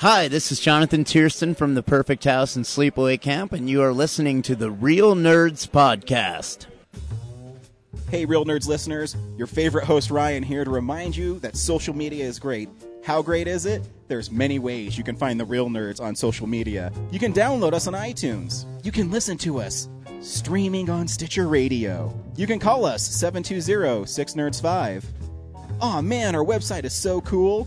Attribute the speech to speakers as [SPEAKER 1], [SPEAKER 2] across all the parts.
[SPEAKER 1] Hi, this is Jonathan Tiersten from the Perfect House and Sleepaway Camp, and you are listening to the Real Nerds Podcast.
[SPEAKER 2] Hey, Real Nerds listeners, your favorite host Ryan here to remind you that social media is great. How great is it? There's many ways you can find the Real Nerds on social media. You can download us on iTunes. You can listen to us streaming on Stitcher Radio. You can call us 720-6nerds5. Aw man, our website is so cool.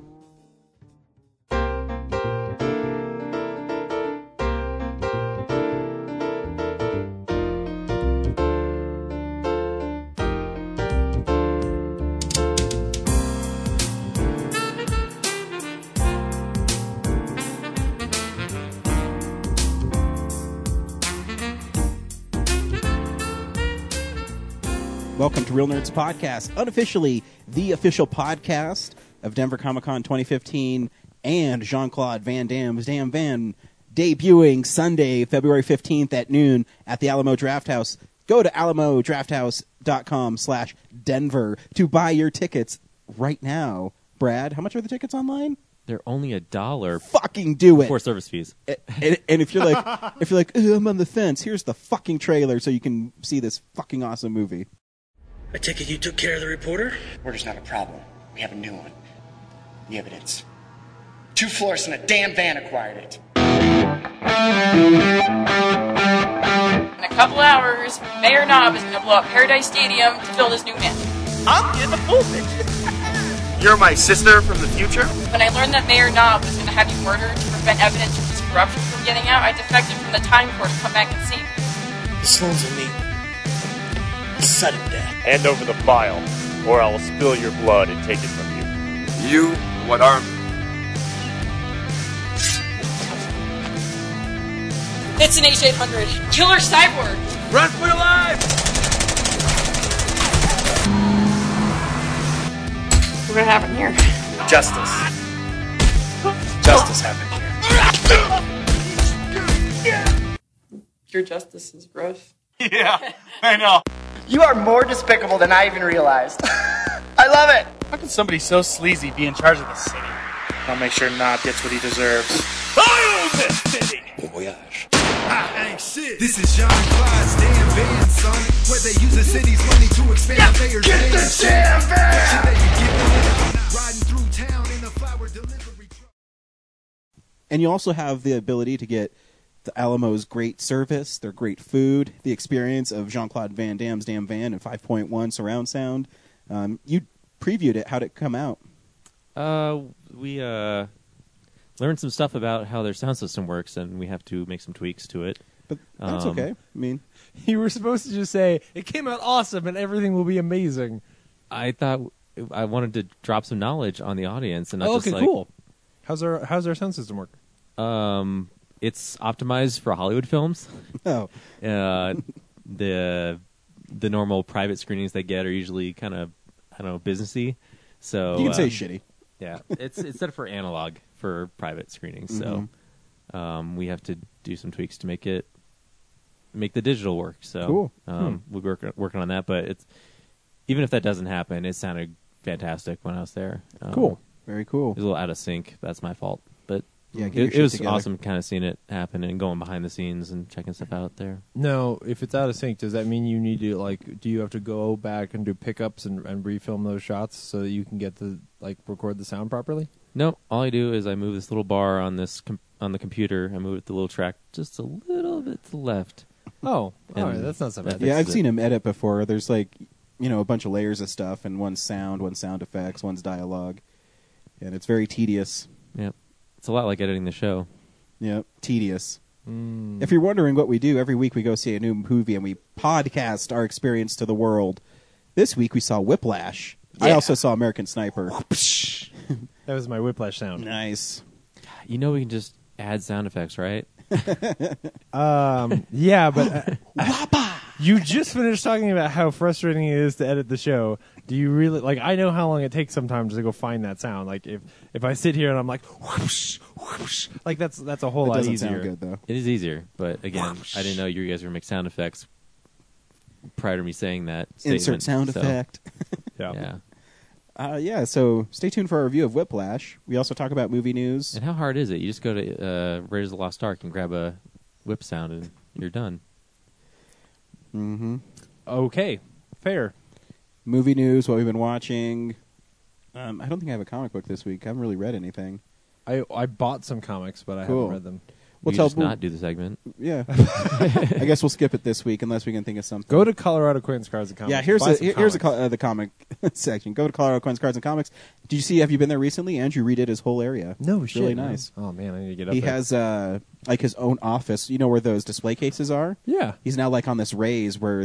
[SPEAKER 2] Welcome to Real Nerds Podcast, unofficially the official podcast of Denver Comic Con 2015 and Jean Claude Van Damme's Damn Van debuting Sunday, February 15th at noon at the Alamo Drafthouse. Go to alamodrafthouse.com slash Denver to buy your tickets right now. Brad, how much are the tickets online?
[SPEAKER 3] They're only a dollar
[SPEAKER 2] Fucking do it.
[SPEAKER 3] before service fees.
[SPEAKER 2] and, and if you're like, if you're like, "Ugh, I'm on the fence, here's the fucking trailer so you can see this fucking awesome movie.
[SPEAKER 4] I take it you took care of the reporter?
[SPEAKER 5] Murder's not a problem. We have a new one. The evidence. Two floors and a damn van acquired it.
[SPEAKER 6] In a couple hours, Mayor Knob is going to blow up Paradise Stadium to build his new mansion.
[SPEAKER 7] You're my sister from the future?
[SPEAKER 6] When I learned that Mayor Knob was going to have you murdered to prevent evidence of his corruption from getting out, I defected from the Time Force to come back and see. him.
[SPEAKER 4] The Sloan's on me. Sudden death.
[SPEAKER 7] Hand over the file, or I'll spill your blood and take it from you. You? What are?
[SPEAKER 6] It's an H800. Killer cyborg.
[SPEAKER 7] Run for your life!
[SPEAKER 6] We're going to have him here.
[SPEAKER 7] Justice. Justice happened here.
[SPEAKER 6] Your justice is gross.
[SPEAKER 7] Yeah, I know.
[SPEAKER 5] You are more despicable than I even realized. I love it.
[SPEAKER 7] How can somebody so sleazy be in charge of the city? I'll make sure Knob gets what he deserves. I own this city!
[SPEAKER 8] This is John Clyde's damn van, son. Where they use the city's money to expand players' Get the damn van! Riding through town in a flower delivery truck.
[SPEAKER 2] And you also have the ability to get the Alamo's great service, their great food, the experience of Jean Claude Van Damme's Damn Van and 5.1 surround sound. Um, you previewed it. How'd it come out?
[SPEAKER 3] Uh, we uh, learned some stuff about how their sound system works, and we have to make some tweaks to it.
[SPEAKER 2] But that's
[SPEAKER 3] Um,
[SPEAKER 2] okay. I mean,
[SPEAKER 9] You were supposed to just say it came out awesome and everything will be amazing.
[SPEAKER 3] I thought I wanted to drop some knowledge on the audience, and not
[SPEAKER 9] Oh,
[SPEAKER 3] just
[SPEAKER 9] okay,
[SPEAKER 3] like
[SPEAKER 9] cool. How's our how's our sound system work?
[SPEAKER 3] it's optimized for Hollywood films.
[SPEAKER 2] oh,
[SPEAKER 3] Uh, the the normal private screenings they get are usually kind of I don't know businessy. So
[SPEAKER 2] you can say
[SPEAKER 3] uh,
[SPEAKER 2] shitty.
[SPEAKER 3] Yeah, it's it's set for analog for private screenings, so
[SPEAKER 2] Mm-hmm.
[SPEAKER 3] um, we have to do some tweaks to make it make the digital work. So
[SPEAKER 2] Cool. Hmm.
[SPEAKER 3] um, we're work, working on that, but it's even if that doesn't happen, it sounded fantastic when I was there. Um,
[SPEAKER 2] Very
[SPEAKER 3] It
[SPEAKER 2] cool.
[SPEAKER 3] was a little out of sync. That's my fault, but
[SPEAKER 2] Yeah, get your
[SPEAKER 3] it, it
[SPEAKER 2] shit
[SPEAKER 3] was
[SPEAKER 2] together.
[SPEAKER 3] awesome, kind of seeing it happen and going behind the scenes and checking stuff out there.
[SPEAKER 9] No, if it's out of sync, does that mean you need to like? Do you have to go back and do pickups and, and refilm those shots so that you can get the like record the sound properly?
[SPEAKER 3] No, all I do is I move this little bar on this com- on the computer. I move the little track just a little bit to the left.
[SPEAKER 9] Oh,
[SPEAKER 3] And-
[SPEAKER 9] all right, that's not so bad.
[SPEAKER 2] Yeah, I've
[SPEAKER 3] it.
[SPEAKER 2] seen him edit before. There's like, you know, a bunch of layers of stuff, and one's sound, one's sound effects, one's dialogue, and it's very tedious.
[SPEAKER 3] Yep, it's a lot like editing the show.
[SPEAKER 2] Yeah, tedious.
[SPEAKER 3] Mm.
[SPEAKER 2] If you're wondering what we do, every week we go see a new movie and we podcast our experience to the world. This week we saw Whiplash. I also saw American Sniper.
[SPEAKER 9] That was my whiplash sound.
[SPEAKER 2] nice.
[SPEAKER 3] You know we can just add sound effects, right?
[SPEAKER 9] Um, yeah, but uh, You just finished talking about how frustrating it is to edit the show. Do you really like? I know how long it takes sometimes to go find that sound. Like if if I sit here and I'm like, whoosh, whoosh, like that's that's a whole
[SPEAKER 2] it
[SPEAKER 9] lot
[SPEAKER 2] doesn't
[SPEAKER 9] easier.
[SPEAKER 2] sound good though.
[SPEAKER 3] It is easier, but again, I didn't know you guys were gonna make sound effects prior to me saying that.
[SPEAKER 2] Insert
[SPEAKER 3] statement,
[SPEAKER 2] sound
[SPEAKER 3] so,
[SPEAKER 2] effect.
[SPEAKER 9] Yeah.
[SPEAKER 3] Yeah.
[SPEAKER 2] Uh, yeah, so stay tuned for our review of Whiplash. We also talk about movie news.
[SPEAKER 3] And how hard is it? You just go to uh, Raiders of the Lost Ark and grab a whip sound, and you're done.
[SPEAKER 9] Okay. Fair.
[SPEAKER 2] Movie news, what we've been watching. Um, I don't think I have a comic book this week. I haven't really read anything.
[SPEAKER 9] I I bought some comics, but I
[SPEAKER 2] Cool.
[SPEAKER 9] haven't read them.
[SPEAKER 2] We'll
[SPEAKER 3] you
[SPEAKER 2] tell
[SPEAKER 3] just
[SPEAKER 2] we'll-
[SPEAKER 3] not do the segment.
[SPEAKER 2] Yeah, I guess we'll skip it this week unless we can think of something.
[SPEAKER 9] Go to Colorado Quinn's Cards and Comics.
[SPEAKER 2] yeah. Here's
[SPEAKER 9] buy
[SPEAKER 2] a
[SPEAKER 9] some
[SPEAKER 2] here- here's a,
[SPEAKER 9] comics.
[SPEAKER 2] co- uh, the comic section. Go to Colorado Quinn's Cards and Comics. Do you see? Have you been there recently? Andrew redid his whole area.
[SPEAKER 9] No
[SPEAKER 2] It's
[SPEAKER 9] shit.
[SPEAKER 2] really
[SPEAKER 9] man.
[SPEAKER 2] nice.
[SPEAKER 9] Oh man, I need to get up.
[SPEAKER 2] He
[SPEAKER 9] there.
[SPEAKER 2] has uh like his own office. You know where those display cases are?
[SPEAKER 9] Yeah.
[SPEAKER 2] He's now like on this raise where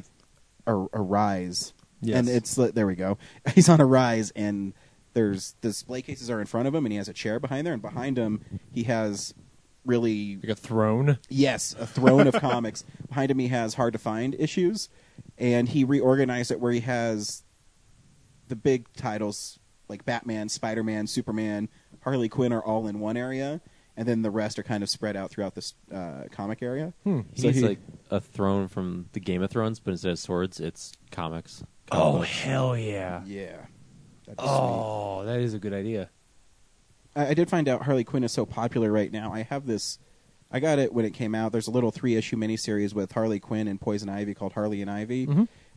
[SPEAKER 2] a, a rise.
[SPEAKER 9] Yes.
[SPEAKER 2] And it's like- there we go. He's on a rise and there's display cases are in front of him and he has a chair behind there and behind him he has really
[SPEAKER 9] like a throne.
[SPEAKER 2] yes, a throne of comics. Behind him he has hard to find issues and he reorganized it where he has the big titles like Batman, Spider-Man, Superman, Harley Quinn are all in one area and then the rest are kind of spread out throughout this uh, comic area.
[SPEAKER 3] Hmm. He's
[SPEAKER 2] So he-
[SPEAKER 3] like a throne from the Game of Thrones, but instead of swords, it's comics.
[SPEAKER 9] Oh hell yeah!
[SPEAKER 2] Yeah. That'd be
[SPEAKER 9] Oh, that is a good idea.
[SPEAKER 2] sweet. I, I did find out Harley Quinn is so popular right now. I have this. I got it when it came out. There's a little three issue miniseries with Harley Quinn and Poison Ivy called Harley and Ivy.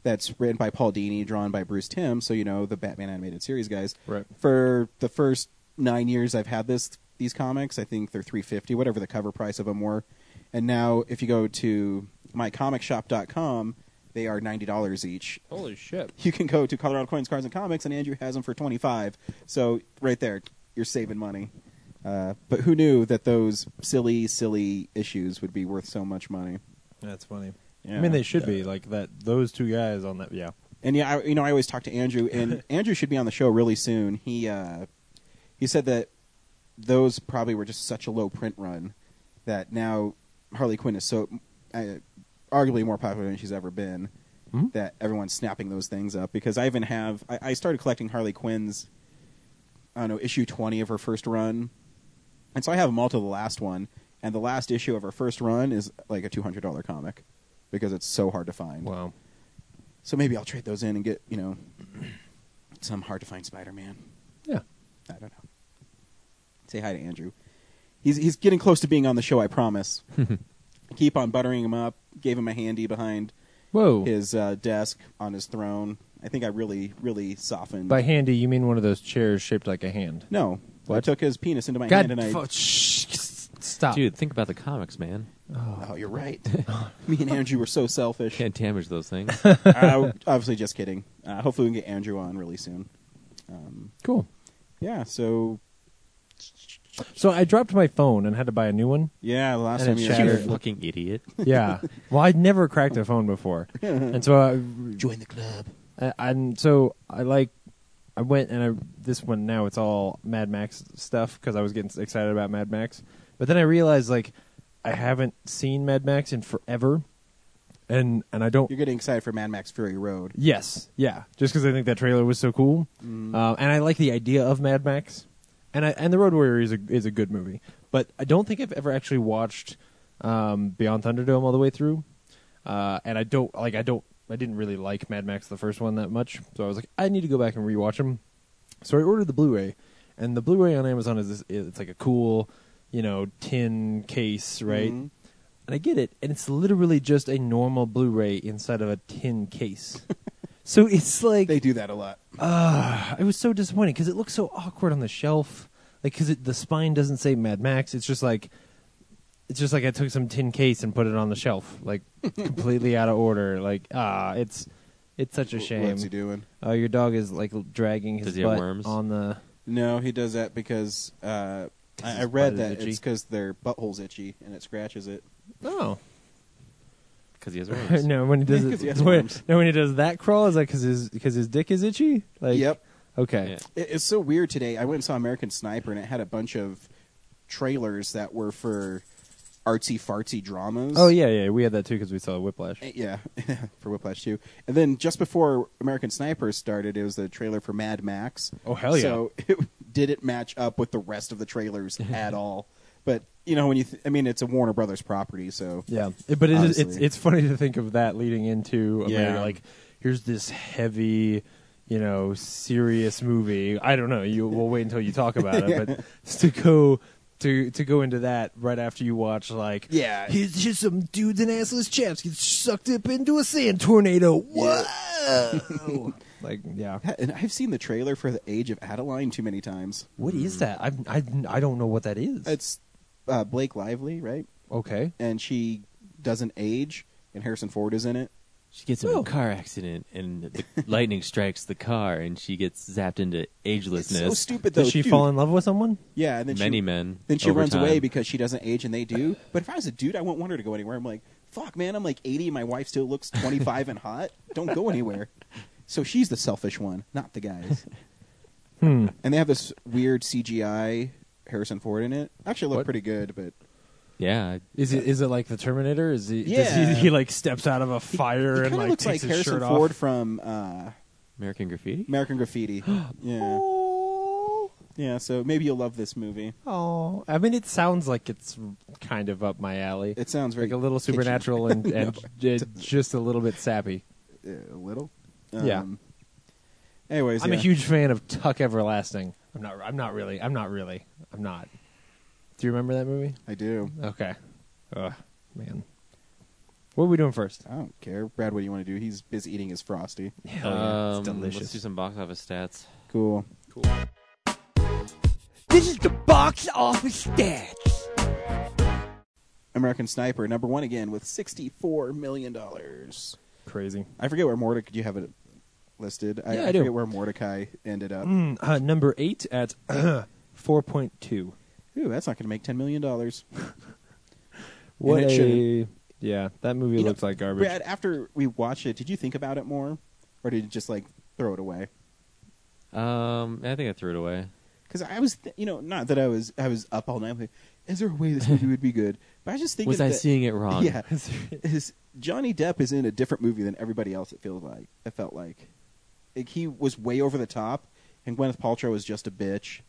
[SPEAKER 2] That's written by Paul Dini, drawn by Bruce Timm. So you know the Batman animated series guys.
[SPEAKER 9] Right.
[SPEAKER 2] For the first nine years I've had this these comics, I think they're 350, whatever the cover price of them were. And now if you go to mycomicshop.com, they are ninety dollars each.
[SPEAKER 9] Holy shit!
[SPEAKER 2] you can go to Colorado Coins, Cards, and Comics, and Andrew has them for twenty five. So right there, you're saving money. Uh, but who knew that those silly, silly issues would be worth so much money?
[SPEAKER 9] That's funny.
[SPEAKER 2] Yeah.
[SPEAKER 9] I mean, they should be like that. Those two guys on that. Yeah.
[SPEAKER 2] And yeah, I, you know, I always talk to Andrew, and Andrew should be on the show really soon. He uh, he said that those probably were just such a low print run that now Harley Quinn is so uh, arguably more popular than she's ever been that everyone's snapping those things up because I even have I, I started collecting Harley Quinn's I don't know issue twenty of her first run, and so I have them all to the last one, and the last issue of her first run is like a two hundred dollar comic because it's so hard to find.
[SPEAKER 9] Wow.
[SPEAKER 2] So maybe I'll trade those in and get, you know, some hard to find Spider Man.
[SPEAKER 9] Yeah.
[SPEAKER 2] I don't know. Say hi to Andrew. He's he's getting close to being on the show, I promise. Keep on buttering him up. Gave him a handy behind
[SPEAKER 9] Whoa.
[SPEAKER 2] his uh, desk on his throne. I think I really, really softened.
[SPEAKER 9] By handy, you mean one of those chairs shaped like a hand?
[SPEAKER 2] no. I
[SPEAKER 9] What?
[SPEAKER 2] took his penis into my hand
[SPEAKER 9] God,
[SPEAKER 2] and I.
[SPEAKER 9] fu- shh, stop,
[SPEAKER 3] Dude, think about the comics, man.
[SPEAKER 2] oh, you're right. Me and Andrew were so selfish.
[SPEAKER 3] Can't damage those things.
[SPEAKER 2] uh, obviously, just kidding. Uh, hopefully, we can get Andrew on really soon.
[SPEAKER 9] Cool.
[SPEAKER 2] Yeah, so.
[SPEAKER 9] So I dropped my phone and had to buy a new one.
[SPEAKER 2] Yeah, the last
[SPEAKER 9] And
[SPEAKER 2] time
[SPEAKER 9] it
[SPEAKER 2] you
[SPEAKER 3] you
[SPEAKER 9] shattered.
[SPEAKER 2] were
[SPEAKER 3] fucking idiot.
[SPEAKER 9] Yeah. well, I'd never cracked a phone before, and so I
[SPEAKER 2] Join the club.
[SPEAKER 9] I- and so I like I went and I this one now it's all Mad Max stuff because I was getting excited about Mad Max, but then I realized like I haven't seen Mad Max in forever, and and I don't.
[SPEAKER 2] You're getting excited for Mad Max Fury Road.
[SPEAKER 9] Yes, yeah, just because I think that trailer was so cool, uh, and I like the idea of Mad Max, and I and the Road Warrior is a is a good movie, but I don't think I've ever actually watched um, Beyond Thunderdome all the way through, uh, and I don't like I don't I didn't really like Mad Max the first one that much, so I was like I need to go back and rewatch them. So I ordered the Blu-ray, and the Blu-ray on Amazon is this, it's like a cool, you know, tin case, right? And I get it, and it's literally just a normal Blu-ray inside of a tin case. so it's like
[SPEAKER 2] They do that a lot.
[SPEAKER 9] I was so disappointed because it looks so awkward on the shelf. Like, because the spine doesn't say Mad Max. It's just like, it's just like I took some tin case and put it on the shelf, like completely out of order. Like, ah, it's it's such a shame.
[SPEAKER 2] What's he doing?
[SPEAKER 9] Oh, your dog is like l- dragging his
[SPEAKER 3] Does he have
[SPEAKER 9] butt
[SPEAKER 3] worms?
[SPEAKER 9] on the.
[SPEAKER 2] No, he does that because uh, I, I
[SPEAKER 9] his
[SPEAKER 2] read
[SPEAKER 9] butt is
[SPEAKER 2] that
[SPEAKER 9] itchy.
[SPEAKER 2] it's because their butthole's itchy and it scratches it.
[SPEAKER 9] Oh
[SPEAKER 3] Because he has worms.
[SPEAKER 9] no! When he does
[SPEAKER 2] 'cause
[SPEAKER 9] it,
[SPEAKER 2] he has
[SPEAKER 9] when,
[SPEAKER 2] worms.
[SPEAKER 9] no, when he does that crawl, is that because his because his dick is itchy? Like,
[SPEAKER 2] Yep.
[SPEAKER 9] Okay.
[SPEAKER 3] Yeah.
[SPEAKER 2] It, it's so weird today. I went and saw American Sniper and it had a bunch of trailers that were for artsy fartsy dramas.
[SPEAKER 9] Oh yeah, yeah, we had that too because we saw Whiplash.
[SPEAKER 2] Eh, Yeah, for Whiplash 2. And then just before American Sniper started, it was the trailer for Mad Max.
[SPEAKER 9] Oh, hell yeah.
[SPEAKER 2] So it didn't match up with the rest of the trailers at all. But, you know, when you, th- I mean, it's a Warner Brothers property, so.
[SPEAKER 9] Yeah, it- but it is, it's
[SPEAKER 2] Honestly.
[SPEAKER 9] it's funny to think of that leading into America.
[SPEAKER 2] Yeah.
[SPEAKER 9] Like, here's this heavy, you know, serious movie. I don't know. You we'll wait until you talk about it, but to go to to go into that right after you watch like
[SPEAKER 2] Yeah.
[SPEAKER 9] here's, here's some dudes and assless chaps get sucked up into a sand tornado. What? like yeah.
[SPEAKER 2] And I've seen the trailer for The Age of Adeline too many times.
[SPEAKER 9] What is that? I I I don't know what that is.
[SPEAKER 2] It's uh, Blake Lively, right?
[SPEAKER 9] okay.
[SPEAKER 2] And she doesn't age, and Harrison Ford is in it.
[SPEAKER 3] She gets
[SPEAKER 2] Oh.
[SPEAKER 3] in a car accident, and the lightning strikes the car, and she gets zapped into
[SPEAKER 2] It's so
[SPEAKER 3] agelessness.
[SPEAKER 2] stupid, though.
[SPEAKER 9] Does she
[SPEAKER 2] dude.
[SPEAKER 9] fall in love with someone?
[SPEAKER 2] Yeah, and then
[SPEAKER 3] Many
[SPEAKER 2] she,
[SPEAKER 3] men.
[SPEAKER 2] Then she
[SPEAKER 3] over
[SPEAKER 2] runs away
[SPEAKER 3] time.
[SPEAKER 2] because she doesn't age and they do. But if I was a dude, I wouldn't want her to go anywhere. I'm like, fuck, man, I'm like 80 and my wife still looks 25 and hot. Don't go anywhere. So she's the selfish one, not the guys.
[SPEAKER 9] Hmm.
[SPEAKER 2] And they have this weird CGI Harrison Ford in it. Actually, it looked
[SPEAKER 9] What?
[SPEAKER 2] pretty good, but
[SPEAKER 3] Yeah,
[SPEAKER 9] Is it is it like the Terminator? Is he? does
[SPEAKER 2] Uh, Yeah.
[SPEAKER 9] he, he like steps out of a fire
[SPEAKER 2] he
[SPEAKER 9] and
[SPEAKER 2] kind of
[SPEAKER 9] like
[SPEAKER 2] looks
[SPEAKER 9] takes
[SPEAKER 2] like
[SPEAKER 9] his
[SPEAKER 2] Harrison
[SPEAKER 9] shirt
[SPEAKER 2] Ford
[SPEAKER 9] off.
[SPEAKER 2] from uh,
[SPEAKER 3] American Graffiti.
[SPEAKER 2] American Graffiti. yeah,
[SPEAKER 9] Oh,
[SPEAKER 2] yeah. So maybe you'll love this movie.
[SPEAKER 9] oh. I mean, it sounds like it's kind of up my alley.
[SPEAKER 2] It sounds very
[SPEAKER 9] like a little
[SPEAKER 2] kitschy.
[SPEAKER 9] supernatural and, and j- just a little bit sappy.
[SPEAKER 2] Uh, a little.
[SPEAKER 9] Yeah.
[SPEAKER 2] Anyways,
[SPEAKER 9] I'm a
[SPEAKER 2] yeah.
[SPEAKER 9] huge fan of Tuck Everlasting. I'm not. I'm not really. I'm not really. I'm not. Do you remember that movie?
[SPEAKER 2] I do.
[SPEAKER 9] Okay. Ugh, man. What are we doing first?
[SPEAKER 2] I don't care, Brad. What do you want to do? He's busy eating his frosty.
[SPEAKER 9] Oh, yeah,
[SPEAKER 3] Um,
[SPEAKER 9] it's delicious.
[SPEAKER 3] Let's do some box office stats.
[SPEAKER 2] Cool.
[SPEAKER 1] This is the box office stats.
[SPEAKER 2] American Sniper, number one again with sixty-four million dollars.
[SPEAKER 9] Crazy.
[SPEAKER 2] I forget where Mordecai. Do you have it listed? I,
[SPEAKER 9] Yeah, I
[SPEAKER 2] forget
[SPEAKER 9] do.
[SPEAKER 2] where Mordecai ended up.
[SPEAKER 9] Mm, uh, number eight at four point two.
[SPEAKER 2] Ooh, that's not going to make ten million dollars.
[SPEAKER 9] What
[SPEAKER 2] it
[SPEAKER 9] a
[SPEAKER 2] shouldn't.
[SPEAKER 9] yeah, that movie
[SPEAKER 2] You know,
[SPEAKER 9] looks like garbage.
[SPEAKER 2] Brad, after we watched it, did you think about it more, or did you just like throw it away?
[SPEAKER 3] Um, I think I threw it away.
[SPEAKER 2] Because I was, th- you know, not that I was, I was up all night. Like, Is there a way this movie would be good? But I was just thinking,
[SPEAKER 3] Was I
[SPEAKER 2] that-
[SPEAKER 3] seeing it wrong?
[SPEAKER 2] Yeah, is Johnny Depp is in a different movie than everybody else. It feels like it felt like, like he was way over the top, and Gwyneth Paltrow was just a bitch.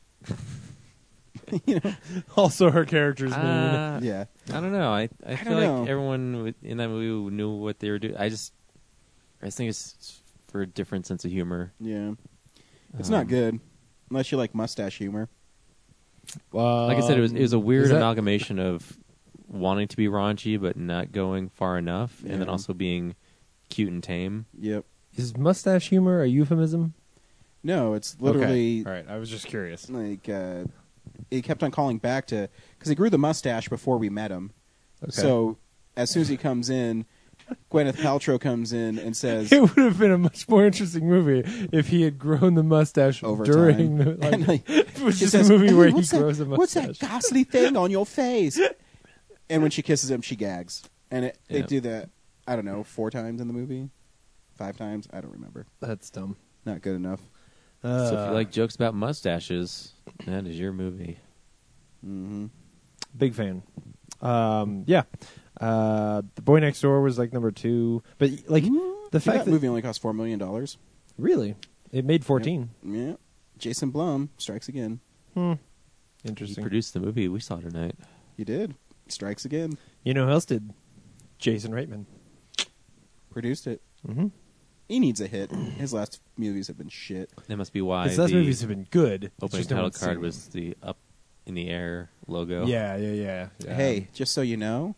[SPEAKER 9] also, her character's Ah.
[SPEAKER 3] Uh,
[SPEAKER 2] yeah,
[SPEAKER 3] I don't know. I I, feel
[SPEAKER 2] don't
[SPEAKER 3] like
[SPEAKER 2] know.
[SPEAKER 3] everyone wi- in that movie knew what they were doing. I just I just think it's it's for a different sense of humor.
[SPEAKER 2] yeah. It's
[SPEAKER 3] Um,
[SPEAKER 2] not good unless you like mustache humor.
[SPEAKER 9] mean.
[SPEAKER 3] Like I said, it was it was a
[SPEAKER 2] Um,
[SPEAKER 3] weird
[SPEAKER 9] is that-
[SPEAKER 3] amalgamation of wanting to be raunchy but not going far enough, and then
[SPEAKER 2] Yeah.
[SPEAKER 3] also being cute and tame.
[SPEAKER 2] Yep.
[SPEAKER 9] Is mustache humor a euphemism?
[SPEAKER 2] No, it's literally
[SPEAKER 9] All right, I was just curious.
[SPEAKER 2] like uh, he kept on calling back to because he grew the mustache before we met him.
[SPEAKER 9] Okay.
[SPEAKER 2] So as soon as he comes in, Gwyneth Paltrow comes in and says,
[SPEAKER 9] It would have been a much more interesting movie if he had grown the mustache
[SPEAKER 2] over time.
[SPEAKER 9] during the.
[SPEAKER 2] And, like,
[SPEAKER 9] Like, it was
[SPEAKER 2] she
[SPEAKER 9] just
[SPEAKER 2] says,
[SPEAKER 9] a movie
[SPEAKER 2] "Hey,
[SPEAKER 9] where he
[SPEAKER 2] what's that-
[SPEAKER 9] grows a
[SPEAKER 2] What's
[SPEAKER 9] mustache.
[SPEAKER 2] that ghastly thing on your face? And when she kisses him, she gags. And it, they
[SPEAKER 3] Yeah.
[SPEAKER 2] do that, I don't know, four times in the movie? Five times? I don't remember.
[SPEAKER 9] That's dumb. Uh,
[SPEAKER 2] Not good enough.
[SPEAKER 3] so if you like jokes about mustaches, that is your movie.
[SPEAKER 2] Mm-hmm.
[SPEAKER 9] Big fan. Um, yeah, uh, the boy next door was like number two, but like the fact
[SPEAKER 2] that,
[SPEAKER 9] that
[SPEAKER 2] movie only cost $4 million.
[SPEAKER 9] really it made fourteen.
[SPEAKER 2] Yeah. Jason Blum strikes again.
[SPEAKER 3] He
[SPEAKER 9] Interesting.
[SPEAKER 3] produced the movie we saw tonight.
[SPEAKER 2] He did. Strikes again.
[SPEAKER 9] You know who else did? Jason Reitman.
[SPEAKER 2] Produced it.
[SPEAKER 9] Mm-hmm.
[SPEAKER 2] He needs a hit. His last movies have been shit.
[SPEAKER 3] That must be why
[SPEAKER 9] His last
[SPEAKER 3] the
[SPEAKER 9] movies have been good. It's
[SPEAKER 3] opening
[SPEAKER 9] just no
[SPEAKER 3] title
[SPEAKER 9] one's
[SPEAKER 3] card
[SPEAKER 9] seen
[SPEAKER 3] was the up in the air
[SPEAKER 9] them.
[SPEAKER 3] logo.
[SPEAKER 9] Yeah, yeah, yeah. yeah.
[SPEAKER 2] Hey, just so you know,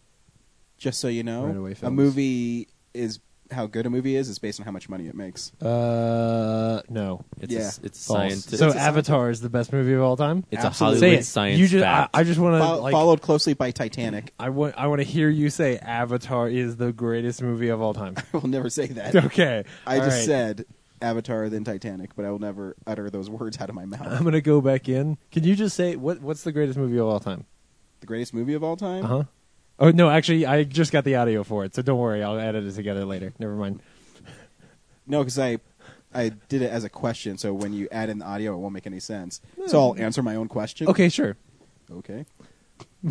[SPEAKER 2] just so you know,
[SPEAKER 9] Right away
[SPEAKER 2] a
[SPEAKER 9] films.
[SPEAKER 2] movie is how good a movie is is based on how much money it makes.
[SPEAKER 9] Uh, no.
[SPEAKER 3] it's
[SPEAKER 2] Yeah.
[SPEAKER 3] a, it's
[SPEAKER 9] False.
[SPEAKER 3] science.
[SPEAKER 9] so
[SPEAKER 3] it's,
[SPEAKER 9] Avatar is the best movie of all time.
[SPEAKER 3] it's a
[SPEAKER 2] Absolutely.
[SPEAKER 9] Say
[SPEAKER 3] Hollywood
[SPEAKER 9] it.
[SPEAKER 3] science
[SPEAKER 9] you just,
[SPEAKER 3] fact.
[SPEAKER 9] I, I just want
[SPEAKER 2] Fo-
[SPEAKER 9] to like.
[SPEAKER 2] followed closely by Titanic.
[SPEAKER 9] I want. I want to hear you say Avatar is the greatest movie of all time.
[SPEAKER 2] I will never say that.
[SPEAKER 9] okay.
[SPEAKER 2] I
[SPEAKER 9] all
[SPEAKER 2] just
[SPEAKER 9] right.
[SPEAKER 2] said Avatar then Titanic, but I will never utter those words out of my mouth.
[SPEAKER 9] I'm gonna go back in. Can you just say what? What's the greatest movie of all time?
[SPEAKER 2] the greatest movie of all time.
[SPEAKER 9] Uh huh. Oh no, actually, I just got the audio for it, so don't worry. I'll edit it together later. Never mind.
[SPEAKER 2] No, because I I did it as a question, so when you add in the audio, it won't make any sense. So I'll answer my own question.
[SPEAKER 9] Okay, sure.
[SPEAKER 2] Okay.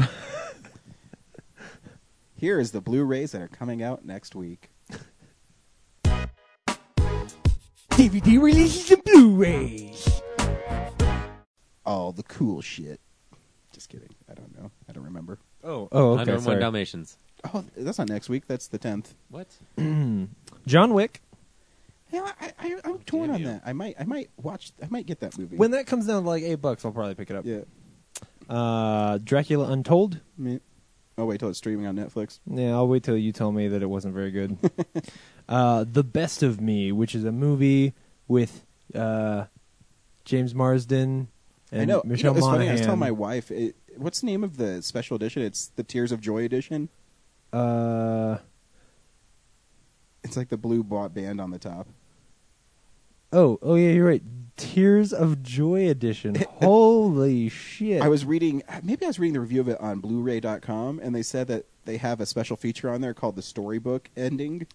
[SPEAKER 2] Here is the Blu-rays that are coming out next week.
[SPEAKER 9] DVD releases and Blu-rays.
[SPEAKER 2] All the cool shit. Just kidding. I don't know. I don't remember.
[SPEAKER 9] Oh, oh, okay.
[SPEAKER 3] 101
[SPEAKER 9] Sorry.
[SPEAKER 3] Dalmatians.
[SPEAKER 2] Oh, that's not next week. That's the tenth.
[SPEAKER 3] What?
[SPEAKER 9] John Wick.
[SPEAKER 2] Yeah, I, I, I'm torn
[SPEAKER 3] Damn
[SPEAKER 2] on
[SPEAKER 3] you.
[SPEAKER 2] that. I might, I might watch. I might get that movie.
[SPEAKER 9] When that comes down to like eight bucks, I'll probably pick it up.
[SPEAKER 2] yeah.
[SPEAKER 9] Uh, Dracula Untold.
[SPEAKER 2] Me. Oh wait, till it's streaming on Netflix.
[SPEAKER 9] Yeah, I'll wait till you tell me that it wasn't very good. uh, the Best of Me, which is a movie with uh, James Marsden and
[SPEAKER 2] I know.
[SPEAKER 9] Michelle
[SPEAKER 2] you know, it's funny.
[SPEAKER 9] Monaghan.
[SPEAKER 2] I was telling my wife. It, what's the name of the special edition? It's the Tears of Joy edition.
[SPEAKER 9] uh,
[SPEAKER 2] It's like the blue bought band on the top.
[SPEAKER 9] oh, oh yeah, you're right. Tears of Joy edition. Holy shit!
[SPEAKER 2] I was reading. Maybe I was reading the review of it on Blu-ray.com, and they said that they have a special feature on there called the storybook ending.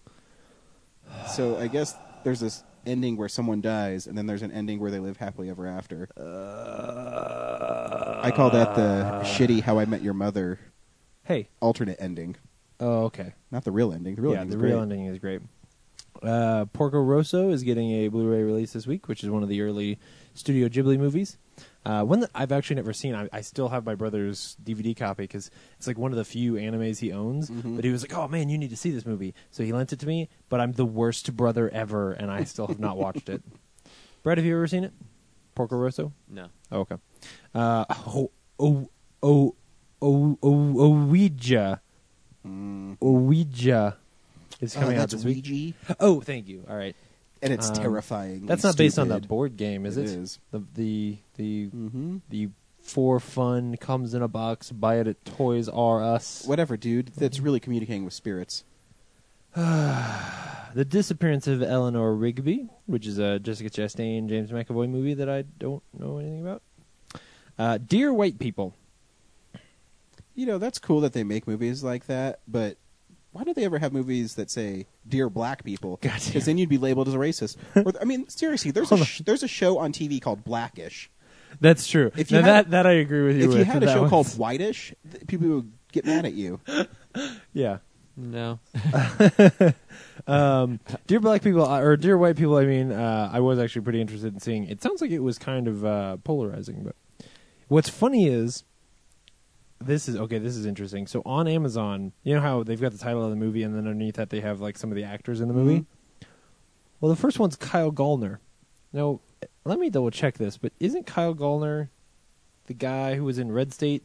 [SPEAKER 2] So I guess there's this ending where someone dies, and then there's an ending where they live happily ever after. I call that the shitty "How I Met Your Mother"
[SPEAKER 9] hey.
[SPEAKER 2] alternate ending,
[SPEAKER 9] Oh, okay.
[SPEAKER 2] not the real ending. The real
[SPEAKER 9] yeah,
[SPEAKER 2] ending.
[SPEAKER 9] the real ending is great. Uh, Porco Rosso is getting a Blu-ray release this week, which is one of the early Studio Ghibli movies. Uh, one that I've actually never seen. I, I still have my brother's DVD copy because it's like one of the few animes he owns. But he was like, "Oh man, you need to see this movie," so he lent it to me. But I'm the worst brother ever, and I still have not watched it. Brett, have you ever seen it? Porco Rosso.
[SPEAKER 3] No.
[SPEAKER 9] Oh, okay. Uh, oh, oh, oh, oh, oh, Ouija.
[SPEAKER 2] Mm.
[SPEAKER 9] Ouija is
[SPEAKER 2] Oh,
[SPEAKER 9] coming out this week. Oh, thank you. All right.
[SPEAKER 2] and it's
[SPEAKER 9] Um,
[SPEAKER 2] terrifying.
[SPEAKER 9] That's not based on the board game, is it?
[SPEAKER 2] It is.
[SPEAKER 9] The the the
[SPEAKER 2] Mm-hmm.
[SPEAKER 9] the for fun comes in a box. Buy it at Toys R Us.
[SPEAKER 2] Whatever, dude. That's really communicating with spirits.
[SPEAKER 9] The disappearance of Eleanor Rigby, which is a Jessica Chastain James McAvoy movie that I don't know anything about. Uh, Dear White People.
[SPEAKER 2] You know, that's cool that they make movies like that, but why do they ever have movies that say "Dear Black People"?
[SPEAKER 9] Goddamn.
[SPEAKER 2] Because then you'd be labeled as a racist. or, I mean, seriously, there's a sh- there's a show on TV called Blackish.
[SPEAKER 9] That's true.
[SPEAKER 2] If you
[SPEAKER 9] now
[SPEAKER 2] had-
[SPEAKER 9] that that I agree with you.
[SPEAKER 2] If you
[SPEAKER 9] with.
[SPEAKER 2] had a
[SPEAKER 9] That
[SPEAKER 2] show
[SPEAKER 9] one's-
[SPEAKER 2] called Whitish, th- people would get mad at you.
[SPEAKER 9] yeah.
[SPEAKER 3] No.
[SPEAKER 9] Dear black people, uh, or dear white people, I mean, uh, I was actually pretty interested in seeing. It sounds like it was kind of uh, polarizing, but what's funny is this is okay. This is interesting. So on Amazon, you know how they've got the title of the movie, and then underneath that they have like some of the actors in the movie. Well, the first one's Kyle Gallner. Now, let me double check this, but isn't Kyle Gallner the guy who was in Red State?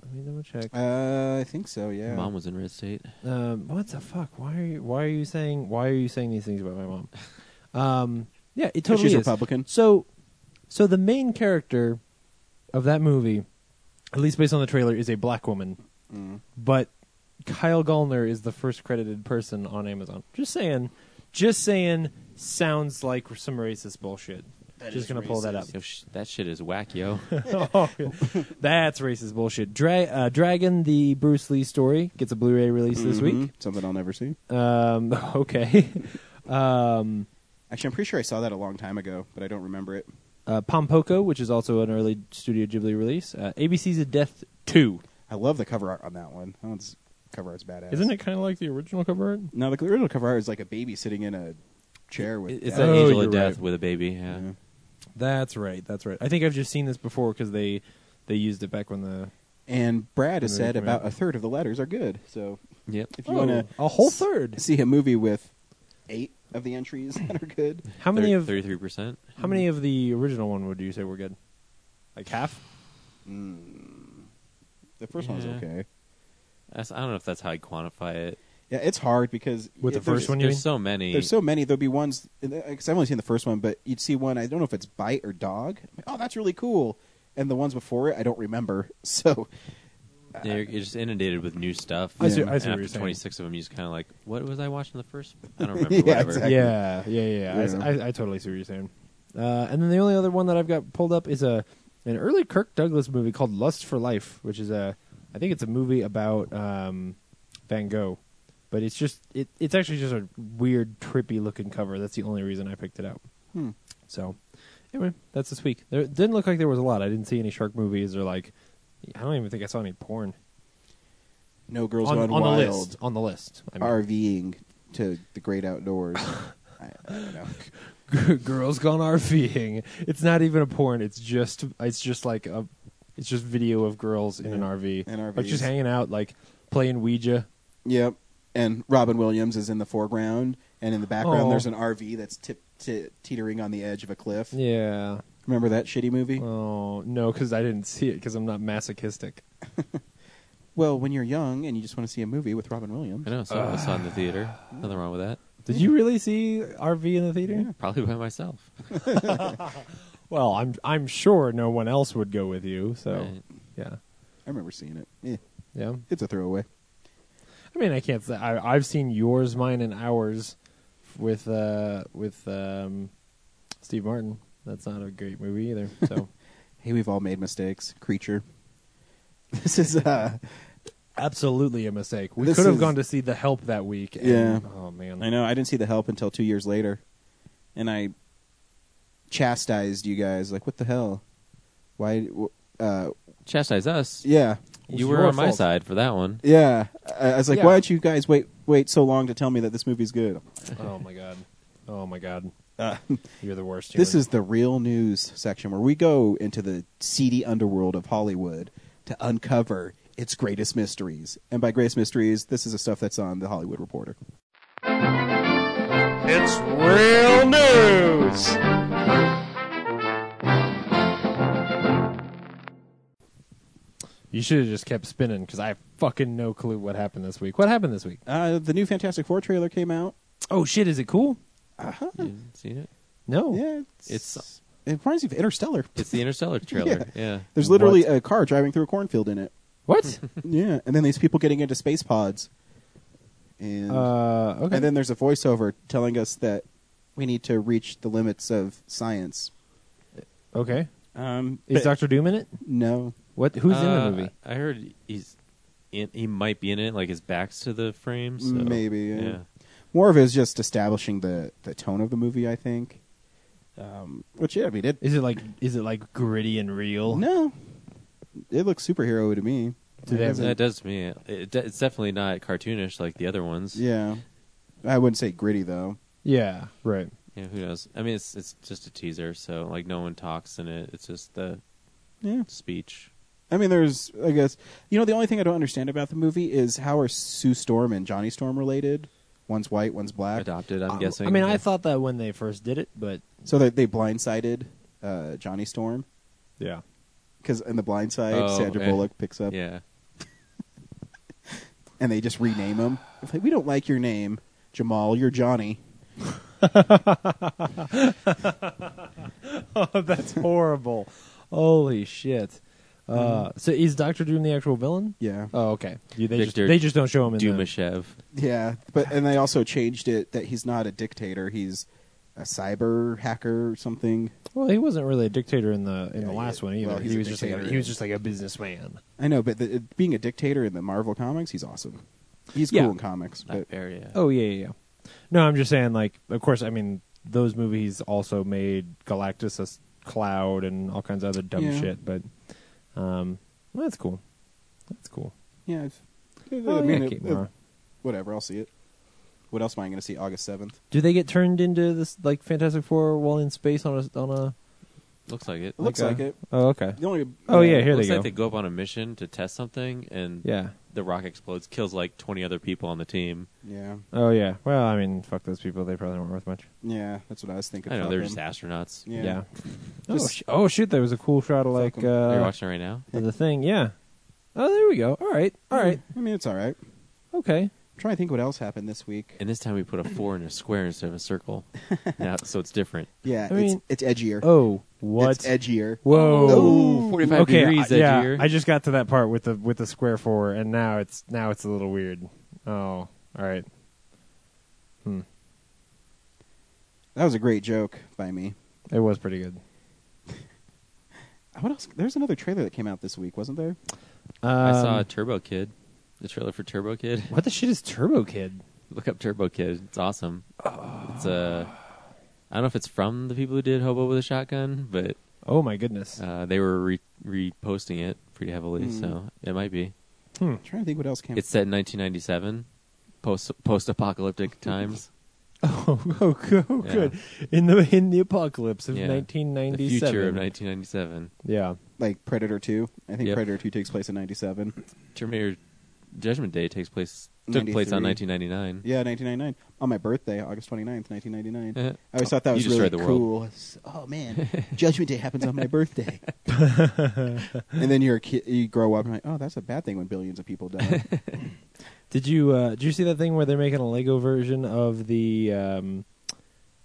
[SPEAKER 9] Let me double check.
[SPEAKER 2] Uh, I think so. Yeah.
[SPEAKER 3] Mom was in Red State.
[SPEAKER 9] Um, what the fuck? Why are you? Why are you saying? Why are you saying these things about my mom? Um, yeah, it
[SPEAKER 2] 'Cause
[SPEAKER 9] totally
[SPEAKER 2] she's
[SPEAKER 9] is.
[SPEAKER 2] Republican.
[SPEAKER 9] So, so the main character of that movie, at least based on the trailer, is a black woman.
[SPEAKER 2] Mm.
[SPEAKER 9] But Kyle Gallner is the first credited person on Amazon. Just saying. Just saying. Sounds like some racist bullshit. just gonna pull that up.
[SPEAKER 3] Yo, Oh, sh- that shit is whack, yo.
[SPEAKER 9] Oh, yeah. That's racist bullshit. Dra- uh, Dragon, the Bruce Lee story, gets a Blu-ray release this week.
[SPEAKER 2] Mhm. Something I'll never see.
[SPEAKER 9] Um, okay. um,
[SPEAKER 2] Actually, I'm pretty sure I saw that a long time ago, but I don't remember it.
[SPEAKER 9] uh, Pompoko, which is also an early Studio Ghibli release. Uh, ABC's A Death 2.
[SPEAKER 2] I love the cover art on that one. That one's cover art's badass.
[SPEAKER 9] Isn't it kind of like the original cover art?
[SPEAKER 2] No, the original cover art is like a baby sitting in a chair with.
[SPEAKER 3] It's
[SPEAKER 9] Yeah.
[SPEAKER 3] that
[SPEAKER 9] Oh,
[SPEAKER 3] angel
[SPEAKER 9] you're
[SPEAKER 3] of death
[SPEAKER 9] right.
[SPEAKER 3] with a baby. Yeah.
[SPEAKER 2] Yeah.
[SPEAKER 9] That's right. That's right. I think I've just seen this before because they, they used it back when the.
[SPEAKER 2] And Brad has
[SPEAKER 9] Right,
[SPEAKER 2] said
[SPEAKER 9] right.
[SPEAKER 2] about a third of the letters are good. So
[SPEAKER 3] Yep.
[SPEAKER 2] if you want to
[SPEAKER 9] Oh, a whole third.
[SPEAKER 2] see a movie with eight of the entries that are good,
[SPEAKER 9] How many of
[SPEAKER 3] thirty-three percent?
[SPEAKER 9] how many of the original one would you say were good? Like half?
[SPEAKER 2] the first one's
[SPEAKER 3] Yeah.
[SPEAKER 2] okay.
[SPEAKER 3] I don't know if that's how I quantify it.
[SPEAKER 2] Yeah, it's hard because
[SPEAKER 9] With
[SPEAKER 2] yeah,
[SPEAKER 9] the
[SPEAKER 2] there's-
[SPEAKER 9] first one, you mean?
[SPEAKER 3] There's so many.
[SPEAKER 2] There's so many. There'll be ones because I've only seen the first one, but you'd see one. I don't know if it's bite or dog. I'm like, oh, that's really cool. And the ones before it, I don't remember. So
[SPEAKER 3] Yeah, you're, you're just inundated with new stuff.
[SPEAKER 9] I see-
[SPEAKER 3] And
[SPEAKER 9] I see what
[SPEAKER 3] after
[SPEAKER 9] you're saying.
[SPEAKER 3] 26 of them, you just kind of like, what was I watching the first? I don't remember.
[SPEAKER 2] Yeah,
[SPEAKER 3] whatever.
[SPEAKER 2] exactly.
[SPEAKER 9] Yeah, yeah, yeah. I s-
[SPEAKER 2] Yeah.
[SPEAKER 9] I, I totally see what you're saying. Uh, and then the only other one that I've got pulled up is a an early Kirk Douglas movie called Lust for Life, which is a I think it's a movie about um, Van Gogh, but it's just it, it's actually just a weird trippy looking cover. That's the only reason I picked it out.
[SPEAKER 2] Hmm.
[SPEAKER 9] So anyway, that's this week. There it didn't look like there was a lot. I didn't see any shark movies or like I don't even think I saw any porn.
[SPEAKER 2] No Girls
[SPEAKER 9] on,
[SPEAKER 2] Gone
[SPEAKER 9] on the
[SPEAKER 2] Wild
[SPEAKER 9] list. On the list. I mean,
[SPEAKER 2] RVing to the great outdoors. I, I don't know.
[SPEAKER 9] girls gone RVing. It's not even a porn. It's just it's just like a it's just video of girls in an RV,
[SPEAKER 2] in
[SPEAKER 9] like
[SPEAKER 2] RVs.
[SPEAKER 9] just hanging out, like playing Ouija.
[SPEAKER 2] Yep. And Robin Williams is in the foreground, and in the background
[SPEAKER 9] Oh.
[SPEAKER 2] there's an RV that's tip, ti- teetering on the edge of a cliff.
[SPEAKER 9] Yeah.
[SPEAKER 2] Remember that shitty movie? Well,
[SPEAKER 9] Oh no, because I didn't see it because I'm not masochistic.
[SPEAKER 2] when you're young and you just want to see a movie with Robin Williams,
[SPEAKER 3] I know. So I saw it in the theater. Nothing wrong with that.
[SPEAKER 9] Did you really see RV in the theater?
[SPEAKER 3] Probably by myself.
[SPEAKER 9] Well, I'm I'm sure no one else would go with you. So
[SPEAKER 3] Right.
[SPEAKER 9] yeah,
[SPEAKER 2] I remember seeing it. Eh,
[SPEAKER 9] yeah.
[SPEAKER 2] it's a throwaway.
[SPEAKER 9] I mean, I can't say I, I've seen yours, mine, and ours with uh with um Steve Martin. That's not a great movie either. So.
[SPEAKER 2] Hey, we've all made mistakes. Creature. This is uh
[SPEAKER 9] absolutely a mistake. We
[SPEAKER 2] This
[SPEAKER 9] could have
[SPEAKER 2] is-
[SPEAKER 9] gone to see The Help that week. And,
[SPEAKER 2] Yeah.
[SPEAKER 9] Oh man.
[SPEAKER 2] I know I didn't see the help until 2 years later. And I chastised you guys like what the hell? Why w- uh
[SPEAKER 3] Chastise us.
[SPEAKER 2] yeah.
[SPEAKER 9] was
[SPEAKER 3] You were
[SPEAKER 9] your
[SPEAKER 3] on my
[SPEAKER 9] fault.
[SPEAKER 3] side for that one.
[SPEAKER 2] Yeah. I, I was like
[SPEAKER 9] Yeah.
[SPEAKER 2] why don't you guys wait wait so long to tell me that this movie's good?
[SPEAKER 9] Oh my god. Oh my god.
[SPEAKER 2] Uh,
[SPEAKER 9] You're the worst.
[SPEAKER 2] This
[SPEAKER 9] human.
[SPEAKER 2] is the real news section where we go into the seedy underworld of Hollywood to uncover its greatest mysteries. And by greatest mysteries, this is the stuff that's on the Hollywood Reporter.
[SPEAKER 7] It's real news.
[SPEAKER 9] You should have just kept spinning because I have fucking no clue what happened this week. What happened this week?
[SPEAKER 2] Uh, the new Fantastic Four trailer came out.
[SPEAKER 9] Oh shit! Is it cool?
[SPEAKER 3] You haven't seen it?
[SPEAKER 9] No.
[SPEAKER 2] Yeah,
[SPEAKER 3] It's-
[SPEAKER 2] it reminds me of Interstellar.
[SPEAKER 3] It's the Interstellar trailer.
[SPEAKER 2] Yeah.
[SPEAKER 3] yeah.
[SPEAKER 2] There's literally
[SPEAKER 9] What?
[SPEAKER 2] a car driving through a cornfield in it.
[SPEAKER 9] What?
[SPEAKER 2] yeah, and then these people getting into space pods, and
[SPEAKER 9] uh, okay.
[SPEAKER 2] and then there's a voiceover telling us that we need to reach the limits of science.
[SPEAKER 9] okay.
[SPEAKER 2] Um,
[SPEAKER 9] Is Doctor Doom in it?
[SPEAKER 2] no,
[SPEAKER 9] What? Who's in
[SPEAKER 3] Uh,
[SPEAKER 9] the movie?
[SPEAKER 3] I heard he's in, he might be in it. Like his back's to the frame. So,
[SPEAKER 2] Maybe, yeah.
[SPEAKER 3] Yeah.
[SPEAKER 2] more of it is just establishing the the tone of the movie. I think. Um, which yeah, I mean it.
[SPEAKER 9] Is it like is it like gritty and real?
[SPEAKER 2] No, it looks superhero to me.
[SPEAKER 9] Do they
[SPEAKER 2] It
[SPEAKER 9] have-
[SPEAKER 2] doesn't-
[SPEAKER 3] That does to me. It, de- it's definitely not cartoonish like the other ones.
[SPEAKER 2] Yeah, I wouldn't say gritty though.
[SPEAKER 9] Yeah. Right.
[SPEAKER 3] Yeah, who knows? I mean, it's it's just a teaser, so like no one talks in it. It's just the
[SPEAKER 2] Yeah.
[SPEAKER 3] speech.
[SPEAKER 2] I mean, there's, I guess, you know, the only thing I don't understand about the movie is how are Sue Storm and Johnny Storm related? One's white, one's black.
[SPEAKER 3] Adopted, I'm
[SPEAKER 9] Um,
[SPEAKER 3] guessing.
[SPEAKER 9] I mean,
[SPEAKER 3] Yeah.
[SPEAKER 9] I thought that when they first did it, but
[SPEAKER 2] So they, they blindsided uh, Johnny Storm
[SPEAKER 9] yeah.
[SPEAKER 2] because in the blind side,
[SPEAKER 3] Oh,
[SPEAKER 2] Sandra
[SPEAKER 3] okay.
[SPEAKER 2] Bullock picks up
[SPEAKER 3] Yeah.
[SPEAKER 2] and they just rename him. It's Like, we don't like your name, Jamal. You're Johnny.
[SPEAKER 9] Oh, that's horrible. Holy shit. Uh, so is Doctor Doom the actual villain?
[SPEAKER 2] Mm-hmm. Yeah,
[SPEAKER 9] Oh, okay. You- they, just,
[SPEAKER 3] Victor
[SPEAKER 9] they just don't show him in the...
[SPEAKER 3] Dumashev.
[SPEAKER 2] yeah. But and they also changed it that he's not a dictator. He's a cyber hacker or something.
[SPEAKER 9] Well, he wasn't really a dictator in the in
[SPEAKER 2] Yeah,
[SPEAKER 9] the last
[SPEAKER 2] he-
[SPEAKER 9] one either.
[SPEAKER 2] well, he's
[SPEAKER 9] he
[SPEAKER 2] a
[SPEAKER 9] was just like a,
[SPEAKER 2] dictator
[SPEAKER 9] he was
[SPEAKER 2] in-
[SPEAKER 9] just like a businessman.
[SPEAKER 2] I know, but the, being a dictator in the Marvel comics, he's awesome. He's
[SPEAKER 9] Yeah.
[SPEAKER 2] cool in comics, but
[SPEAKER 3] That area.
[SPEAKER 9] Oh yeah, yeah. yeah. No, I'm just saying like of course I mean those movies also made Galactus a s- cloud and all kinds of other dumb
[SPEAKER 2] Yeah.
[SPEAKER 9] shit, but um well, that's cool. That's cool.
[SPEAKER 2] yeah. I've-
[SPEAKER 9] Oh,
[SPEAKER 2] I mean,
[SPEAKER 9] yeah,
[SPEAKER 2] it-
[SPEAKER 9] Kate
[SPEAKER 2] it-
[SPEAKER 9] Mara.
[SPEAKER 2] whatever. I'll see it. What else am I going to see August seventh?
[SPEAKER 9] Do they get turned into this like Fantastic Four while in space on a on a
[SPEAKER 3] Looks like it.
[SPEAKER 2] It looks
[SPEAKER 9] Okay.
[SPEAKER 2] like it.
[SPEAKER 9] Oh, okay.
[SPEAKER 2] The only
[SPEAKER 9] Oh, yeah, here- they
[SPEAKER 3] looks like
[SPEAKER 9] go.
[SPEAKER 3] they go up on a mission to test something, and
[SPEAKER 9] Yeah.
[SPEAKER 3] the rock explodes, kills like 20 other people on the team.
[SPEAKER 2] yeah,
[SPEAKER 9] Oh yeah. Well, I mean, fuck those people. They probably weren't worth much.
[SPEAKER 2] yeah. That's what I was thinking.
[SPEAKER 3] I know
[SPEAKER 2] Fuck
[SPEAKER 3] they're
[SPEAKER 2] them.
[SPEAKER 3] just astronauts.
[SPEAKER 2] Yeah.
[SPEAKER 9] Oh,
[SPEAKER 2] Just-
[SPEAKER 9] sh- oh shit! There was a cool shot of like
[SPEAKER 2] Fuck 'em.
[SPEAKER 3] Are you
[SPEAKER 9] uh,
[SPEAKER 3] watching it right now?
[SPEAKER 9] of the thing. Yeah. Oh, there we go. All right. All right.
[SPEAKER 2] I mean, it's all right. I'm
[SPEAKER 9] Okay.
[SPEAKER 2] trying to think what else happened this week.
[SPEAKER 3] And this time we put a four in a square instead of a circle. now, so it's different.
[SPEAKER 2] yeah,
[SPEAKER 9] I mean-
[SPEAKER 2] it's, it's edgier.
[SPEAKER 9] Oh, what?
[SPEAKER 2] It's edgier.
[SPEAKER 9] Whoa.
[SPEAKER 2] Oh,
[SPEAKER 3] 45
[SPEAKER 9] okay.
[SPEAKER 3] degrees
[SPEAKER 9] I, yeah.
[SPEAKER 3] edgier.
[SPEAKER 9] I just got to that part with the with the square four, and now it's now it's a little weird. Oh, all right.
[SPEAKER 2] That was a great joke by me.
[SPEAKER 9] It was pretty good.
[SPEAKER 2] What else? There's another trailer that came out this week, wasn't there?
[SPEAKER 3] I saw Turbo Kid, the trailer for Turbo Kid.
[SPEAKER 9] Um, What the shit is Turbo Kid?
[SPEAKER 3] Look up Turbo Kid. It's awesome.
[SPEAKER 9] Oh.
[SPEAKER 3] It's Uh, I don't know if it's from the people who did Hobo with a Shotgun, but
[SPEAKER 9] Oh my goodness. Hmm.
[SPEAKER 3] uh, they were re- reposting it pretty heavily, so it might be.
[SPEAKER 2] I'm trying to think what else came.
[SPEAKER 3] It's set in 1997, post post apocalyptic times.
[SPEAKER 9] Oh, oh, go- oh,
[SPEAKER 3] Yeah.
[SPEAKER 9] good. In the in the apocalypse of
[SPEAKER 3] Yeah. The
[SPEAKER 9] 1997.
[SPEAKER 3] future of 1997.
[SPEAKER 9] yeah.
[SPEAKER 2] like Predator Two. I think
[SPEAKER 3] Yep.
[SPEAKER 2] Predator Two takes place in '97.
[SPEAKER 3] Terminator Judgment Day takes place took place on
[SPEAKER 2] 93.
[SPEAKER 3] 1999.
[SPEAKER 2] Yeah, 1999. On my birthday, August 29th, 1999.
[SPEAKER 3] Yeah.
[SPEAKER 2] I always thought that
[SPEAKER 3] Uh-huh. You
[SPEAKER 2] was really
[SPEAKER 3] destroyed the world.
[SPEAKER 2] cool. It's- Oh man, Judgment Day happens on my birthday. and then you're a kid, you grow up, and like, oh, that's a bad thing when billions of people die.
[SPEAKER 9] Did you uh, did you see that thing where they're making a Lego version of the um,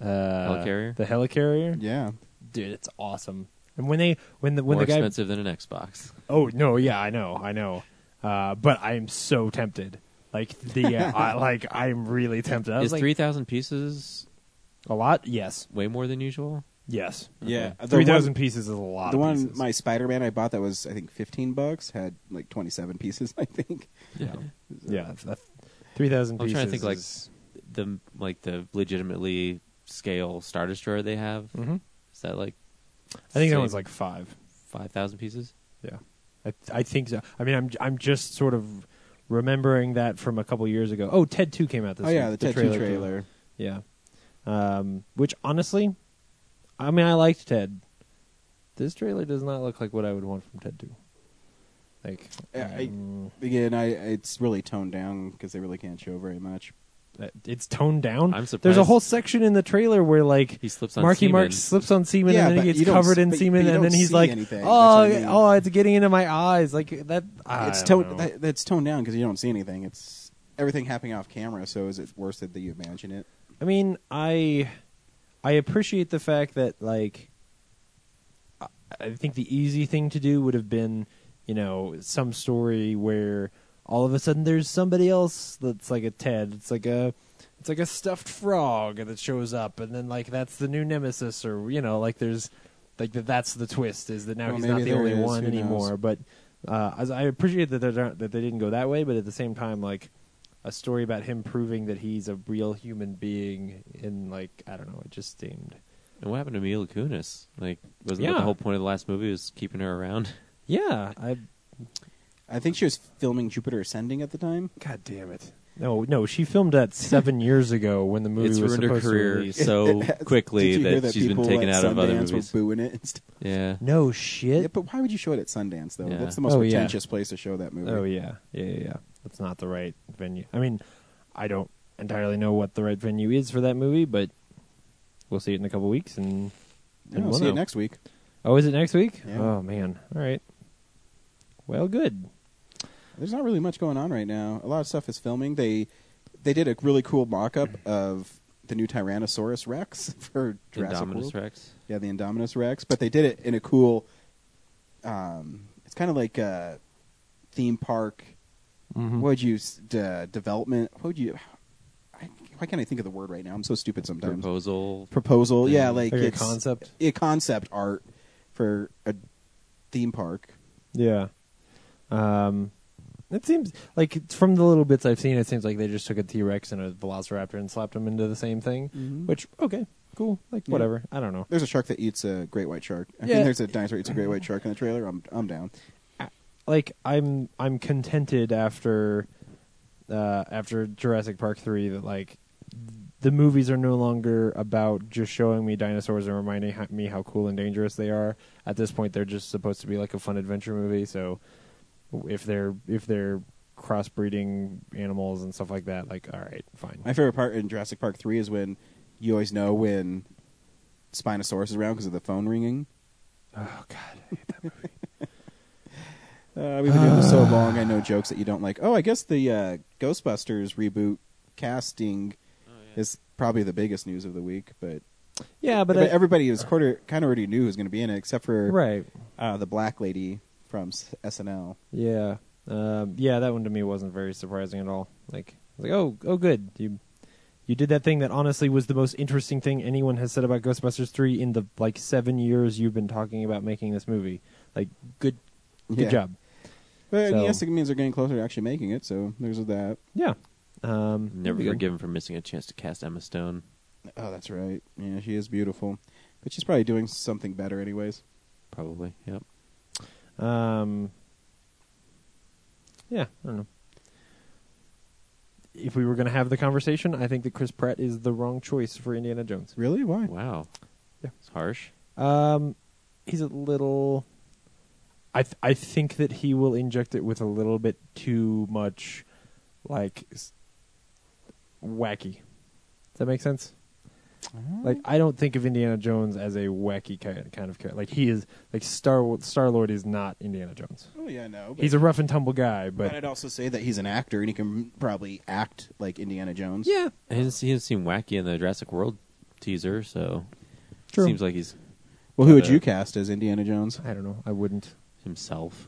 [SPEAKER 9] uh,
[SPEAKER 3] Helicarrier?
[SPEAKER 9] The helicarrier,
[SPEAKER 2] yeah,
[SPEAKER 9] dude, it's awesome. And when they when the when
[SPEAKER 3] More
[SPEAKER 9] the guy
[SPEAKER 3] expensive than an Xbox.
[SPEAKER 9] oh no yeah I know I know, uh, but I am so tempted. Like the uh, I, like I'm really tempted. I was
[SPEAKER 3] Is
[SPEAKER 9] like,
[SPEAKER 3] 3,000 pieces
[SPEAKER 9] a lot? Yes,
[SPEAKER 3] way more than usual?
[SPEAKER 9] yes.
[SPEAKER 2] yeah. The
[SPEAKER 9] Three thousand
[SPEAKER 2] one-
[SPEAKER 9] pieces is a lot.
[SPEAKER 2] The
[SPEAKER 9] of
[SPEAKER 2] one
[SPEAKER 9] pieces.
[SPEAKER 2] my Spider-Man I bought that was I think 15 bucks had like 27 pieces. I think. Oh,
[SPEAKER 3] Yeah.
[SPEAKER 9] yeah, three thousand.
[SPEAKER 3] I'm
[SPEAKER 9] pieces
[SPEAKER 3] trying to think, like-
[SPEAKER 9] is-
[SPEAKER 3] The like the legitimately scale Star Destroyer they have
[SPEAKER 9] Mhm.
[SPEAKER 3] is that like
[SPEAKER 9] I think that
[SPEAKER 3] same-
[SPEAKER 9] one's like five.
[SPEAKER 3] 5,000 pieces?
[SPEAKER 9] Yeah, I, I think so. I mean, I'm I'm just sort of remembering that from a couple years ago. Oh, Ted Two came out this.
[SPEAKER 2] oh yeah, the,
[SPEAKER 9] week,
[SPEAKER 2] Ted
[SPEAKER 9] trailer.
[SPEAKER 2] trailer. trailer.
[SPEAKER 9] Yeah, um, which honestly, I mean, I liked Ted. This trailer does not look like what I would want from Ted Two. Like,
[SPEAKER 2] Yeah, I-
[SPEAKER 9] um,
[SPEAKER 2] Again, I it's really toned down because they really can't show very much.
[SPEAKER 9] uh, it's toned
[SPEAKER 3] I'm
[SPEAKER 9] down. There's a
[SPEAKER 3] surprised-
[SPEAKER 9] whole section in the trailer where like
[SPEAKER 3] He slips on
[SPEAKER 9] Marky
[SPEAKER 3] semen.
[SPEAKER 9] Mark slips on semen
[SPEAKER 2] Yeah,
[SPEAKER 9] and then
[SPEAKER 2] but
[SPEAKER 9] he
[SPEAKER 2] you
[SPEAKER 9] gets
[SPEAKER 2] don't
[SPEAKER 9] covered
[SPEAKER 2] s-
[SPEAKER 9] in
[SPEAKER 2] but you-
[SPEAKER 9] semen
[SPEAKER 2] but you
[SPEAKER 9] and then
[SPEAKER 2] don't
[SPEAKER 9] he's
[SPEAKER 2] see
[SPEAKER 9] like,
[SPEAKER 2] anything. That's what
[SPEAKER 9] oh,
[SPEAKER 2] I mean.
[SPEAKER 9] oh, it's getting into my eyes. Like that. I
[SPEAKER 2] it's
[SPEAKER 9] don't
[SPEAKER 2] toned.
[SPEAKER 9] know.
[SPEAKER 2] That, that's toned down because you don't see anything. It's everything happening off camera. So is it worse that you imagine it?
[SPEAKER 9] I mean, I I appreciate the fact that like I- I think the easy thing to do would have been, you know, some story where all of a sudden there's somebody else that's like a Ted. It's like a it's like a stuffed frog that shows up and then like that's the new nemesis or you know, like there's like that that's the twist is that now
[SPEAKER 2] Well,
[SPEAKER 9] he's not
[SPEAKER 2] maybe
[SPEAKER 9] the
[SPEAKER 2] there
[SPEAKER 9] only
[SPEAKER 2] is,
[SPEAKER 9] one
[SPEAKER 2] who knows?
[SPEAKER 9] anymore, but uh, as I appreciate that they don't, that they didn't go that way, but at the same time, like a story about him proving that he's a real human being, and like I don't know, it just seemed.
[SPEAKER 3] And what happened to Mila Kunis? Like wasn't that
[SPEAKER 9] Yeah.
[SPEAKER 3] the whole point of the last movie was keeping her around?
[SPEAKER 9] Yeah, I.
[SPEAKER 2] I think she was filming Jupiter Ascending at the time.
[SPEAKER 9] God damn it! No, no, she filmed that seven years ago when the movie
[SPEAKER 3] it's
[SPEAKER 9] was
[SPEAKER 3] ruined her
[SPEAKER 9] supposed to
[SPEAKER 3] career
[SPEAKER 9] release.
[SPEAKER 3] so
[SPEAKER 2] Did
[SPEAKER 3] quickly
[SPEAKER 2] you hear
[SPEAKER 3] that,
[SPEAKER 2] that
[SPEAKER 3] she's been
[SPEAKER 2] people
[SPEAKER 3] taken
[SPEAKER 2] at
[SPEAKER 3] out of other
[SPEAKER 2] Sundance
[SPEAKER 3] movies.
[SPEAKER 2] Were booing it. and stuff?
[SPEAKER 3] Yeah.
[SPEAKER 9] No shit.
[SPEAKER 2] Yeah, but why would you show it at Sundance though?
[SPEAKER 3] Yeah.
[SPEAKER 2] That's the most
[SPEAKER 9] Oh, yeah.
[SPEAKER 2] pretentious place to show that movie.
[SPEAKER 9] Oh yeah, yeah, yeah, yeah. That's not the right venue. I mean, I don't entirely know what the right venue is for that movie, but we'll see it in a couple weeks, and,
[SPEAKER 2] Yeah,
[SPEAKER 9] and
[SPEAKER 2] we'll
[SPEAKER 9] we'll
[SPEAKER 2] see
[SPEAKER 9] know.
[SPEAKER 2] it next week.
[SPEAKER 9] Oh, is it next week?
[SPEAKER 2] Yeah.
[SPEAKER 9] Oh man. All right. Well, good.
[SPEAKER 2] There's not really much going on right now. A lot of stuff is filming. They they did a really cool mock-up of the new Tyrannosaurus Rex for Jurassic World.
[SPEAKER 3] Indominus Rex.
[SPEAKER 2] Yeah, the Indominus Rex, but they did it in a cool. Um, it's kind of like a theme park.
[SPEAKER 9] Mm-hmm. Hmm.
[SPEAKER 2] What would you s- de- development? What would you? I, why can't I think of the word right now? I'm so stupid sometimes.
[SPEAKER 3] Proposal.
[SPEAKER 2] Proposal, yeah, like,
[SPEAKER 9] Like a
[SPEAKER 2] it's-
[SPEAKER 9] concept?
[SPEAKER 2] a concept art for a theme park.
[SPEAKER 9] Yeah. Um, it seems like from the little bits I've seen, it seems like they just took a T Rex and a Velociraptor and slapped them into the same thing. Which okay, cool. Like
[SPEAKER 2] Yeah.
[SPEAKER 9] whatever. I don't know.
[SPEAKER 2] There's a shark that eats a great white shark. I
[SPEAKER 9] Yeah.
[SPEAKER 2] think there's a dinosaur eats a great white shark in the trailer. I'm I'm down.
[SPEAKER 9] Like I'm I'm contented after uh, after Jurassic Park three that like the movies are no longer about just showing me dinosaurs and reminding ho- me how cool and dangerous they are. At this point, they're just supposed to be like a fun adventure movie. So if they're if they're crossbreeding animals and stuff like that, like all right, fine.
[SPEAKER 2] My favorite part in Jurassic Park three is when you always know when Spinosaurus is around because of the phone ringing.
[SPEAKER 9] oh God, I hate that movie.
[SPEAKER 2] Uh, we've been doing this so
[SPEAKER 9] Ah.
[SPEAKER 2] long. I know jokes that you don't like. Oh, I guess the uh, Ghostbusters reboot casting is probably the biggest news of the week. But
[SPEAKER 9] yeah, but, I-
[SPEAKER 2] everybody is quarter kind of already knew who was going to be in it, except for
[SPEAKER 9] right,
[SPEAKER 2] uh, the black lady from S- SNL.
[SPEAKER 9] yeah, um, yeah. That one to me wasn't very surprising at all. Like, I was like oh, oh, good. You you did that thing that honestly was the most interesting thing anyone has said about Ghostbusters three in the like seven years you've been talking about making this movie. Like, good, good
[SPEAKER 2] Yeah.
[SPEAKER 9] job.
[SPEAKER 2] But
[SPEAKER 9] So-
[SPEAKER 2] yes, it means they're getting closer to actually making it. So there's that.
[SPEAKER 9] Yeah. Um,
[SPEAKER 3] Never
[SPEAKER 9] pretty good.
[SPEAKER 3] forgiven for missing a chance to cast Emma Stone.
[SPEAKER 2] Oh, that's right. Yeah, she is beautiful, but she's probably doing something better anyways.
[SPEAKER 3] Probably. Yep.
[SPEAKER 9] Um, Yeah, I don't know. If we were going to have the conversation, I think that Chris Pratt is the wrong choice for Indiana Jones.
[SPEAKER 2] Really? Why?
[SPEAKER 3] Wow.
[SPEAKER 9] Yeah.
[SPEAKER 3] It's harsh.
[SPEAKER 9] Um, he's a little. I th- I think that he will inject it with a little bit too much, like s- wacky. Does that make sense? Like I don't think of Indiana Jones as a wacky kind kind of character. Like he is like Star Star Lord is not Indiana Jones.
[SPEAKER 2] Oh yeah, no.
[SPEAKER 9] He's a rough and tumble guy,
[SPEAKER 2] But
[SPEAKER 9] but
[SPEAKER 2] I'd also say that he's an actor, and he can probably act like Indiana Jones.
[SPEAKER 9] yeah,
[SPEAKER 3] He didn't, he didn't seem wacky in the Jurassic World teaser, so
[SPEAKER 9] True.
[SPEAKER 3] seems like he's
[SPEAKER 2] Well, who would
[SPEAKER 3] Uh,
[SPEAKER 2] you cast as Indiana Jones?
[SPEAKER 9] I don't know. I wouldn't.
[SPEAKER 3] himself.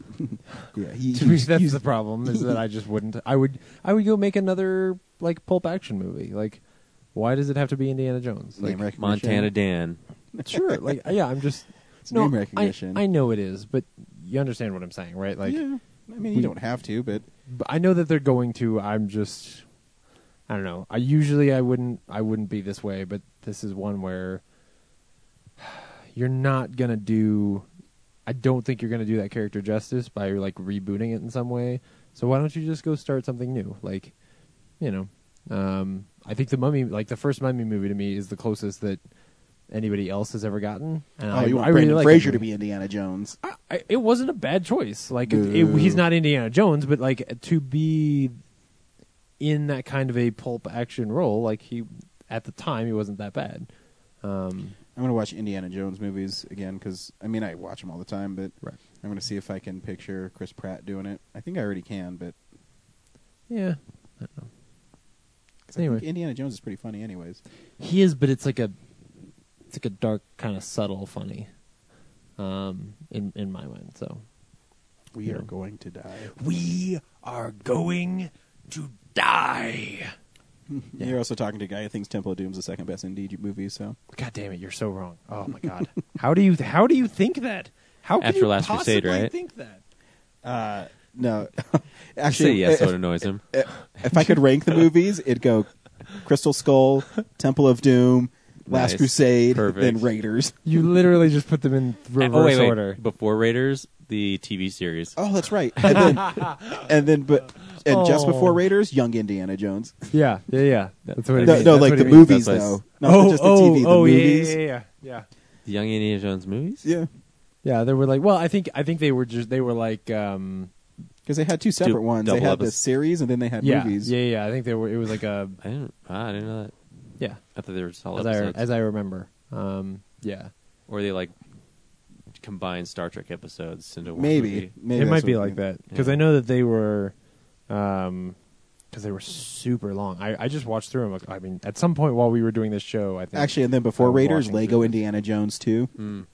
[SPEAKER 2] Yeah, he,
[SPEAKER 9] That's the problem is that I just wouldn't. I would. I would go make another like pulp action movie. Like, why does it have to be Indiana Jones? Like,
[SPEAKER 2] name recognition.
[SPEAKER 3] Montana Dan.
[SPEAKER 9] sure. Like, yeah, I'm just.
[SPEAKER 2] It's
[SPEAKER 9] no,
[SPEAKER 2] name
[SPEAKER 9] I-
[SPEAKER 2] recognition.
[SPEAKER 9] I, know it is, but you understand what I'm saying, right? Like,
[SPEAKER 2] yeah, I mean, you
[SPEAKER 9] we-
[SPEAKER 2] don't have to, but
[SPEAKER 9] but I know that they're going to. I'm just. I don't know. I usually I wouldn't. I wouldn't be this way, but this is one where you're not gonna do. I don't think you're gonna do that character justice by like rebooting it in some way. So why don't you just go start something new? Like, you know, um, I think the Mummy, like the first Mummy movie to me, is the closest that anybody else has ever gotten. And
[SPEAKER 2] oh,
[SPEAKER 9] I,
[SPEAKER 2] you want
[SPEAKER 9] I really
[SPEAKER 2] Brandon
[SPEAKER 9] like that
[SPEAKER 2] Fraser to
[SPEAKER 9] movie.
[SPEAKER 2] be Indiana Jones?
[SPEAKER 9] I, I, it wasn't a bad choice. Like it,
[SPEAKER 2] Boo.
[SPEAKER 9] it, he's not Indiana Jones, but like to be in that kind of a pulp action role, like he at the time he wasn't that bad. Um,
[SPEAKER 2] I'm gonna watch Indiana Jones movies again because I mean, I watch them all the time, but
[SPEAKER 9] Right.
[SPEAKER 2] I'm gonna see if I can picture Chris Pratt doing it. I think I already can, but
[SPEAKER 9] yeah, I don't know.
[SPEAKER 2] 'cause I
[SPEAKER 9] Anyway,
[SPEAKER 2] think Indiana Jones is pretty funny, anyways.
[SPEAKER 9] he is, but it's like a it's like a dark kind of subtle funny. Um, in in my mind, so
[SPEAKER 2] We are going to die.
[SPEAKER 9] we are going to die.
[SPEAKER 2] You're also talking to a guy who thinks Temple of Doom is the second best indie movie, so
[SPEAKER 9] God damn it, you're so wrong. Oh my god. how do you how do you think that? How can
[SPEAKER 3] After
[SPEAKER 9] you
[SPEAKER 3] Last
[SPEAKER 9] possibly
[SPEAKER 3] Crusade, right?
[SPEAKER 9] think that?
[SPEAKER 2] no.
[SPEAKER 3] Say
[SPEAKER 2] Actually,
[SPEAKER 3] yes,
[SPEAKER 2] if,
[SPEAKER 3] what annoys him.
[SPEAKER 2] if I could rank the movies, it'd go Crystal Skull, Temple of Doom, Last
[SPEAKER 3] Nice.
[SPEAKER 2] Crusade,
[SPEAKER 3] Perfect.
[SPEAKER 2] then Raiders.
[SPEAKER 9] You literally just put them in reverse
[SPEAKER 3] oh, wait, wait.
[SPEAKER 9] order.
[SPEAKER 3] Before Raiders, the TV series.
[SPEAKER 2] Oh, that's right. And then, and then but and just
[SPEAKER 9] Oh.
[SPEAKER 2] before Raiders, Young Indiana Jones.
[SPEAKER 9] Yeah, yeah, yeah. That's what it
[SPEAKER 2] No,
[SPEAKER 9] means.
[SPEAKER 2] no,
[SPEAKER 9] That's
[SPEAKER 2] like
[SPEAKER 9] what
[SPEAKER 2] the
[SPEAKER 9] it means.
[SPEAKER 2] movies
[SPEAKER 3] That's
[SPEAKER 2] though,
[SPEAKER 3] nice.
[SPEAKER 2] not
[SPEAKER 9] oh,
[SPEAKER 2] just the
[SPEAKER 9] oh,
[SPEAKER 2] TV, the
[SPEAKER 9] oh, yeah,
[SPEAKER 2] movies.
[SPEAKER 9] Yeah, yeah, yeah,
[SPEAKER 3] The Young Indiana Jones movies?
[SPEAKER 2] Yeah,
[SPEAKER 9] yeah. Yeah, they were like. Well, I think I think they were just they were like. um
[SPEAKER 2] because they had two separate ones. They
[SPEAKER 3] double
[SPEAKER 2] had the
[SPEAKER 3] episodes.
[SPEAKER 2] series, and then they had
[SPEAKER 9] Yeah,
[SPEAKER 2] movies.
[SPEAKER 9] yeah, yeah. I think they were. It was like a
[SPEAKER 3] I didn't. ah, I didn't know that.
[SPEAKER 9] yeah.
[SPEAKER 3] I thought they were just all
[SPEAKER 9] As I
[SPEAKER 3] episodes,
[SPEAKER 9] as I remember, um, yeah.
[SPEAKER 3] or they like combined Star Trek episodes into one
[SPEAKER 2] Maybe,
[SPEAKER 3] movie.
[SPEAKER 2] maybe
[SPEAKER 9] it
[SPEAKER 2] that's
[SPEAKER 9] might be
[SPEAKER 2] what-
[SPEAKER 9] like that because
[SPEAKER 3] Yeah.
[SPEAKER 9] I know that they were, um, because they were super long. I, I just watched through them. I mean, at some point while we were doing this show, I think
[SPEAKER 2] Actually, and then before
[SPEAKER 9] I was
[SPEAKER 2] Raiders,
[SPEAKER 9] watching
[SPEAKER 2] Lego
[SPEAKER 9] through it. Mm.
[SPEAKER 2] Indiana Jones two.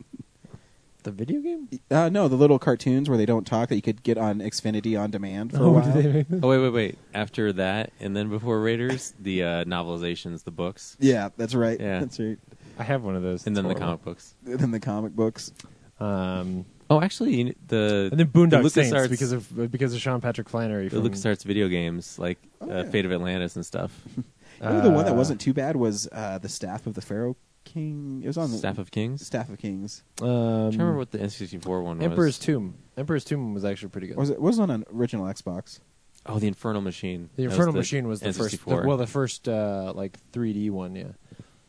[SPEAKER 9] the video game.
[SPEAKER 2] Uh, no, the little cartoons where they don't talk that you could get on Xfinity on demand for a
[SPEAKER 9] Oh,
[SPEAKER 2] while.
[SPEAKER 9] did they make that?
[SPEAKER 3] Oh wait, wait, wait! After that, and then before Raiders, the uh, novelizations, the books,
[SPEAKER 2] Yeah, that's right.
[SPEAKER 3] Yeah.
[SPEAKER 2] That's right.
[SPEAKER 9] I have one of those.
[SPEAKER 3] and
[SPEAKER 9] It's
[SPEAKER 3] then the
[SPEAKER 9] horrible.
[SPEAKER 3] comic books.
[SPEAKER 2] And then the comic books.
[SPEAKER 9] Um,
[SPEAKER 3] Oh, actually, you kn- the
[SPEAKER 9] and then Boondock
[SPEAKER 3] the
[SPEAKER 9] Saints
[SPEAKER 3] LucasArts-
[SPEAKER 9] because of because of Sean Patrick Flannery.
[SPEAKER 3] the
[SPEAKER 9] From,
[SPEAKER 3] LucasArts video games, like uh,
[SPEAKER 2] Oh, yeah.
[SPEAKER 3] Fate of Atlantis and stuff.
[SPEAKER 2] You know, the one that wasn't too bad was uh, the Staff of the Pharaoh King. It was on the
[SPEAKER 3] Staff of Kings.
[SPEAKER 2] Staff of Kings.
[SPEAKER 3] I
[SPEAKER 9] um,
[SPEAKER 3] remember what the N64 one was.
[SPEAKER 9] Emperor's Tomb. Emperor's Tomb was actually pretty good.
[SPEAKER 2] Was it was on an original Xbox?
[SPEAKER 3] Oh, the Infernal Machine.
[SPEAKER 9] The
[SPEAKER 3] That was
[SPEAKER 9] Infernal Machine was the first,
[SPEAKER 3] N64.
[SPEAKER 9] the- well, the first uh, like 3D one, yeah.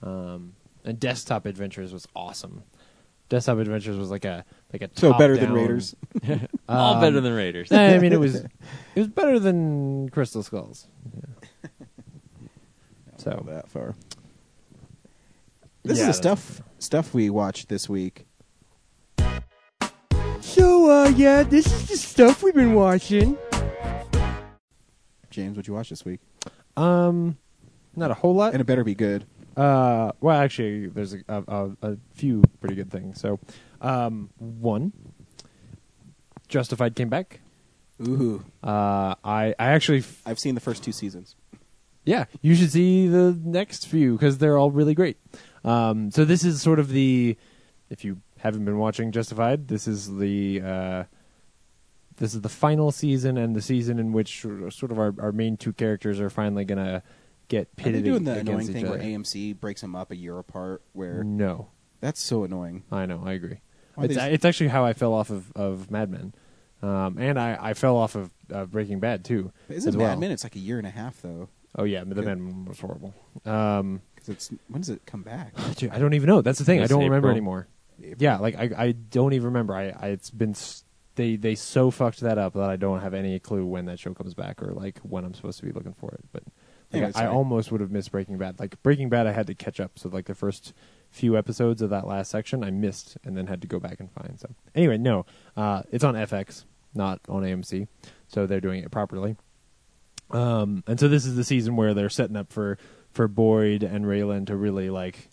[SPEAKER 9] Um, and Desktop Adventures was awesome. Desktop Adventures was like a like a
[SPEAKER 2] So better than
[SPEAKER 9] top-down-
[SPEAKER 2] Raiders.
[SPEAKER 3] all better
[SPEAKER 9] um,
[SPEAKER 3] than Raiders.
[SPEAKER 9] I mean, it was it was better than Crystal Skulls.
[SPEAKER 2] Not
[SPEAKER 9] So
[SPEAKER 2] that far. This
[SPEAKER 9] Yeah,
[SPEAKER 2] is the
[SPEAKER 9] that's-
[SPEAKER 2] stuff stuff we watched this week.
[SPEAKER 9] so uh, yeah, this is the stuff we've been watching.
[SPEAKER 2] James, what you watch this week?
[SPEAKER 9] Um, not a whole lot.
[SPEAKER 2] And it better be good.
[SPEAKER 9] Uh, well, actually, there's a, a, a, a few pretty good things. So, um, one, Justified came back.
[SPEAKER 2] Ooh,
[SPEAKER 9] Uh, I I actually f-
[SPEAKER 2] I've seen the first two seasons.
[SPEAKER 9] yeah, you should see the next few because they're all really great. Um, so this is sort of the if you haven't been watching Justified, this is the uh, this is the final season and the season in which sor- sort of our, our main two characters are finally gonna get
[SPEAKER 2] Are they
[SPEAKER 9] pitted
[SPEAKER 2] doing the
[SPEAKER 9] against
[SPEAKER 2] annoying
[SPEAKER 9] each
[SPEAKER 2] thing where
[SPEAKER 9] other. Mm.
[SPEAKER 2] AMC breaks them up a year apart? Where
[SPEAKER 9] no,
[SPEAKER 2] that's so annoying.
[SPEAKER 9] I know, I agree.
[SPEAKER 2] Why
[SPEAKER 9] It's,
[SPEAKER 2] they-
[SPEAKER 9] it's actually how I fell off of, of Mad Men. Um, and I, I fell off of uh, Breaking Bad too.
[SPEAKER 2] Isn't
[SPEAKER 9] as
[SPEAKER 2] Mad
[SPEAKER 9] well.
[SPEAKER 2] Men? It's like a year and a half though.
[SPEAKER 9] Oh yeah, the Mad Men was horrible. Um,
[SPEAKER 2] Because it's when does it come back?
[SPEAKER 9] Dude, I don't even know. That's the thing. I
[SPEAKER 3] It's
[SPEAKER 9] don't remember
[SPEAKER 3] April.
[SPEAKER 9] anymore. Yeah, like I, I don't even remember. I, I it's been s- they they so fucked that up that I don't have any clue when that show comes back or like when I'm supposed to be looking for it. But like,
[SPEAKER 2] Yeah, it's
[SPEAKER 9] I, I
[SPEAKER 2] fine.
[SPEAKER 9] almost would have missed Breaking Bad. Like Breaking Bad, I had to catch up. So like the first few episodes of that last section, I missed and then had to go back and find. So anyway, no, uh, it's on FX, not on AMC, so they're doing it properly. Um, and so this is the season where they're setting up for for Boyd and Raylan to really like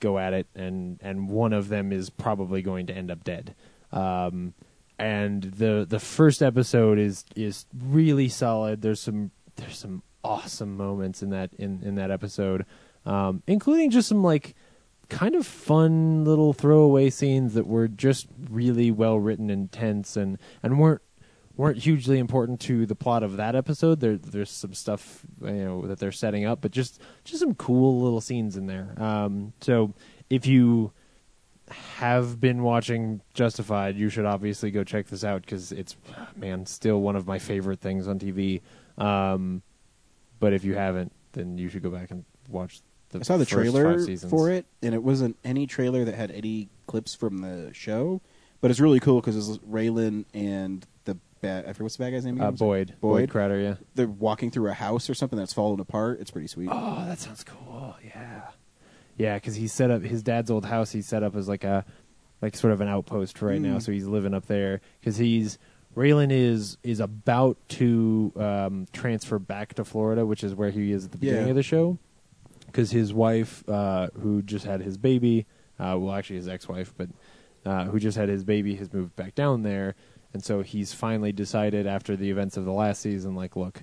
[SPEAKER 9] go at it, and and one of them is probably going to end up dead. Um, and the the first episode is is really solid. There's some there's some awesome moments in that in in that episode, um, including just some like kind of fun little throwaway scenes that were just really well written and tense and and weren't weren't hugely important to the plot of that episode. There, there's some stuff you know that they're setting up, but just just some cool little scenes in there. Um, so if you have been watching Justified, you should obviously go check this out because it's man still one of my favorite things on TV. Um, but if you haven't, then you should go back and watch. The
[SPEAKER 2] I saw the
[SPEAKER 9] first
[SPEAKER 2] trailer
[SPEAKER 9] five seasons.
[SPEAKER 2] for it, and it wasn't any trailer that had any clips from the show, but it's really cool because it's Raylan and the bad. I forget what's the bad guy's name.
[SPEAKER 9] Uh,
[SPEAKER 2] again?
[SPEAKER 9] Boyd.
[SPEAKER 2] Boyd.
[SPEAKER 9] Crowder, yeah.
[SPEAKER 2] They're walking through a house or something that's fallen apart. It's pretty sweet.
[SPEAKER 9] Oh, that sounds cool. Yeah. Yeah, because he set up his dad's old house. He set up as like a, like sort of an outpost right now. So he's living up there because he's Raylan is is about to um, transfer back to Florida, which is where he is at the beginning
[SPEAKER 2] Yeah.
[SPEAKER 9] of the show. Because his wife, uh, who just had his baby, uh, well, actually his ex-wife, but uh, who just had his baby, has moved back down there, and so he's finally decided after the events of the last season, like, look,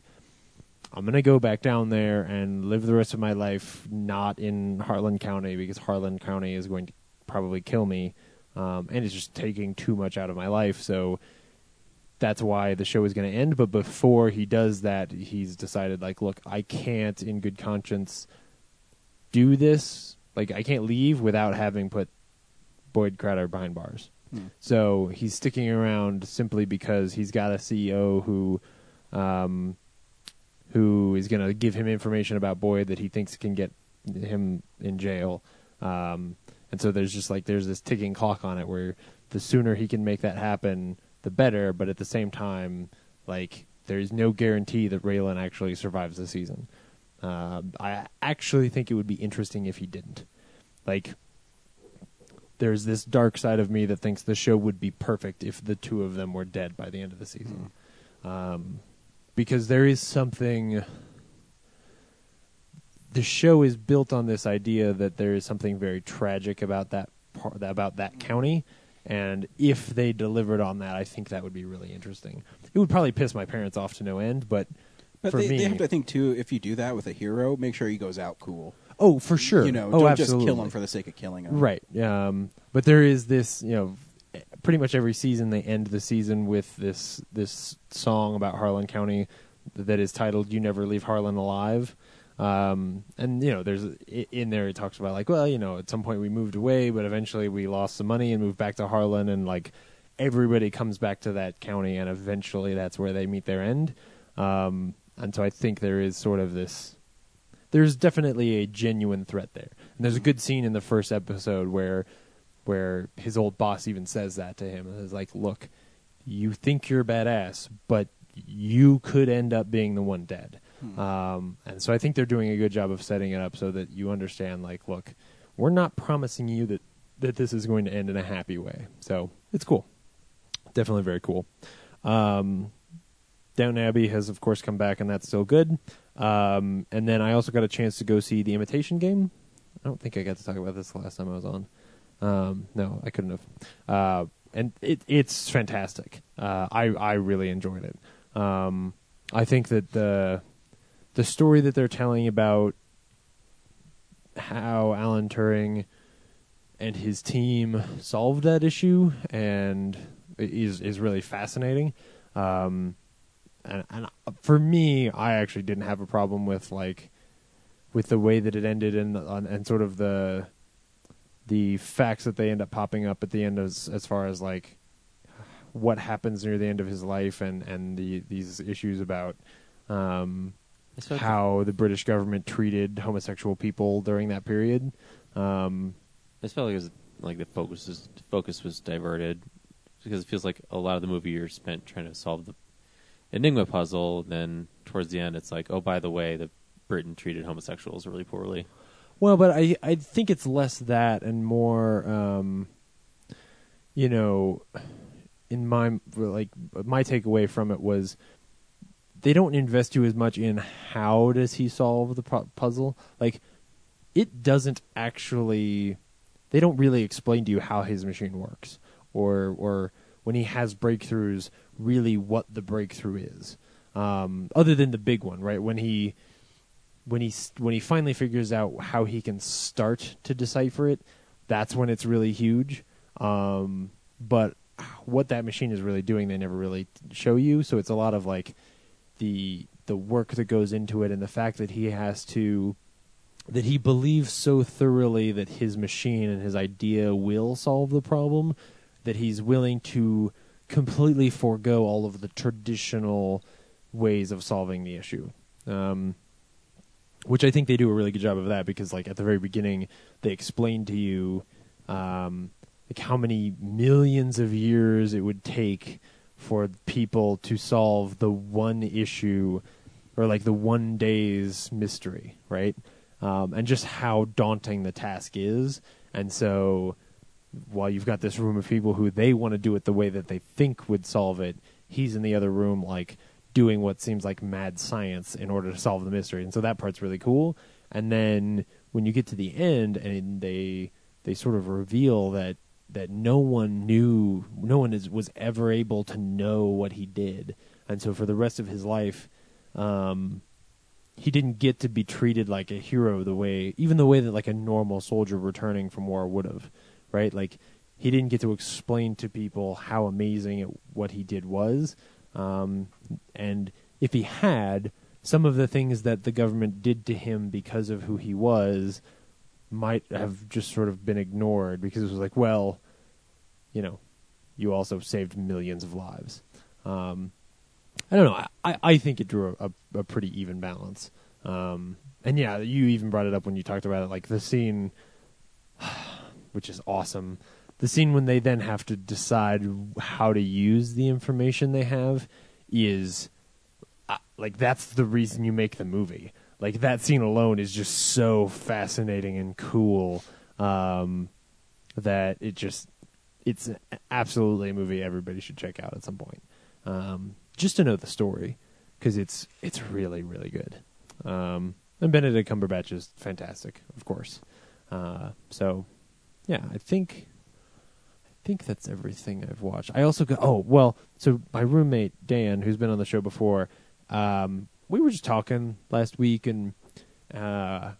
[SPEAKER 9] I'm gonna go back down there and live the rest of my life not in Harlan County because Harlan County is going to probably kill me, um, and it's just taking too much out of my life. So that's why the show is going to end. But before he does that, he's decided like, look, I can't in good conscience do this. Like, I can't leave without having put Boyd Crowder behind bars. So he's sticking around simply because he's got a CEO who um, who is going to give him information about Boyd that he thinks can get him in jail. Um, and so there's just like there's this ticking clock on it where the sooner he can make that happen, the better. But at the same time, like there is no guarantee that Raylan actually survives the season. Uh, I actually think it would be interesting if he didn't. Like there's this dark side of me that thinks the show would be perfect if the two of them were dead by the end of the season. Um,
[SPEAKER 2] Hmm.
[SPEAKER 9] because there is something. The show is built on this idea that there is something very tragic about that part, about that county, and if they delivered on that, I think that would be really interesting. It would probably piss my parents off to no end, but,
[SPEAKER 2] but
[SPEAKER 9] for
[SPEAKER 2] they,
[SPEAKER 9] me,
[SPEAKER 2] they have to think too. If you do that with a hero, make sure he goes out cool.
[SPEAKER 9] oh, for sure,
[SPEAKER 2] You know,
[SPEAKER 9] oh,
[SPEAKER 2] don't
[SPEAKER 9] absolutely.
[SPEAKER 2] just kill him for the sake of killing him.
[SPEAKER 9] Right. Um, but there is this, you know, pretty much every season they end the season with this this song about Harlan County that is titled "You Never Leave Harlan Alive." Um, and you know, there's i- in there it talks about like, well, you know, at some point we moved away, but eventually we lost some money and moved back to Harlan, and like everybody comes back to that county, and eventually that's where they meet their end. Um, and so I think there is sort of this there's definitely a genuine threat there. And there's a good scene in the first episode where where his old boss even says that to him. It's like, look, you think you're badass, but you could end up being the one dead. Um, and so I think they're doing a good job of setting it up so that you understand, like, look, we're not promising you that that this is going to end in a happy way. So it's cool, definitely very cool. Um, Down Abbey has, of course, come back, and that's still good. Um, and then I also got a chance to go see The Imitation Game. I don't think I got to talk about this the last time I was on. Um, no, I couldn't have. Uh, and it, it's fantastic. Uh, I I really enjoyed it. Um, I think that the the story that they're telling about how Alan Turing and his team solved that issue and is is really fascinating. Um, and, and uh, for me, I actually didn't have a problem with like with the way that it ended and on, and sort of the the facts that they end up popping up at the end as as far as like what happens near the end of his life and and the these issues about um,
[SPEAKER 3] It's like-
[SPEAKER 9] how the British government treated homosexual people during that period. Um,
[SPEAKER 3] I just felt like it was like the focus was focus was diverted because it feels like a lot of the movie you're spent trying to solve the enigma puzzle. Then towards the end, it's like, oh, by the way, the Britain treated homosexuals really poorly.
[SPEAKER 9] Well, but I I think it's less that and more, um, you know, in my like my takeaway from it was they don't invest you as much in how does he solve the pu- puzzle. Like it doesn't actually they don't really explain to you how his machine works or or when he has breakthroughs really what the breakthrough is um, other than the big one right when he when he s- when he finally figures out how he can start to decipher it, that's when it's really huge. Um, but what that machine is really doing, they never really show you. So it's a lot of like the the work that goes into it, and the fact that he has to that he believes so thoroughly that his machine and his idea will solve the problem that he's willing to completely forego all of the traditional ways of solving the issue. Um, which I think they do a really good job of that because like at the very beginning they explain to you um, like how many millions of years it would take for people to solve the one issue or like the one day's mystery, right? Um, and just how daunting the task is, and so while you've got this room of people who they want to do it the way that they think would solve it, he's in the other room like doing what seems like mad science in order to solve the mystery. And so that part's really cool. And then when you get to the end and they they sort of reveal that that no one knew no one is was ever able to know what he did. And so for the rest of his life, um he didn't get to be treated like a hero the way even the way that like a normal soldier returning from war would have right like he didn't get to explain to people how amazing it, what he did was um, and if he had some of the things that the government did to him because of who he was might have just sort of been ignored because it was like well you know you also saved millions of lives um, I don't know. I- I, I think it drew a, a, a pretty even balance. Um, and yeah, you even brought it up when you talked about it, like the scene, which is awesome. The scene when they then have to decide how to use the information they have is uh, like that's the reason you make the movie. Like that scene alone is just so fascinating and cool um, that it just it's absolutely a movie everybody should check out at some point. Um, just to know the story because it's it's really really good. Um, and Benedict Cumberbatch is fantastic, of course. Uh, so yeah, I think I think that's everything I've watched. I also got oh well, so my roommate Dan, who's been on the show before, um, we were just talking last week, and uh,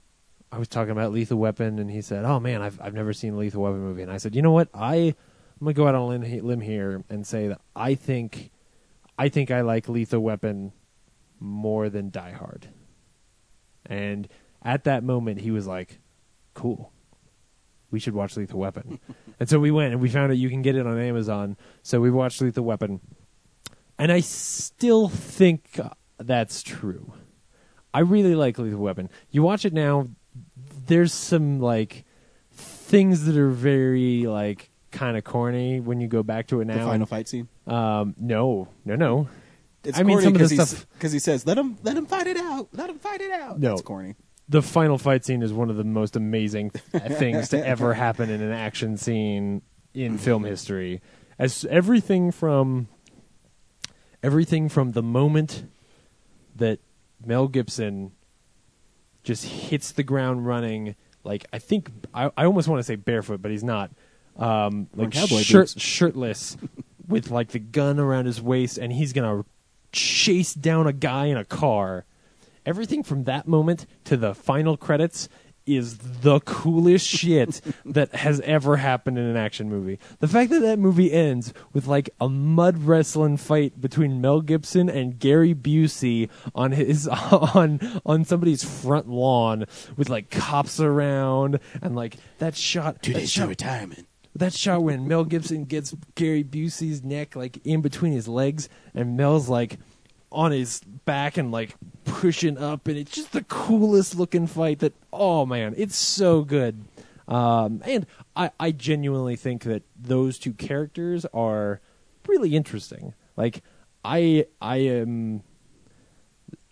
[SPEAKER 9] I was talking about Lethal Weapon, and he said, "Oh man, I've I've never seen a Lethal Weapon movie," and I said, "You know what? I I'm gonna go out on a limb- limb here and say that I think I think I like Lethal Weapon more than Die Hard." And at that moment, he was like, "Cool." we should watch Lethal Weapon. and so we went and we found out you can get it on Amazon. So we watched Lethal Weapon. And I still think that's true. I really like Lethal Weapon. You watch it now, there's some like things that are very like kind of corny when you go back to it
[SPEAKER 2] The
[SPEAKER 9] now.
[SPEAKER 2] final fight scene.
[SPEAKER 9] um no, no, no.
[SPEAKER 2] It's
[SPEAKER 9] I mean, some of the stuff-
[SPEAKER 2] because he says, "Let him, let him fight it out. Let him fight it out."
[SPEAKER 9] No.
[SPEAKER 2] it's corny.
[SPEAKER 9] the final fight scene is one of the most amazing things to ever happen in an action scene in film history. As everything from everything from the moment that Mel Gibson just hits the ground running, like I think I, I almost want to say barefoot, but he's not. Um, like
[SPEAKER 2] cowboy
[SPEAKER 9] shirt,
[SPEAKER 2] boots.
[SPEAKER 9] shirtless, with like the gun around his waist, and he's gonna chase down a guy in a car. Everything from that moment to the final credits is the coolest shit that has ever happened in an action movie. The fact that that movie ends with like a mud wrestling fight between Mel Gibson and Gary Busey on his on on somebody's front lawn with like cops around and like that shot that shot
[SPEAKER 2] retirement.
[SPEAKER 9] That shot when Mel Gibson gets Gary Busey's neck like in between his legs, and Mel's like on his back and like pushing up, and it's just the coolest looking fight. That oh man, it's so good. Um, and I, I genuinely think that those two characters are really interesting. Like I I am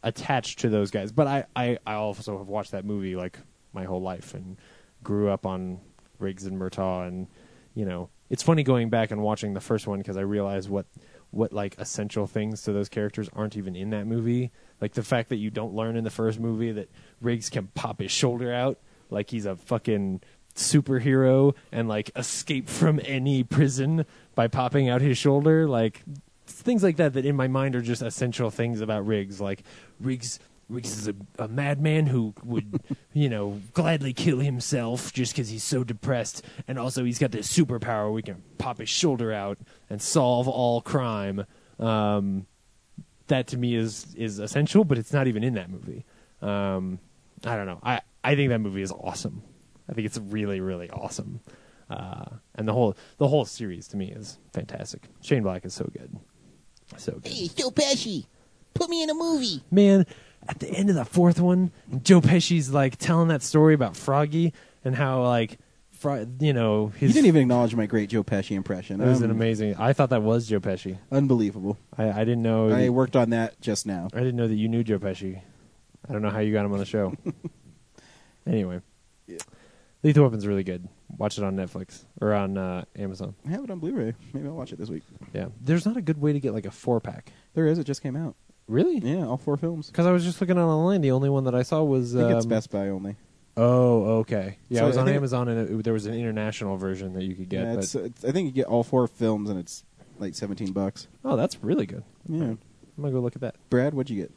[SPEAKER 9] attached to those guys. But I, I, I also have watched that movie like my whole life and grew up on Riggs and Murtaugh and you know it's funny going back and watching the first one because I realize what what like essential things to those characters aren't even in that movie. Like the fact that you don't learn in the first movie that Riggs can pop his shoulder out like he's a fucking superhero and like escape from any prison by popping out his shoulder like things like that that in my mind are just essential things about Riggs. Like Riggs, Riggs is a, a madman who would, you know, gladly kill himself just because he's so depressed, and also he's got this superpower we can pop his shoulder out and solve all crime. Um, that to me is is essential, but it's not even in that movie. Um, I don't know. I I think that movie is awesome. I think it's really really awesome. Uh, and the whole the whole series to me is fantastic. Shane Black is so good. So good.
[SPEAKER 10] Hey, Joe Pesci, put me in a movie.
[SPEAKER 9] man, at the end of the fourth one, Joe Pesci's like telling that story about Froggy and how like, Fro- you know,
[SPEAKER 2] You
[SPEAKER 9] his
[SPEAKER 2] didn't even acknowledge my great Joe Pesci impression.
[SPEAKER 9] it was
[SPEAKER 2] Um,
[SPEAKER 9] an amazing. I thought that was Joe Pesci.
[SPEAKER 2] unbelievable.
[SPEAKER 9] I, I didn't know.
[SPEAKER 2] I
[SPEAKER 9] that-
[SPEAKER 2] worked on that just now.
[SPEAKER 9] I didn't know that you knew Joe Pesci. I don't know how you got him on the show. anyway, Lethal Weapon's really good. Watch it on Netflix or on uh, Amazon.
[SPEAKER 2] I have it on Blu-ray. Maybe I'll watch it this week.
[SPEAKER 9] Yeah, there's not a good way to get like a four pack.
[SPEAKER 2] There is. It just came out.
[SPEAKER 9] Really?
[SPEAKER 2] Yeah, all four films.
[SPEAKER 9] Because I was just looking online, the only one that I saw was.
[SPEAKER 2] I think it's
[SPEAKER 9] um,
[SPEAKER 2] Best Buy only.
[SPEAKER 9] Oh, okay. Yeah,
[SPEAKER 2] So
[SPEAKER 9] it was
[SPEAKER 2] I
[SPEAKER 9] on
[SPEAKER 2] think-
[SPEAKER 9] Amazon, and it, there was an international version that you could get.
[SPEAKER 2] Yeah, it's, uh,
[SPEAKER 9] but-
[SPEAKER 2] it's- I think you get all four films, and it's like seventeen bucks.
[SPEAKER 9] oh, that's really good.
[SPEAKER 2] Yeah.
[SPEAKER 9] I'm gonna go look at that.
[SPEAKER 2] Brad, what'd you get?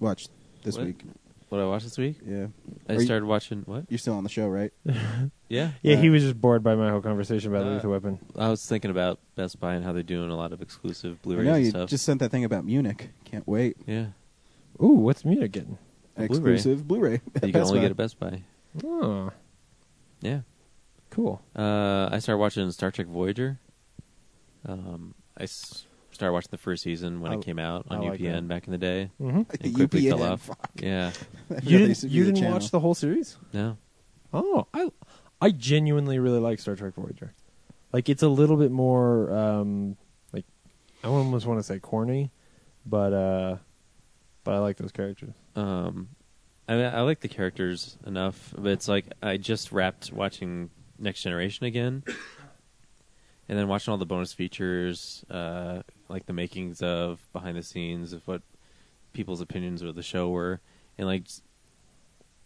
[SPEAKER 2] Watch this
[SPEAKER 3] What?
[SPEAKER 2] week.
[SPEAKER 3] What I watched this week?
[SPEAKER 2] Yeah. Are
[SPEAKER 3] I
[SPEAKER 2] you-
[SPEAKER 3] started watching what?
[SPEAKER 2] You're still on the show, right?
[SPEAKER 3] Yeah,
[SPEAKER 9] Yeah, he was just bored by my whole conversation about
[SPEAKER 3] Uh,
[SPEAKER 9] Lethal Weapon.
[SPEAKER 3] I was thinking about Best Buy and how they're doing a lot of exclusive Blu-rays
[SPEAKER 2] no,
[SPEAKER 3] and
[SPEAKER 2] you
[SPEAKER 3] stuff.
[SPEAKER 2] just sent that thing about Munich. Can't wait.
[SPEAKER 3] yeah,
[SPEAKER 9] Ooh, what's Munich getting?
[SPEAKER 3] Blu-ray.
[SPEAKER 2] Exclusive Blu-ray.
[SPEAKER 3] you can
[SPEAKER 2] Best
[SPEAKER 3] only
[SPEAKER 2] Buy.
[SPEAKER 3] get it at Best Buy.
[SPEAKER 9] Oh,
[SPEAKER 3] Yeah,
[SPEAKER 9] cool.
[SPEAKER 3] uh, I started watching Star Trek Voyager. Um, I s- started watching the first season when
[SPEAKER 9] I-
[SPEAKER 2] Oh,
[SPEAKER 3] it came out on
[SPEAKER 9] I like
[SPEAKER 3] UPN
[SPEAKER 9] that.
[SPEAKER 3] back in the day.
[SPEAKER 9] Mm-hmm.
[SPEAKER 3] And quickly fell
[SPEAKER 2] UPN,
[SPEAKER 3] off.
[SPEAKER 2] fuck.
[SPEAKER 3] Yeah,
[SPEAKER 2] I forgot they
[SPEAKER 9] You didn't.
[SPEAKER 2] used to do
[SPEAKER 9] You
[SPEAKER 2] the
[SPEAKER 9] didn't
[SPEAKER 2] channel.
[SPEAKER 9] watch the whole series?
[SPEAKER 3] no,
[SPEAKER 9] Oh, I I genuinely really like Star Trek Voyager. Like it's a little bit more um like I almost want to say corny, but uh but I like those characters.
[SPEAKER 3] um, I mean, I like the characters enough, but it's like I just wrapped watching Next Generation again, and then watching all the bonus features, uh, like the makings of, behind the scenes of what people's opinions of the show were, and like s-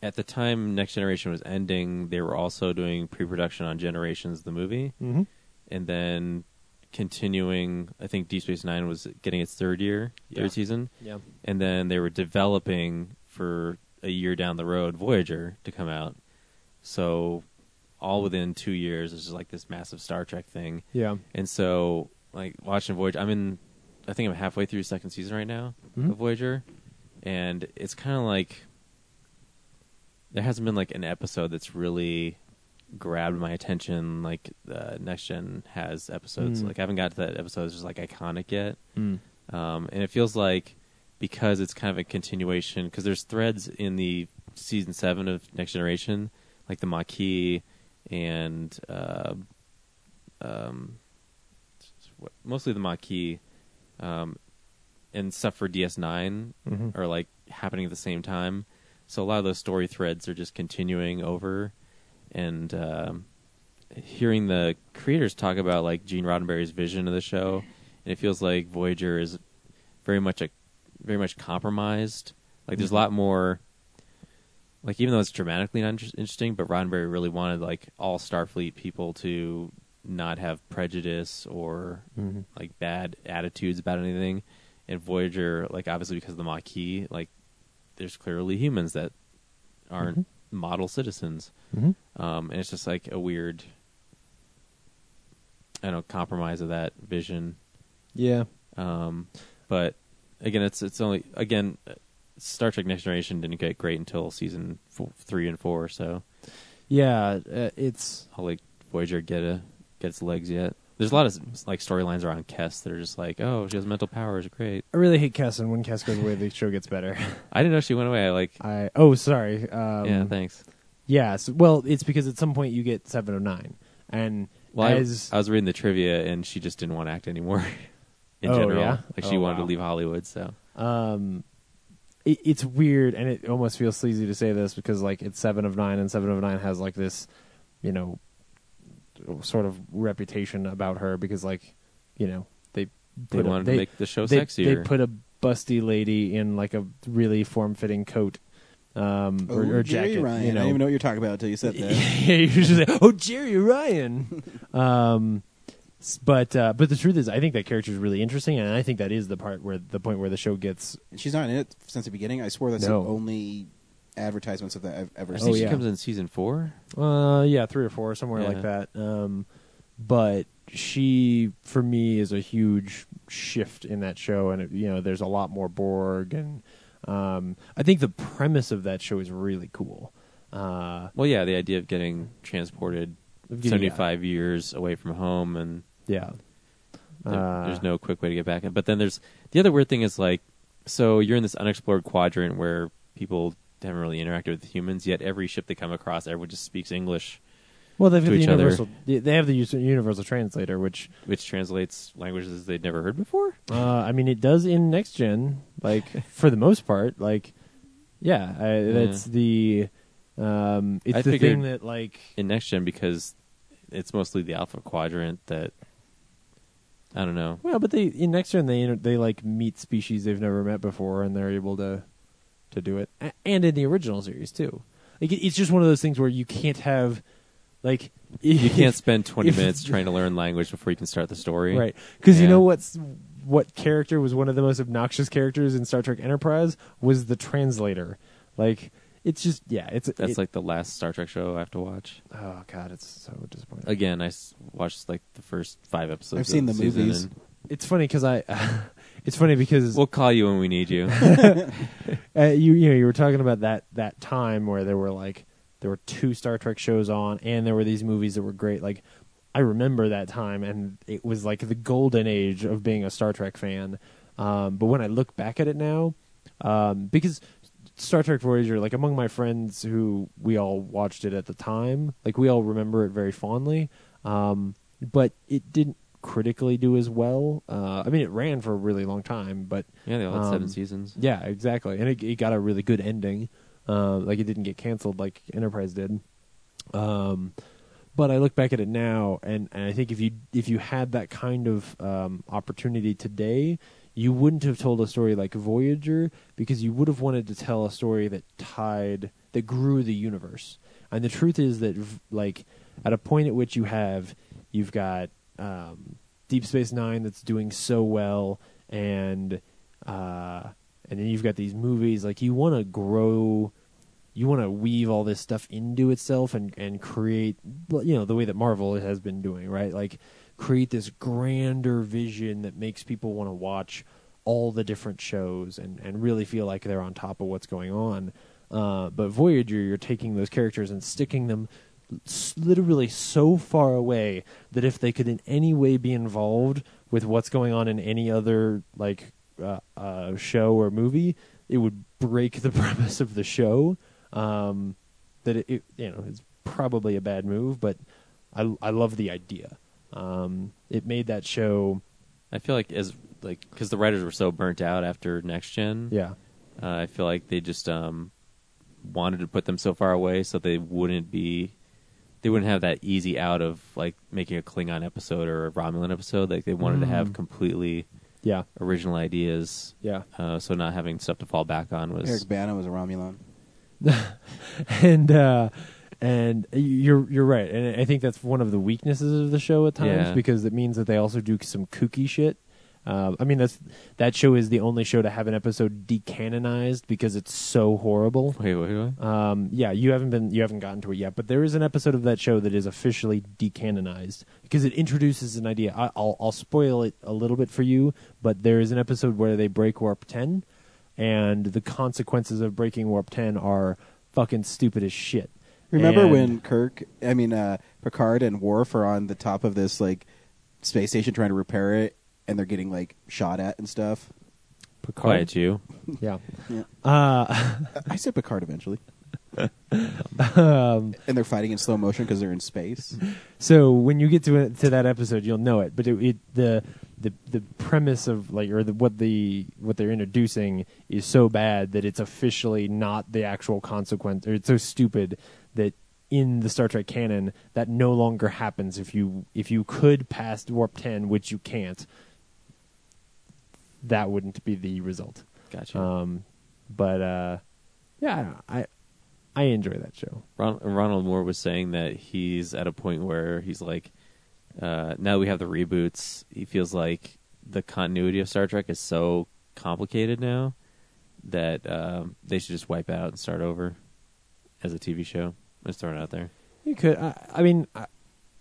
[SPEAKER 3] at the time Next Generation was ending, they were also doing pre-production on Generations, the movie,
[SPEAKER 9] Mhm.
[SPEAKER 3] and then continuing. I think Deep Space Nine was getting its third year,
[SPEAKER 9] Yeah.
[SPEAKER 3] third season
[SPEAKER 9] Yeah.
[SPEAKER 3] and then they were developing for a year down the road Voyager to come out. So all within two years, this is like this massive Star Trek thing.
[SPEAKER 9] Yeah.
[SPEAKER 3] And so, like watching Voyager, I'm in. I think I'm halfway through second season right now
[SPEAKER 9] Mhm.
[SPEAKER 3] of Voyager, and it's kind of like there hasn't been like an episode that's really grabbed my attention like uh, Next Gen has episodes.
[SPEAKER 9] Mm.
[SPEAKER 3] Like I haven't got to that episode that's just like iconic yet
[SPEAKER 9] Mm.
[SPEAKER 3] um, and it feels like because it's kind of a continuation because there's threads in the season seven of Next Generation, like the Maquis and uh, um, what- mostly the Maquis, um, and stuff for DS9
[SPEAKER 9] Mhm.
[SPEAKER 3] are like happening at the same time. So a lot of those story threads are just continuing over, and um, hearing the creators talk about like Gene Roddenberry's vision of the show, and it feels like Voyager is very much a very much compromised. Like there's a lot more. Like even though it's dramatically not inter- interesting, but Roddenberry really wanted like all Starfleet people to not have prejudice or
[SPEAKER 9] Mhm.
[SPEAKER 3] like bad attitudes about anything. And Voyager, like obviously because of the Maquis, like there's clearly humans that aren't model citizens,
[SPEAKER 9] Mhm.
[SPEAKER 3] um, and it's just like a weird, I don't know, compromise of that vision.
[SPEAKER 9] Yeah.
[SPEAKER 3] Um, but again, it's it's only again, Star Trek Next Generation didn't get great until season four, three and four, so
[SPEAKER 9] Yeah, uh, it's
[SPEAKER 3] I'll like Voyager get a gets legs yet. There's a lot of like storylines around Kess that are just like, oh, she has mental powers, great.
[SPEAKER 9] I really hate Cass, and when Cass goes away, the show gets better.
[SPEAKER 3] I didn't know she went away. I like,
[SPEAKER 9] I oh sorry. Um,
[SPEAKER 3] yeah, thanks.
[SPEAKER 9] Yeah, so, well, it's because at some point you get seven oh nine, and
[SPEAKER 3] Well, I,
[SPEAKER 9] as
[SPEAKER 3] I was reading the trivia, and she just didn't want to act anymore. in
[SPEAKER 9] Oh,
[SPEAKER 3] general,
[SPEAKER 9] yeah?
[SPEAKER 3] like she
[SPEAKER 9] Oh,
[SPEAKER 3] wanted to
[SPEAKER 9] wow.
[SPEAKER 3] leave Hollywood. So
[SPEAKER 9] um, it, it's weird, and it almost feels sleazy to say this because like it's seven of nine, and seven of nine has like this, you know, sort of reputation about her because like, you know, they
[SPEAKER 3] They
[SPEAKER 9] put a-
[SPEAKER 3] wanted to make the show
[SPEAKER 9] they, They
[SPEAKER 3] sexier.
[SPEAKER 9] put a busty lady in like a really form-fitting coat. Um, or,
[SPEAKER 2] Oh,
[SPEAKER 9] or
[SPEAKER 2] Jerry
[SPEAKER 9] jacket,
[SPEAKER 2] Ryan.
[SPEAKER 9] you
[SPEAKER 2] I
[SPEAKER 9] know,
[SPEAKER 2] didn't even know what you're talking about until you said that.
[SPEAKER 9] yeah, you should say, "Oh, Jerry Ryan." um, s- but uh, but the truth is, I think that character is really interesting, and I think that is the part where the point where the show gets.
[SPEAKER 2] And She's not in it since the beginning. I swore that's
[SPEAKER 9] No.
[SPEAKER 2] the only advertisements of that I've ever
[SPEAKER 9] I
[SPEAKER 3] I
[SPEAKER 2] seen.
[SPEAKER 3] think
[SPEAKER 9] Oh,
[SPEAKER 3] she
[SPEAKER 9] yeah.
[SPEAKER 3] comes in season four.
[SPEAKER 9] Uh, yeah, three or four, somewhere like
[SPEAKER 3] Yeah.
[SPEAKER 9] that. Um, but she, for me, is a huge shift in that show, and it, you know, there's a lot more Borg, and um, I think the premise of that show is really cool. Uh,
[SPEAKER 3] Well, yeah, the idea of getting transported
[SPEAKER 9] Yeah.
[SPEAKER 3] 75 years away from home and
[SPEAKER 9] yeah,
[SPEAKER 3] There-
[SPEAKER 9] Uh,
[SPEAKER 3] there's no quick way to get back in. But then there's the other weird thing is like, so you're in this unexplored quadrant where people haven't really interacted with humans yet. Every ship they come across, everyone just speaks English,
[SPEAKER 9] Well, they've
[SPEAKER 3] to
[SPEAKER 9] got the
[SPEAKER 3] each other.
[SPEAKER 9] universal. they- They have the us- universal translator, which
[SPEAKER 3] which translates languages they'd never heard before.
[SPEAKER 9] uh, I mean, it does in next gen. Like for the most part, like yeah, I, that's the. Um, it's
[SPEAKER 3] I
[SPEAKER 9] the
[SPEAKER 3] figured
[SPEAKER 9] thing that like
[SPEAKER 3] in next gen because it's mostly the alpha quadrant that I don't know.
[SPEAKER 9] well, but they in next gen they inter- they like meet species they've never met before, and they're able to to do it. A- And in the original series too, like it- it's just one of those things where you can't have like
[SPEAKER 3] You can't spend 20
[SPEAKER 9] if-
[SPEAKER 3] minutes trying to learn language before you can start the story.
[SPEAKER 9] Right. Because you
[SPEAKER 3] Yeah.
[SPEAKER 9] know what's what character was one of the most obnoxious characters in Star Trek Enterprise was the translator. Like it's just yeah, it's
[SPEAKER 3] That's
[SPEAKER 9] it-
[SPEAKER 3] like the last Star Trek show I have to watch.
[SPEAKER 9] oh god, it's so disappointing.
[SPEAKER 3] Again, I s- watched like the first five episodes.
[SPEAKER 2] I've seen
[SPEAKER 3] of
[SPEAKER 2] the
[SPEAKER 3] season
[SPEAKER 2] movies.
[SPEAKER 3] and-
[SPEAKER 9] it's funny because I, it's funny because
[SPEAKER 3] We'll call you when we need you.
[SPEAKER 9] uh, you you know you were talking about that that time where there were like there were two Star Trek shows on and there were these movies that were great like I remember that time and it was like the golden age of being a Star Trek fan um, but when I look back at it now um, because Star Trek Voyager like among my friends who we all watched it at the time like we all remember it very fondly um, but it didn't critically do as well uh, I mean it ran for a really long time but
[SPEAKER 3] yeah, they all had
[SPEAKER 9] um,
[SPEAKER 3] seven seasons.
[SPEAKER 9] yeah, exactly. And it, it got a really good ending. Uh, like it didn't get canceled like Enterprise did. Um, but I look back at it now, and, and I think if you if you had that kind of um, opportunity today, you wouldn't have told a story like Voyager because you would have wanted to tell a story that tied that grew the universe. And the truth is that v- like at a point at which you have you've got um, Deep Space Nine that's doing so well, and uh, and then you've got these movies like you want to grow you want to weave all this stuff into itself and and create you know the way that Marvel has been doing, right? Like create this grander vision that makes people want to watch all the different shows and and really feel like they're on top of what's going on. Uh, but Voyager, you're taking those characters and sticking them s- literally so far away that if they could in any way be involved with what's going on in any other like uh, uh, show or movie, it would break the premise of the show. Um, that it, it you know it's probably a bad move, but I I love the idea. Um, it made that show
[SPEAKER 3] I feel like as like because the writers were so burnt out after Next Gen.
[SPEAKER 9] yeah
[SPEAKER 3] uh, I feel like they just um, wanted to put them so far away so they wouldn't be they wouldn't have that easy out of like making a Klingon episode or a Romulan episode. Like they wanted to have
[SPEAKER 9] Mm.
[SPEAKER 3] completely
[SPEAKER 9] yeah
[SPEAKER 3] original ideas.
[SPEAKER 9] yeah
[SPEAKER 3] Uh, so not having stuff to fall back on was
[SPEAKER 2] Eric Bana was a Romulan.
[SPEAKER 9] and uh, and you're you're right, and I think that's one of the weaknesses of the show at times
[SPEAKER 3] Yeah.
[SPEAKER 9] because it means that they also do some kooky shit. Uh, I mean, that's that show is the only show to have an episode decanonized because it's so horrible.
[SPEAKER 3] wait wait wait.
[SPEAKER 9] Um, yeah, you haven't been, you haven't gotten to it yet, but there is an episode of that show that is officially decanonized because it introduces an idea. I, I'll, I'll spoil it a little bit for you, but there is an episode where they break warp ten, and the consequences of breaking warp ten are fucking stupid as shit.
[SPEAKER 2] Remember
[SPEAKER 3] And-
[SPEAKER 2] when Kirk, I mean uh, Picard and Worf are on the top of this like space station trying to repair it, and they're getting like shot at and stuff.
[SPEAKER 9] Picard?
[SPEAKER 3] Quiet you.
[SPEAKER 9] Yeah.
[SPEAKER 2] Yeah.
[SPEAKER 9] Uh,
[SPEAKER 2] I said Picard eventually,
[SPEAKER 9] um,
[SPEAKER 2] and they're fighting in slow motion because they're in space.
[SPEAKER 9] So when you get to it, to that episode, you'll know it. But it, it the the the premise of like or the, what the what they're introducing is so bad that it's officially not the actual consequence, or it's so stupid that in the Star Trek canon that no longer happens. If you if you could pass warp ten, which you can't, that wouldn't be the result.
[SPEAKER 3] Gotcha.
[SPEAKER 9] Um, but uh, yeah, I, don't know. I I enjoy that show.
[SPEAKER 3] Ron- Ronald Moore was saying that he's at a point where he's like, uh, now that we have the reboots, he feels like the continuity of Star Trek is so complicated now that um, they should just wipe out and start over as a TV show. I'm just throwing it out there.
[SPEAKER 9] You could. I, I mean, I,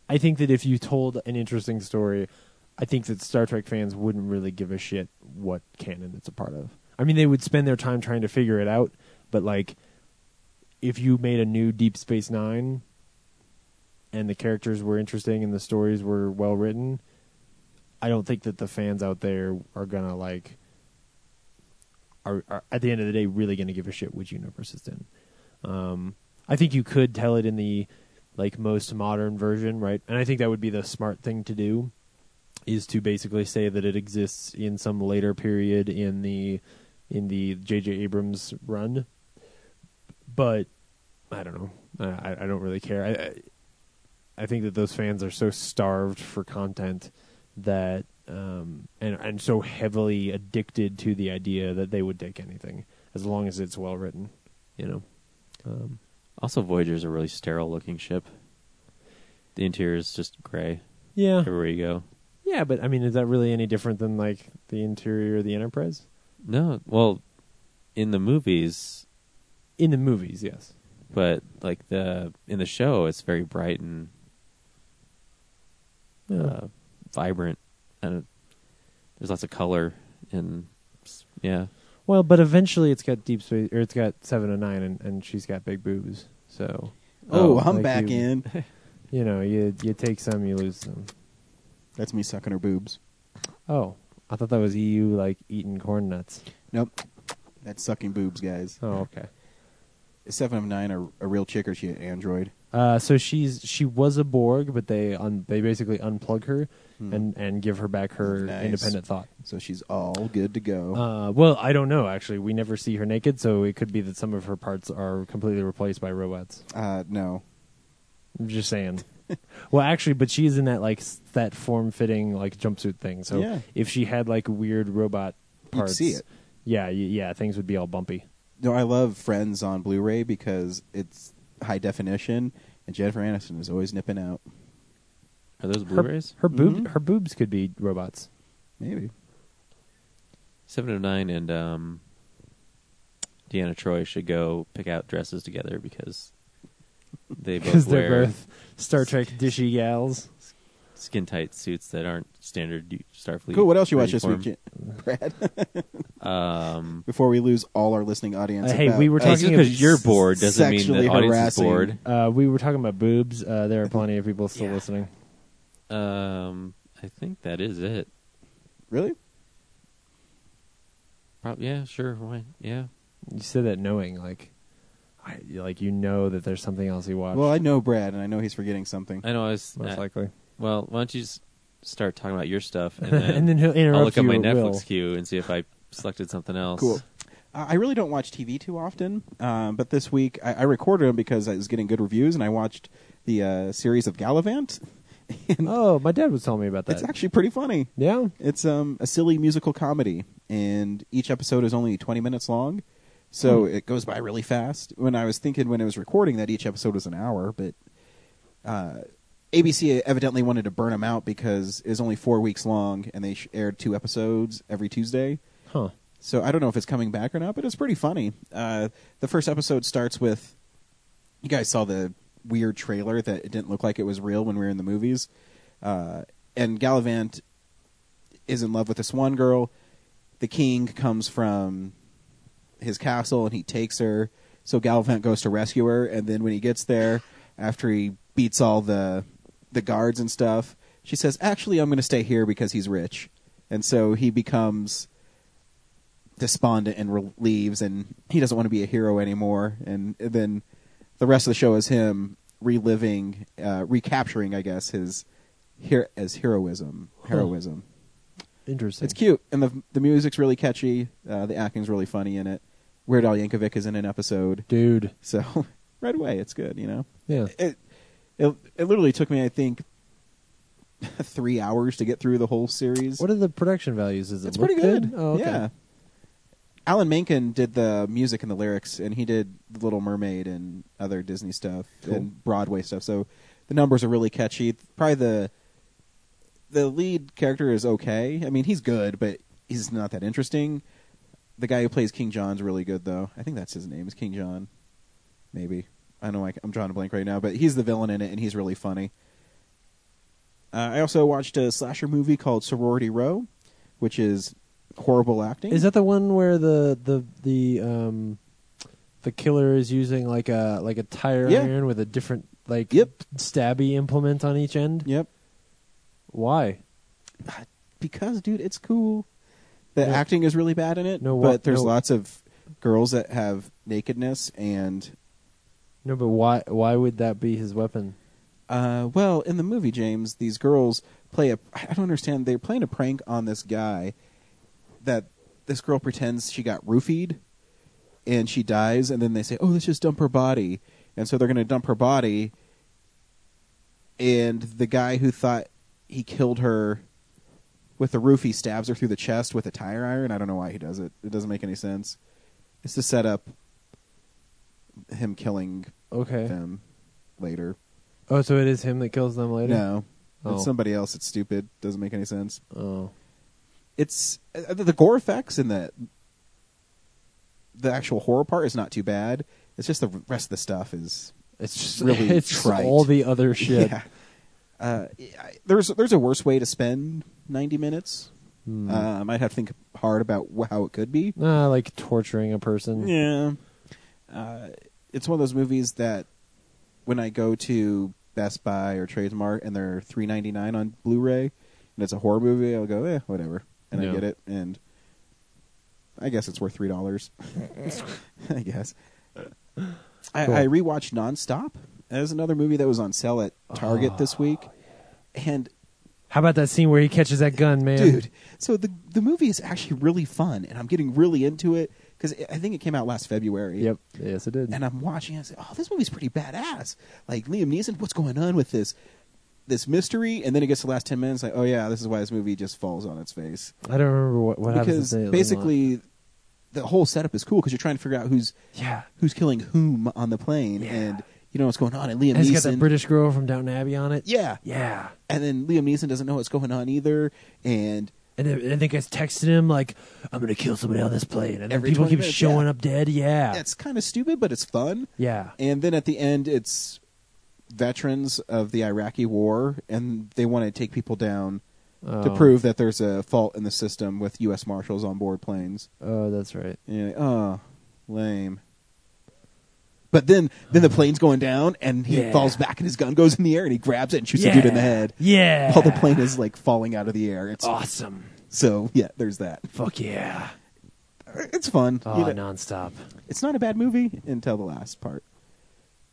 [SPEAKER 9] I think that if you told an interesting story, I think that Star Trek fans wouldn't really give a shit what canon it's a part of. I mean, they would spend their time trying to figure it out, but like, if you made a new Deep Space Nine, and the characters were interesting and the stories were well written, I don't think that the fans out there are gonna like. Are, are at the end of the day really gonna give a shit which universe it's in? Um, I think you could tell it in the like most modern version, right? And I think that would be the smart thing to do is to basically say that it exists in some later period in the in the J.J. Abrams run. But I don't know. I, I- I don't really care. I, I I think that those fans are so starved for content that um, and and so heavily addicted to the idea that they would take anything as long as it's well written, you know. Um,
[SPEAKER 3] Also, Voyager's a really sterile looking ship. The interior is just gray
[SPEAKER 9] yeah,
[SPEAKER 3] everywhere you go.
[SPEAKER 9] yeah, but I mean, is that really any different than like the interior of the Enterprise
[SPEAKER 3] No, well, in the movies,
[SPEAKER 9] in the movies? Yes.
[SPEAKER 3] but like the in the show, it's very bright and
[SPEAKER 9] Yeah.
[SPEAKER 3] uh, vibrant, and there's lots of color and s- yeah,
[SPEAKER 9] well, but eventually it's got deep space, or it's got seven and nine, and, and she's got big boobs. So,
[SPEAKER 2] Oh,
[SPEAKER 9] uh,
[SPEAKER 2] I'm
[SPEAKER 9] like
[SPEAKER 2] back
[SPEAKER 9] you-
[SPEAKER 2] in.
[SPEAKER 9] You know, you you take some, you lose some.
[SPEAKER 2] That's me sucking her boobs.
[SPEAKER 9] Oh, I thought that was EU like eating corn nuts.
[SPEAKER 2] Nope, that's sucking boobs, guys.
[SPEAKER 9] Oh, okay.
[SPEAKER 2] Seven of nine, a, a real chick or she an android?
[SPEAKER 9] Uh, so she's she was a Borg, but they un, they basically unplug her
[SPEAKER 2] Hmm.
[SPEAKER 9] and and give her back her
[SPEAKER 2] Nice.
[SPEAKER 9] independent thought.
[SPEAKER 2] So she's all good to go.
[SPEAKER 9] Uh, well, I don't know. Actually, we never see her naked, so it could be that some of her parts are completely replaced by robots.
[SPEAKER 2] Uh, no,
[SPEAKER 9] I'm just saying. well, actually, but she is in that like s- that form-fitting like jumpsuit thing. So
[SPEAKER 2] Yeah.
[SPEAKER 9] if she had like weird robot parts,
[SPEAKER 2] see it.
[SPEAKER 9] Yeah, y- yeah, things would be all bumpy.
[SPEAKER 2] No, I love Friends on Blu-ray because it's high definition, and Jennifer Aniston is always nipping out.
[SPEAKER 3] are those
[SPEAKER 9] Her,
[SPEAKER 3] Blu-rays?
[SPEAKER 9] her boob,
[SPEAKER 2] Mhm.
[SPEAKER 9] her boobs could be robots.
[SPEAKER 2] Maybe.
[SPEAKER 3] Seven of Nine and um, Deanna Troy should go pick out dresses together because they
[SPEAKER 9] Because
[SPEAKER 3] both
[SPEAKER 9] they're
[SPEAKER 3] wear
[SPEAKER 9] both Star Trek dishy gals.
[SPEAKER 3] skin tight suits that aren't standard u- Starfleet.
[SPEAKER 2] Cool. What else you watch this
[SPEAKER 3] uniform.
[SPEAKER 2] week, Jen- Brad?
[SPEAKER 3] Um,
[SPEAKER 2] Before we lose all our listening audience.
[SPEAKER 9] Uh, hey,
[SPEAKER 2] about-
[SPEAKER 9] we were
[SPEAKER 2] Uh,
[SPEAKER 9] talking-
[SPEAKER 3] just because you're bored doesn't mean
[SPEAKER 2] sexually
[SPEAKER 3] the audience
[SPEAKER 2] harassing.
[SPEAKER 3] is bored.
[SPEAKER 9] Uh, we were talking about boobs. Uh, there are plenty of people still listening.
[SPEAKER 3] Um, I think that is it.
[SPEAKER 2] really?
[SPEAKER 3] Prob- yeah, sure. Why? Yeah.
[SPEAKER 9] You said that knowing, like, I, like you know that there's something else you Uh, watched.
[SPEAKER 2] Well, I know Brad, and I know he's forgetting something.
[SPEAKER 3] I know. I was.
[SPEAKER 9] most
[SPEAKER 3] I-
[SPEAKER 9] likely.
[SPEAKER 3] well, why don't you s- start talking about your stuff, and then,
[SPEAKER 9] and then he'll interrupt
[SPEAKER 3] I'll look
[SPEAKER 9] you
[SPEAKER 3] at my
[SPEAKER 9] at
[SPEAKER 3] Netflix
[SPEAKER 9] will.
[SPEAKER 3] queue and see if I selected something else.
[SPEAKER 2] Cool. Uh, I really don't watch TV too often, um, but this week I, I recorded them because I was getting good reviews, and I watched the uh, series of Gallivant. and
[SPEAKER 9] Oh, my dad was telling me about that.
[SPEAKER 2] it's actually pretty funny.
[SPEAKER 9] yeah.
[SPEAKER 2] It's um, a silly musical comedy, and each episode is only 20 minutes long, so it goes by really fast. When I was thinking when I was recording that each episode was an hour, but uh, ABC evidently wanted to burn them out because it was only four weeks long, and they sh- aired two episodes every Tuesday.
[SPEAKER 9] Huh.
[SPEAKER 2] So I don't know if it's coming back or not, but it's pretty funny. Uh, the first episode starts with you guys saw the weird trailer that it didn't look like it was real when we were in the movies, uh, and Gallivant is in love with this one girl. The king comes from his castle and he takes her. So Gallivant goes to rescue her, and then when he gets there, after he beats all the the guards and stuff, she says, "Actually, I'm going to stay here because he's rich," and so he becomes despondent and re- leaves, and he doesn't want to be a hero anymore. And then the rest of the show is him reliving, uh, recapturing, I guess, his here as heroism, heroism.
[SPEAKER 9] Interesting.
[SPEAKER 2] It's cute, and the the music's really catchy. Uh, the acting's really funny in it. Weird Al Yankovic is in an episode,
[SPEAKER 9] dude.
[SPEAKER 2] So right away, it's good. You know,
[SPEAKER 9] Yeah.
[SPEAKER 2] it it, it literally took me, I think, three hours to get through the whole series.
[SPEAKER 9] What are the production values? Is it
[SPEAKER 2] it's
[SPEAKER 9] look
[SPEAKER 2] pretty good.
[SPEAKER 9] Oh, okay.
[SPEAKER 2] Yeah. Alan Menken did the music and the lyrics, and he did The Little Mermaid and other Disney stuff
[SPEAKER 9] Cool.
[SPEAKER 2] and Broadway stuff. So the numbers are really catchy. Probably the the lead character is okay. I mean, he's good, but he's not that interesting. The guy who plays King John's really good, though. I think that's his name is King John. Maybe I know I, am drawing a blank right now, but he's the villain in it, and he's really funny. Uh, I also watched a slasher movie called Sorority Row, which is horrible acting.
[SPEAKER 9] Is that the one where the the the um the killer is using like a like a tire
[SPEAKER 2] Yeah.
[SPEAKER 9] iron with a different like
[SPEAKER 2] Yep.
[SPEAKER 9] stabby implement on each end?
[SPEAKER 2] Yep.
[SPEAKER 9] Why?
[SPEAKER 2] Because, dude, it's cool. The
[SPEAKER 9] Yeah.
[SPEAKER 2] acting is really bad in it,
[SPEAKER 9] No wa-
[SPEAKER 2] but there's
[SPEAKER 9] no-
[SPEAKER 2] lots of girls that have nakedness and.
[SPEAKER 9] No, but why why would that be his weapon?
[SPEAKER 2] Uh, well, in the movie, James, these girls play a. I don't understand. They're playing a prank on this guy that this girl pretends she got roofied and she dies, and then they say, oh, let's just dump her body. And so they're going to dump her body, and the guy who thought he killed her with the roofie stabs her through the chest with a tire iron. I don't know why he does it. It doesn't make any sense. It's to set up him killing
[SPEAKER 9] Okay.
[SPEAKER 2] them later.
[SPEAKER 9] Oh, so it is him that kills them later?
[SPEAKER 2] No,
[SPEAKER 9] Oh.
[SPEAKER 2] it's somebody else. It's stupid. Doesn't make any sense.
[SPEAKER 9] Oh.
[SPEAKER 2] It's uh, the gore effects and the the actual horror part is not too bad. It's just the rest of the stuff is
[SPEAKER 9] It's just
[SPEAKER 2] really
[SPEAKER 9] it's
[SPEAKER 2] trite.
[SPEAKER 9] all the other shit.
[SPEAKER 2] Yeah. Uh, I- there's there's a worse way to spend 90 minutes.
[SPEAKER 9] Hmm.
[SPEAKER 2] Uh, I might have to think hard about wh- how it could be.
[SPEAKER 9] Nah, Ah, like torturing a person.
[SPEAKER 2] Yeah. Uh, it's one of those movies that when I go to Best Buy or Trademark and they're three ninety nine on Blu ray and it's a horror movie, I'll go, eh, whatever. And
[SPEAKER 9] Yeah.
[SPEAKER 2] I get it and I guess it's worth three dollars. I guess. I,
[SPEAKER 9] Cool.
[SPEAKER 2] I rewatched Nonstop. That was another movie that was on sale at Target
[SPEAKER 9] Oh,
[SPEAKER 2] this week. And
[SPEAKER 9] How about that scene where he catches that gun, man?
[SPEAKER 2] dude. So the the movie is actually really fun, and I'm getting really into it because I think it came out last February.
[SPEAKER 9] Yep. Yes, it did.
[SPEAKER 2] And I'm watching, and I say, "Oh, this movie's pretty badass." Like Liam Neeson, what's going on with this this mystery? And then it gets to the last ten minutes, like, "Oh yeah, this is why this movie just falls on its face."
[SPEAKER 9] I don't remember what what happens.
[SPEAKER 2] because
[SPEAKER 9] at the end of the line.
[SPEAKER 2] basically, the whole setup is cool because you're trying to figure out who's
[SPEAKER 9] yeah.
[SPEAKER 2] who's killing whom on the plane, and you know what's going on. And Liam
[SPEAKER 9] And he's got
[SPEAKER 2] Neeson,
[SPEAKER 9] that British girl from Downton Abbey on it.
[SPEAKER 2] yeah,
[SPEAKER 9] Yeah.
[SPEAKER 2] and then Liam Neeson doesn't know what's going on either, and
[SPEAKER 9] And then, and the guy's texting him like, "I'm gonna kill somebody on this plane," and then
[SPEAKER 2] Every
[SPEAKER 9] people
[SPEAKER 2] 20
[SPEAKER 9] keep
[SPEAKER 2] minutes,
[SPEAKER 9] showing
[SPEAKER 2] yeah.
[SPEAKER 9] up dead. Yeah,
[SPEAKER 2] it's kind of stupid, but it's fun.
[SPEAKER 9] yeah.
[SPEAKER 2] And then at the end, it's veterans of the Iraqi war, and they want to take people down to
[SPEAKER 9] Oh.
[SPEAKER 2] prove that there's a fault in the system with U.S. Marshals on board planes.
[SPEAKER 9] Oh, that's right.
[SPEAKER 2] And you're like, oh, lame. But then, then the plane's going down, and he
[SPEAKER 9] Yeah.
[SPEAKER 2] falls back, and his gun goes in the air, and he grabs it and shoots a dude in the
[SPEAKER 9] Yeah.
[SPEAKER 2] head.
[SPEAKER 9] Yeah.
[SPEAKER 2] While the plane is like falling out of the air. It's
[SPEAKER 9] Awesome.
[SPEAKER 2] so yeah. There's that.
[SPEAKER 9] Fuck yeah.
[SPEAKER 2] It's fun.
[SPEAKER 9] Oh,
[SPEAKER 2] You know,
[SPEAKER 9] nonstop.
[SPEAKER 2] It's not a bad movie until the last part.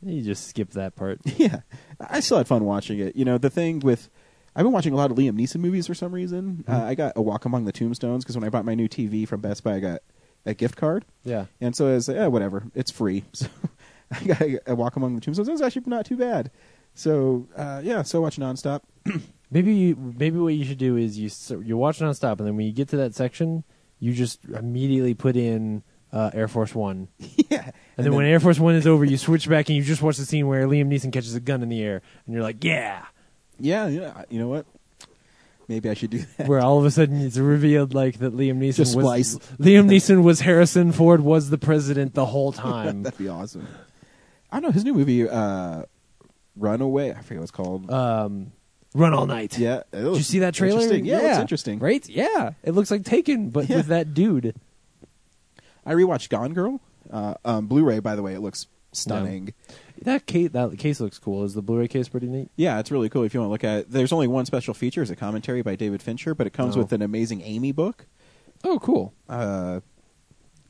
[SPEAKER 9] You just skip that part.
[SPEAKER 2] Yeah, I still had fun watching it. You know, the thing with I've been watching a lot of Liam Neeson movies for some
[SPEAKER 9] Mm-hmm.
[SPEAKER 2] reason. Uh, I got A Walk Among the Tombstones because when I bought my new TV from Best Buy, I got a gift card,
[SPEAKER 9] Yeah.
[SPEAKER 2] and so I was like, eh, whatever, it's free. So I got A Walk Among the Tombstones. It was actually not too bad. So uh, yeah, so I watch nonstop.
[SPEAKER 9] Maybe you. Maybe what you should do is you s- you watch nonstop, and then when you get to that section, you just immediately put in uh, Air Force One.
[SPEAKER 2] yeah,
[SPEAKER 9] And, then, when Air Force One is over, you switch back and you just watch the scene where Liam Neeson catches a gun in the air, and you're like, "Yeah!"
[SPEAKER 2] yeah, yeah, you know what? Maybe I should do that.
[SPEAKER 9] Where all of a sudden it's revealed like that Liam Neeson
[SPEAKER 2] Just
[SPEAKER 9] was
[SPEAKER 2] splice.
[SPEAKER 9] Liam Neeson was Harrison Ford was the president the whole time.
[SPEAKER 2] That'd be awesome. I don't know his new movie, uh, Runaway. I forget what it's called.
[SPEAKER 9] um, Run all night.
[SPEAKER 2] yeah, it
[SPEAKER 9] Did you
[SPEAKER 2] looks
[SPEAKER 9] see that trailer?
[SPEAKER 2] interesting. Yeah, it's interesting.
[SPEAKER 9] right? Yeah, it looks like Taken, but
[SPEAKER 2] Yeah.
[SPEAKER 9] with that dude.
[SPEAKER 2] I rewatched Gone Girl. Uh, Uh, um, Blu-ray, by the way, it looks stunning.
[SPEAKER 9] That case, that case looks cool. Is the Blu-ray case pretty neat?
[SPEAKER 2] Yeah, it's really cool if you want to look at it. There's only one special feature, it's a commentary by David Fincher, but it comes
[SPEAKER 9] Oh.
[SPEAKER 2] with an amazing Amy book.
[SPEAKER 9] Oh, cool.
[SPEAKER 2] Uh,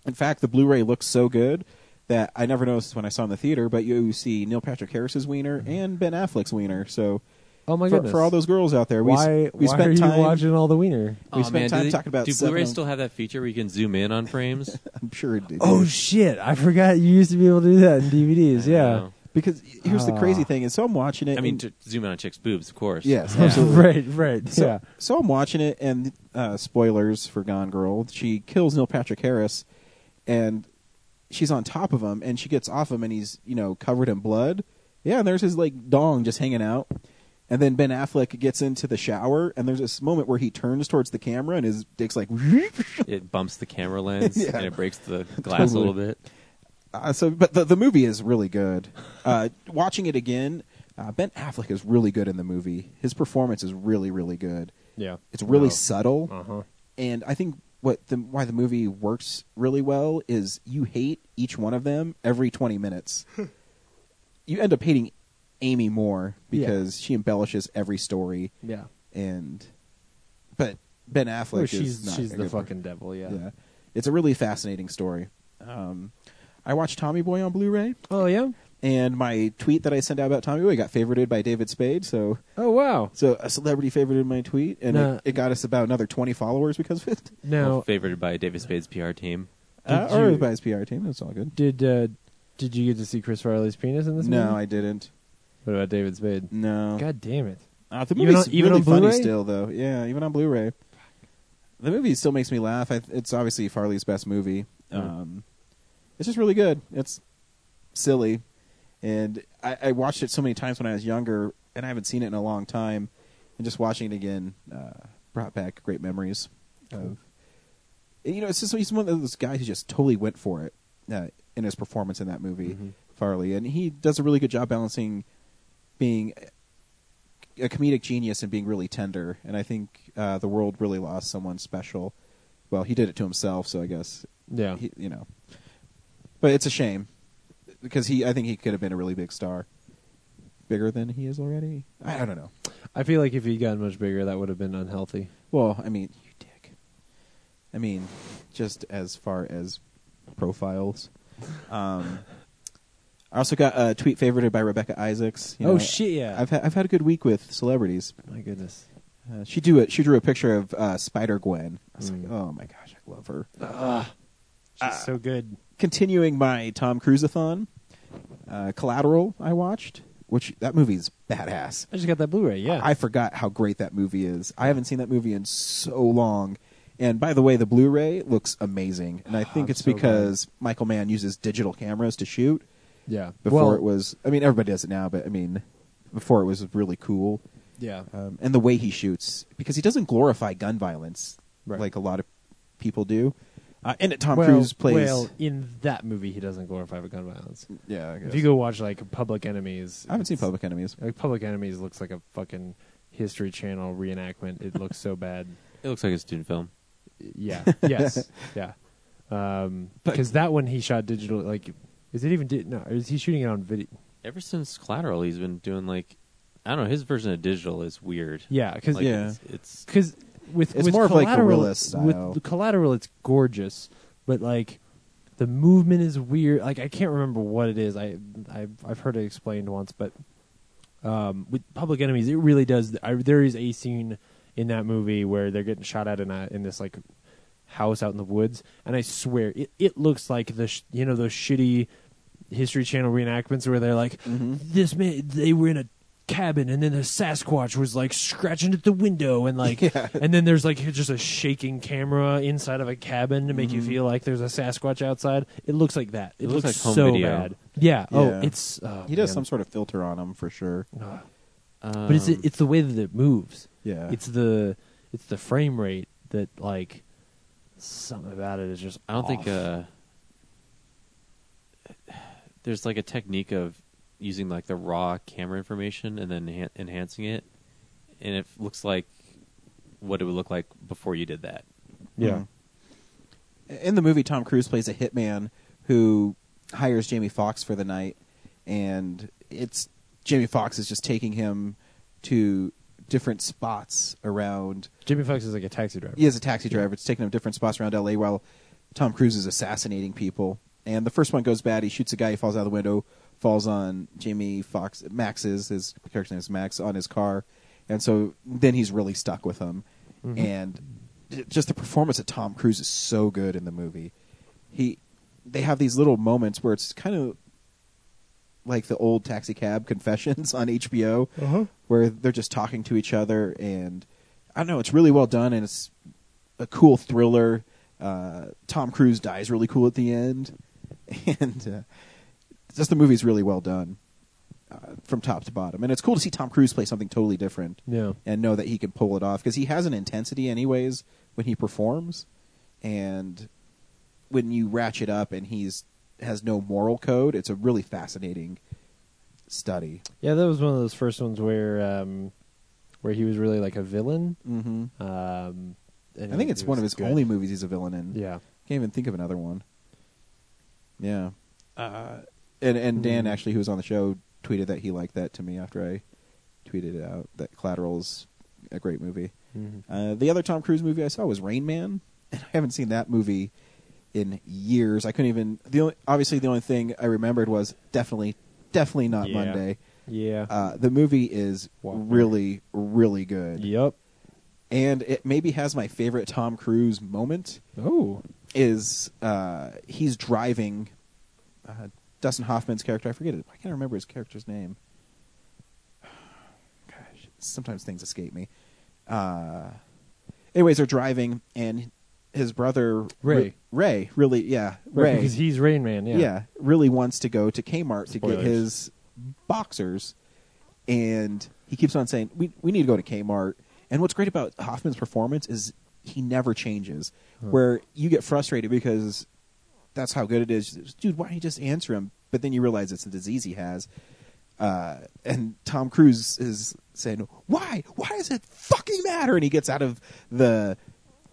[SPEAKER 2] in fact, the Blu-ray looks so good that I never noticed when I saw it in the theater, but you see Neil Patrick Harris's wiener and Ben Affleck's wiener. So
[SPEAKER 9] Mm-hmm. Oh my
[SPEAKER 2] for,
[SPEAKER 9] goodness.
[SPEAKER 2] for all those girls out there, we, s-
[SPEAKER 9] why
[SPEAKER 2] we
[SPEAKER 9] why
[SPEAKER 2] spent
[SPEAKER 9] are you
[SPEAKER 2] time
[SPEAKER 9] watching all the wiener?
[SPEAKER 2] We spent
[SPEAKER 3] man, do
[SPEAKER 2] time
[SPEAKER 3] they-
[SPEAKER 2] talking about
[SPEAKER 3] Do
[SPEAKER 2] seven
[SPEAKER 3] Blu-ray
[SPEAKER 2] of-
[SPEAKER 3] still have that feature where you can zoom in on frames?
[SPEAKER 2] I'm sure it did.
[SPEAKER 9] Oh shit! I forgot you used to be able to do that in DVDs. Yeah.
[SPEAKER 3] know.
[SPEAKER 2] because here's the
[SPEAKER 9] Ah.
[SPEAKER 2] crazy thing, is so I'm watching it.
[SPEAKER 3] I mean,
[SPEAKER 2] and-
[SPEAKER 3] to zoom in on chicks' boobs, of course.
[SPEAKER 2] yes,
[SPEAKER 3] Yeah.
[SPEAKER 2] absolutely.
[SPEAKER 9] Right. Right.
[SPEAKER 2] So,
[SPEAKER 9] yeah.
[SPEAKER 2] so I'm watching it, and uh, spoilers for Gone Girl. She kills Neil Patrick Harris, and she's on top of him, and she gets off him, and he's you know covered in blood. Yeah, and there's his like dong just hanging out, and then Ben Affleck gets into the shower, and there's this moment where he turns towards the camera, and his dick's like.
[SPEAKER 3] It bumps the camera lens
[SPEAKER 2] Yeah.
[SPEAKER 3] and it breaks the glass
[SPEAKER 2] Totally.
[SPEAKER 3] a little bit.
[SPEAKER 2] Uh, so, but the the movie is really good. Uh, watching it again, uh, Ben Affleck is really good in the movie. His performance is really really good.
[SPEAKER 9] Yeah.
[SPEAKER 2] It's really
[SPEAKER 9] No.
[SPEAKER 2] subtle.
[SPEAKER 9] Uh-huh.
[SPEAKER 2] And I think what the why the movie works really well is you hate each one of them every 20 minutes. you end up hating Amy more
[SPEAKER 9] Yeah.
[SPEAKER 2] because she embellishes every story
[SPEAKER 9] Yeah.
[SPEAKER 2] and but Ben Affleck
[SPEAKER 9] Well,
[SPEAKER 2] is
[SPEAKER 9] she's
[SPEAKER 2] not
[SPEAKER 9] she's
[SPEAKER 2] a
[SPEAKER 9] the
[SPEAKER 2] good per-
[SPEAKER 9] fucking devil. Yeah.
[SPEAKER 2] yeah. It's a really fascinating story. Um I watched Tommy Boy on Blu-ray
[SPEAKER 9] Oh yeah.
[SPEAKER 2] and my tweet that I sent out about Tommy Boy got favorited by David Spade, so
[SPEAKER 9] Oh wow.
[SPEAKER 2] so a celebrity favorited my tweet, and
[SPEAKER 9] Nah.
[SPEAKER 2] it, it got us about another twenty followers because of it.
[SPEAKER 9] Now,
[SPEAKER 3] Favored by David Spade's PR team.
[SPEAKER 2] Uh,
[SPEAKER 9] Did
[SPEAKER 2] or
[SPEAKER 9] you-
[SPEAKER 2] by his PR team. That's all good.
[SPEAKER 9] did uh, did you get to see Chris Farley's penis in this movie?
[SPEAKER 2] No, I didn't.
[SPEAKER 9] What about David Spade?
[SPEAKER 2] No,
[SPEAKER 9] God damn it!
[SPEAKER 2] Uh, the
[SPEAKER 9] Even
[SPEAKER 2] movie's
[SPEAKER 9] on- even
[SPEAKER 2] really
[SPEAKER 9] on
[SPEAKER 2] funny
[SPEAKER 9] Blu-ray?
[SPEAKER 2] still, though. Yeah, even on Blu-ray, the movie still makes me laugh. I, it's obviously Farley's best movie.
[SPEAKER 9] Oh.
[SPEAKER 2] Um, it's just really good. It's silly, and I, I watched it so many times when I was younger, and I haven't seen it in a long time. And just watching it again uh, brought back great memories. Of and, you know, it's just he's one of those guys who just totally went for it uh, in his performance in that movie, Farley, and he does a really good job balancing being a comedic genius and being really tender. And I think uh, the world really lost someone special. Well, he did it to himself, so I guess
[SPEAKER 9] Yeah.
[SPEAKER 2] he, you know. But it's a shame because he, I think he could have been a really big star, bigger than he is already. I, I don't know.
[SPEAKER 9] I feel like if he'd gotten much bigger, that would have been unhealthy.
[SPEAKER 2] Well, I mean, you dick. I mean, just as far as profiles. Um, I also got a tweet favorited by Rebecca Isaacs. You
[SPEAKER 9] oh
[SPEAKER 2] know,
[SPEAKER 9] shit! Yeah.
[SPEAKER 2] I've ha- I've had a good week with celebrities.
[SPEAKER 9] My goodness.
[SPEAKER 2] Uh, she drew it. She drew a picture of uh, Spider Gwen. I was
[SPEAKER 9] Mm.
[SPEAKER 2] like, oh my gosh, I love her.
[SPEAKER 9] She's
[SPEAKER 2] Uh,
[SPEAKER 9] so good.
[SPEAKER 2] Continuing my Tom Cruise-a-thon, uh, Collateral. I watched, which that movie's badass.
[SPEAKER 9] I just got that Blu-ray. Yeah.
[SPEAKER 2] I forgot how great that movie is. I haven't seen that movie in so long. And by the way, the Blu-ray looks amazing, and I think
[SPEAKER 9] I'm
[SPEAKER 2] it's
[SPEAKER 9] Ah, so
[SPEAKER 2] because Michael Mann uses digital cameras to shoot.
[SPEAKER 9] yeah.
[SPEAKER 2] Before
[SPEAKER 9] well,
[SPEAKER 2] it was, I mean, everybody does it now, but I mean, before it was really cool.
[SPEAKER 9] Yeah.
[SPEAKER 2] um, and the way he shoots because he doesn't glorify gun violence
[SPEAKER 9] Right.
[SPEAKER 2] like a lot of people do. Uh, and Tom
[SPEAKER 9] well,
[SPEAKER 2] Cruise plays.
[SPEAKER 9] well in that movie. He doesn't glorify gun violence.
[SPEAKER 2] yeah, I,
[SPEAKER 9] If you go watch like Public Enemies,
[SPEAKER 2] I haven't seen
[SPEAKER 9] it's-
[SPEAKER 2] Public Enemies.
[SPEAKER 9] Like Public Enemies looks like a fucking History Channel reenactment. It looks so bad.
[SPEAKER 3] It looks like a student film.
[SPEAKER 9] Yeah. Yes. yeah. Because that one he shot digital. Like, is it even? Di- no. Is he shooting it on video?
[SPEAKER 3] Ever since Collateral, he's been doing like, I don't know, his version of digital is weird.
[SPEAKER 9] Yeah. Because
[SPEAKER 3] Like,
[SPEAKER 2] Yeah.
[SPEAKER 3] It's, it's
[SPEAKER 9] because with
[SPEAKER 2] It's
[SPEAKER 9] with
[SPEAKER 2] more of, like,
[SPEAKER 9] collateral,
[SPEAKER 2] guerrilla style.
[SPEAKER 9] With the collateral, it's gorgeous, but like the movement is weird. Like I can't remember what it is. I I've, I've heard it explained once, but um, with Public Enemies, it really does. I, there is a scene in that movie where they're getting shot at in a in this like house out in the woods, and I swear it it looks like the sh- you know those shitty History Channel reenactments where they're like,
[SPEAKER 3] Mm-hmm.
[SPEAKER 9] this man, they were in a cabin, and then the Sasquatch was like scratching at the window, and like, and then there's like just a shaking camera inside of a cabin to make you feel like there's a Sasquatch outside. It looks like that. It,
[SPEAKER 3] Mm-hmm. looks
[SPEAKER 9] looks,
[SPEAKER 3] like home
[SPEAKER 9] so
[SPEAKER 3] video.
[SPEAKER 9] bad. Yeah. Oh,
[SPEAKER 2] Yeah.
[SPEAKER 9] it's oh,
[SPEAKER 2] he does
[SPEAKER 9] man.
[SPEAKER 2] some sort of filter on him for sure.
[SPEAKER 3] um,
[SPEAKER 9] but it's it's the way that it moves.
[SPEAKER 2] Yeah.
[SPEAKER 9] It's the it's the frame rate that like something about it is just.
[SPEAKER 3] I don't
[SPEAKER 9] off.
[SPEAKER 3] think uh, there's like a technique of using like the raw camera information and then enhan- enhancing it, and it looks like what it would look like before you did that.
[SPEAKER 9] yeah.
[SPEAKER 2] Mm-hmm. In the movie, Tom Cruise plays a hitman who hires Jamie Fox for the night, and it's Jamie Fox is just taking him to different spots around.
[SPEAKER 9] Jimmy Fox is like a taxi driver.
[SPEAKER 2] He is a taxi driver. It's taking him to different spots around L.A. while Tom Cruise is assassinating people. And the first one goes bad. He shoots a guy. He falls out of the window. Falls on Jamie Fox. Max's his character name is Max on his car, and so then he's really stuck with him.
[SPEAKER 9] Mhm.
[SPEAKER 2] And j- just the performance of Tom Cruise is so good in the movie. He they have these little moments where it's kind of like the old taxi cab confessions on HBO
[SPEAKER 9] Uh-huh.
[SPEAKER 2] where they're just talking to each other and I don't know, it's really well done and it's a cool thriller. Uh, Tom Cruise dies really cool at the end, and uh, just the movie's really well done uh, from top to bottom. And it's cool to see Tom Cruise play something totally different
[SPEAKER 9] Yeah.
[SPEAKER 2] and know that he can pull it off because he has an intensity anyways when he performs, and when you ratchet up and he's has no moral code, it's a really fascinating study.
[SPEAKER 9] Yeah, that was one of those first ones where um, where he was really like a villain.
[SPEAKER 2] Mm-hmm.
[SPEAKER 9] Um, and
[SPEAKER 2] I
[SPEAKER 9] he-
[SPEAKER 2] think it's
[SPEAKER 9] he
[SPEAKER 2] one of
[SPEAKER 9] was
[SPEAKER 2] his
[SPEAKER 9] good.
[SPEAKER 2] only movies he's a villain in.
[SPEAKER 9] Yeah.
[SPEAKER 2] Can't even think of another one. Yeah. Uh, and and
[SPEAKER 9] Hmm.
[SPEAKER 2] Dan actually, who was on the show, tweeted that he liked that to me after I tweeted it out that Collateral's a great movie.
[SPEAKER 9] Mhm.
[SPEAKER 2] Uh, the other Tom Cruise movie I saw was Rain Man, and I haven't seen that movie in years. I couldn't even. The only, obviously the only thing I remembered was definitely, definitely not
[SPEAKER 9] Yeah.
[SPEAKER 2] Monday.
[SPEAKER 9] Yeah.
[SPEAKER 2] Uh, the movie is
[SPEAKER 9] Walker.
[SPEAKER 2] really, really good,
[SPEAKER 9] yep.
[SPEAKER 2] and it maybe has my favorite Tom Cruise moment
[SPEAKER 9] Oh.
[SPEAKER 2] is uh, he's driving uh, Dustin Hoffman's character. I forget it. I can't remember his character's name. Gosh, sometimes things escape me. Uh, anyways, they're driving, and his brother
[SPEAKER 9] Ray.
[SPEAKER 2] Ray, really, yeah,
[SPEAKER 9] Right,
[SPEAKER 2] Ray,
[SPEAKER 9] because he's Rain Man. Yeah.
[SPEAKER 2] yeah. really wants to go to Kmart to
[SPEAKER 9] Spoilers.
[SPEAKER 2] get his boxers, and he keeps on saying, "We we need to go to Kmart." And what's great about Hoffman's performance is he never changes. Where you get frustrated because that's how good it is, dude. Why don't you just answer him? But then you realize it's a disease he has. Uh, and Tom Cruise is saying, "Why? Why does it fucking matter?" And he gets out of the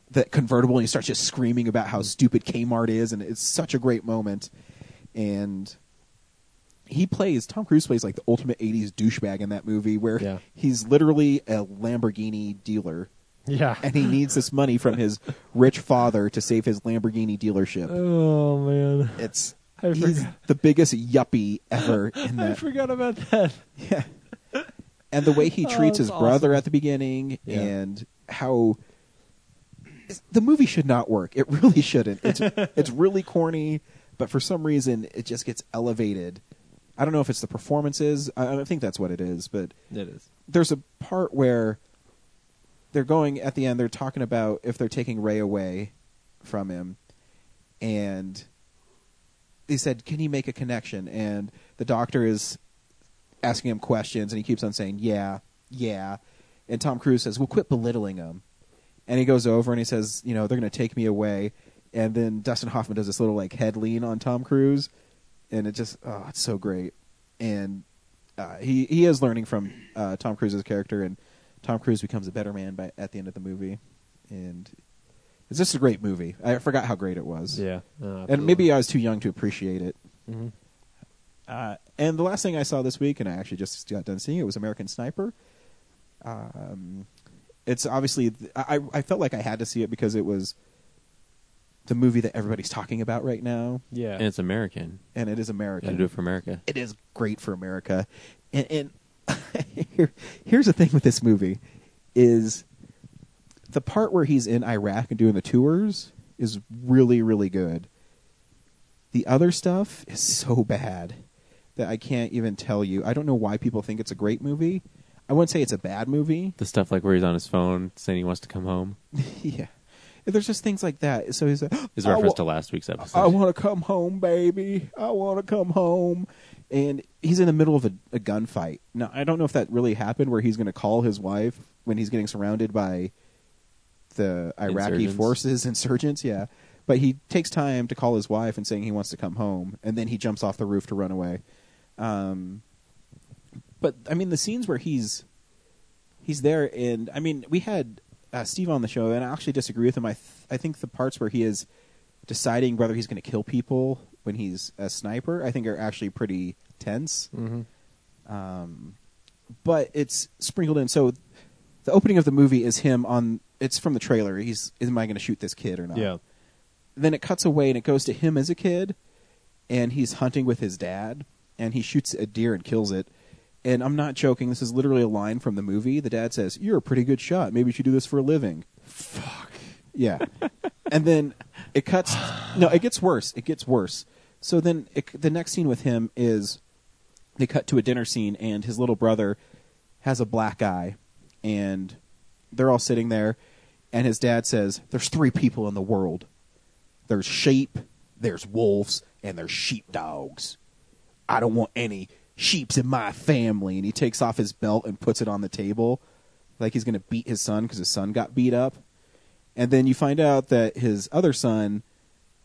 [SPEAKER 2] the convertible and he starts just screaming about how stupid Kmart is, and it's such a great moment. And he plays Tom Cruise plays like the ultimate '80s douchebag in that movie, where
[SPEAKER 9] Yeah.
[SPEAKER 2] he's literally a Lamborghini dealer,
[SPEAKER 9] Yeah.
[SPEAKER 2] and he needs this money from his rich father to save his Lamborghini dealership.
[SPEAKER 9] oh man.
[SPEAKER 2] It's
[SPEAKER 9] I
[SPEAKER 2] he's
[SPEAKER 9] forgot.
[SPEAKER 2] the biggest yuppie ever in
[SPEAKER 9] I
[SPEAKER 2] that
[SPEAKER 9] forgot about that.
[SPEAKER 2] yeah. And the way he
[SPEAKER 9] Oh,
[SPEAKER 2] treats his
[SPEAKER 9] that's
[SPEAKER 2] brother
[SPEAKER 9] awesome.
[SPEAKER 2] at the beginning
[SPEAKER 9] Yeah.
[SPEAKER 2] and how the movie should not work. It really shouldn't. It's it's really corny, but for some reason it just gets elevated. I don't know if it's the performances. I, I think that's what it is, but
[SPEAKER 3] It is.
[SPEAKER 2] there's a part where they're going at the end they're talking about if they're taking ray away from him and they said can he make a connection and the doctor is asking him questions and he keeps on saying yeah yeah and tom cruise says well quit belittling him and he goes over and he says you know they're going to take me away and then dustin hoffman does this little like head lean on tom cruise and it just oh it's so great and uh, he he is learning from uh, Tom Cruise's character, and Tom Cruise becomes a better man by at the end of the movie. And it's just a great movie. I forgot how great it was.
[SPEAKER 9] Yeah. No,
[SPEAKER 2] and maybe uh, I was too young to appreciate it.
[SPEAKER 9] Mhm.
[SPEAKER 2] Uh, and the last thing I saw this week, and I actually just got done seeing it, was American Sniper. Um, it's obviously th- I I I felt like I had to see it because it was the movie that everybody's talking about right now,
[SPEAKER 9] Yeah.
[SPEAKER 3] And it's American.
[SPEAKER 2] and it is
[SPEAKER 3] You got
[SPEAKER 2] American
[SPEAKER 3] to do it for America.
[SPEAKER 2] it is great for America. And, and here, here's the thing with this movie is the part where he's in Iraq and doing the tours is really really good. The other stuff is so bad that I can't even tell you. I don't know why people think it's a great movie. I wouldn't say it's a bad movie.
[SPEAKER 3] The stuff like where he's on his phone saying he wants to come home
[SPEAKER 2] yeah. There's just things like that. So he's like, "Oh,
[SPEAKER 3] is
[SPEAKER 2] "I
[SPEAKER 3] a reference
[SPEAKER 2] wa-
[SPEAKER 3] to last week's episode.
[SPEAKER 2] I want to come home, baby. I want to come home. And he's in the middle of a, a gunfight. Now, I don't know if that really happened where he's going to call his wife when he's getting surrounded by the Iraqi
[SPEAKER 3] Insurgents.
[SPEAKER 2] forces, insurgents, yeah. But he takes time to call his wife and saying he wants to come home, and then he jumps off the roof to run away. Um, but I mean, the scenes where he's he's there, and I mean, we had uh, Steve on the show, and I actually disagree with him. I th- I think the parts where he is deciding whether he's going to kill people when he's a sniper, I think are actually pretty tense.
[SPEAKER 9] Mhm.
[SPEAKER 2] Um, but it's sprinkled in. So the opening of the movie is him on. It's from the trailer. He's am I going to shoot this kid or not?
[SPEAKER 9] Yeah.
[SPEAKER 2] Then it cuts away and it goes to him as a kid, and he's hunting with his dad, and he shoots a deer and kills it. And I'm not joking. This is literally a line from the movie. The dad says, "You're a pretty good shot. Maybe you should do this for a living." Yeah. and then it cuts. No, it gets worse. It gets worse. So then it, the next scene with him is they cut to a dinner scene, and his little brother has a black eye, and they're all sitting there, and his dad says, There's three people in the world there's sheep, there's wolves, and there's sheepdogs. I don't want any sheeps in my family. And he takes off his belt and puts it on the table like he's going to beat his son because his son got beat up. And then you find out that his other son.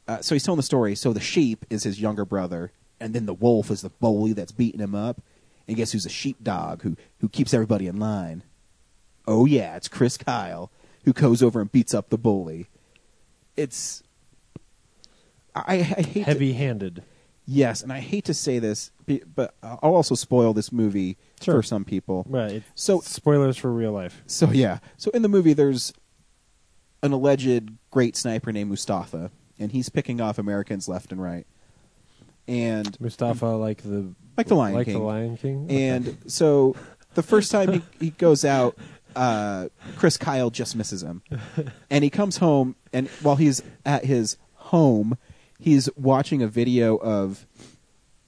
[SPEAKER 2] Uh, so he's telling the story. So the sheep is his younger brother, and then the wolf is the bully that's beating him up. And guess who's a sheepdog who who keeps everybody in line? Oh yeah, it's Chris Kyle who goes over and beats up the bully. It's I, I hate to-
[SPEAKER 9] Heavy-handed.
[SPEAKER 2] Yes, and I hate to say this, be- but I'll also spoil this movie for some people.
[SPEAKER 9] Right.
[SPEAKER 2] So
[SPEAKER 9] spoilers for real life.
[SPEAKER 2] So yeah. So in the movie, there's an alleged great sniper named Mustafa, and he's picking off Americans left and right. And
[SPEAKER 9] Mustafa, like the
[SPEAKER 2] like the Lion
[SPEAKER 9] like
[SPEAKER 2] King,
[SPEAKER 9] the Lion King. Okay.
[SPEAKER 2] And so the first time he, he goes out, uh, Chris Kyle just misses him, and he comes home, and while he's at his home, he's watching a video of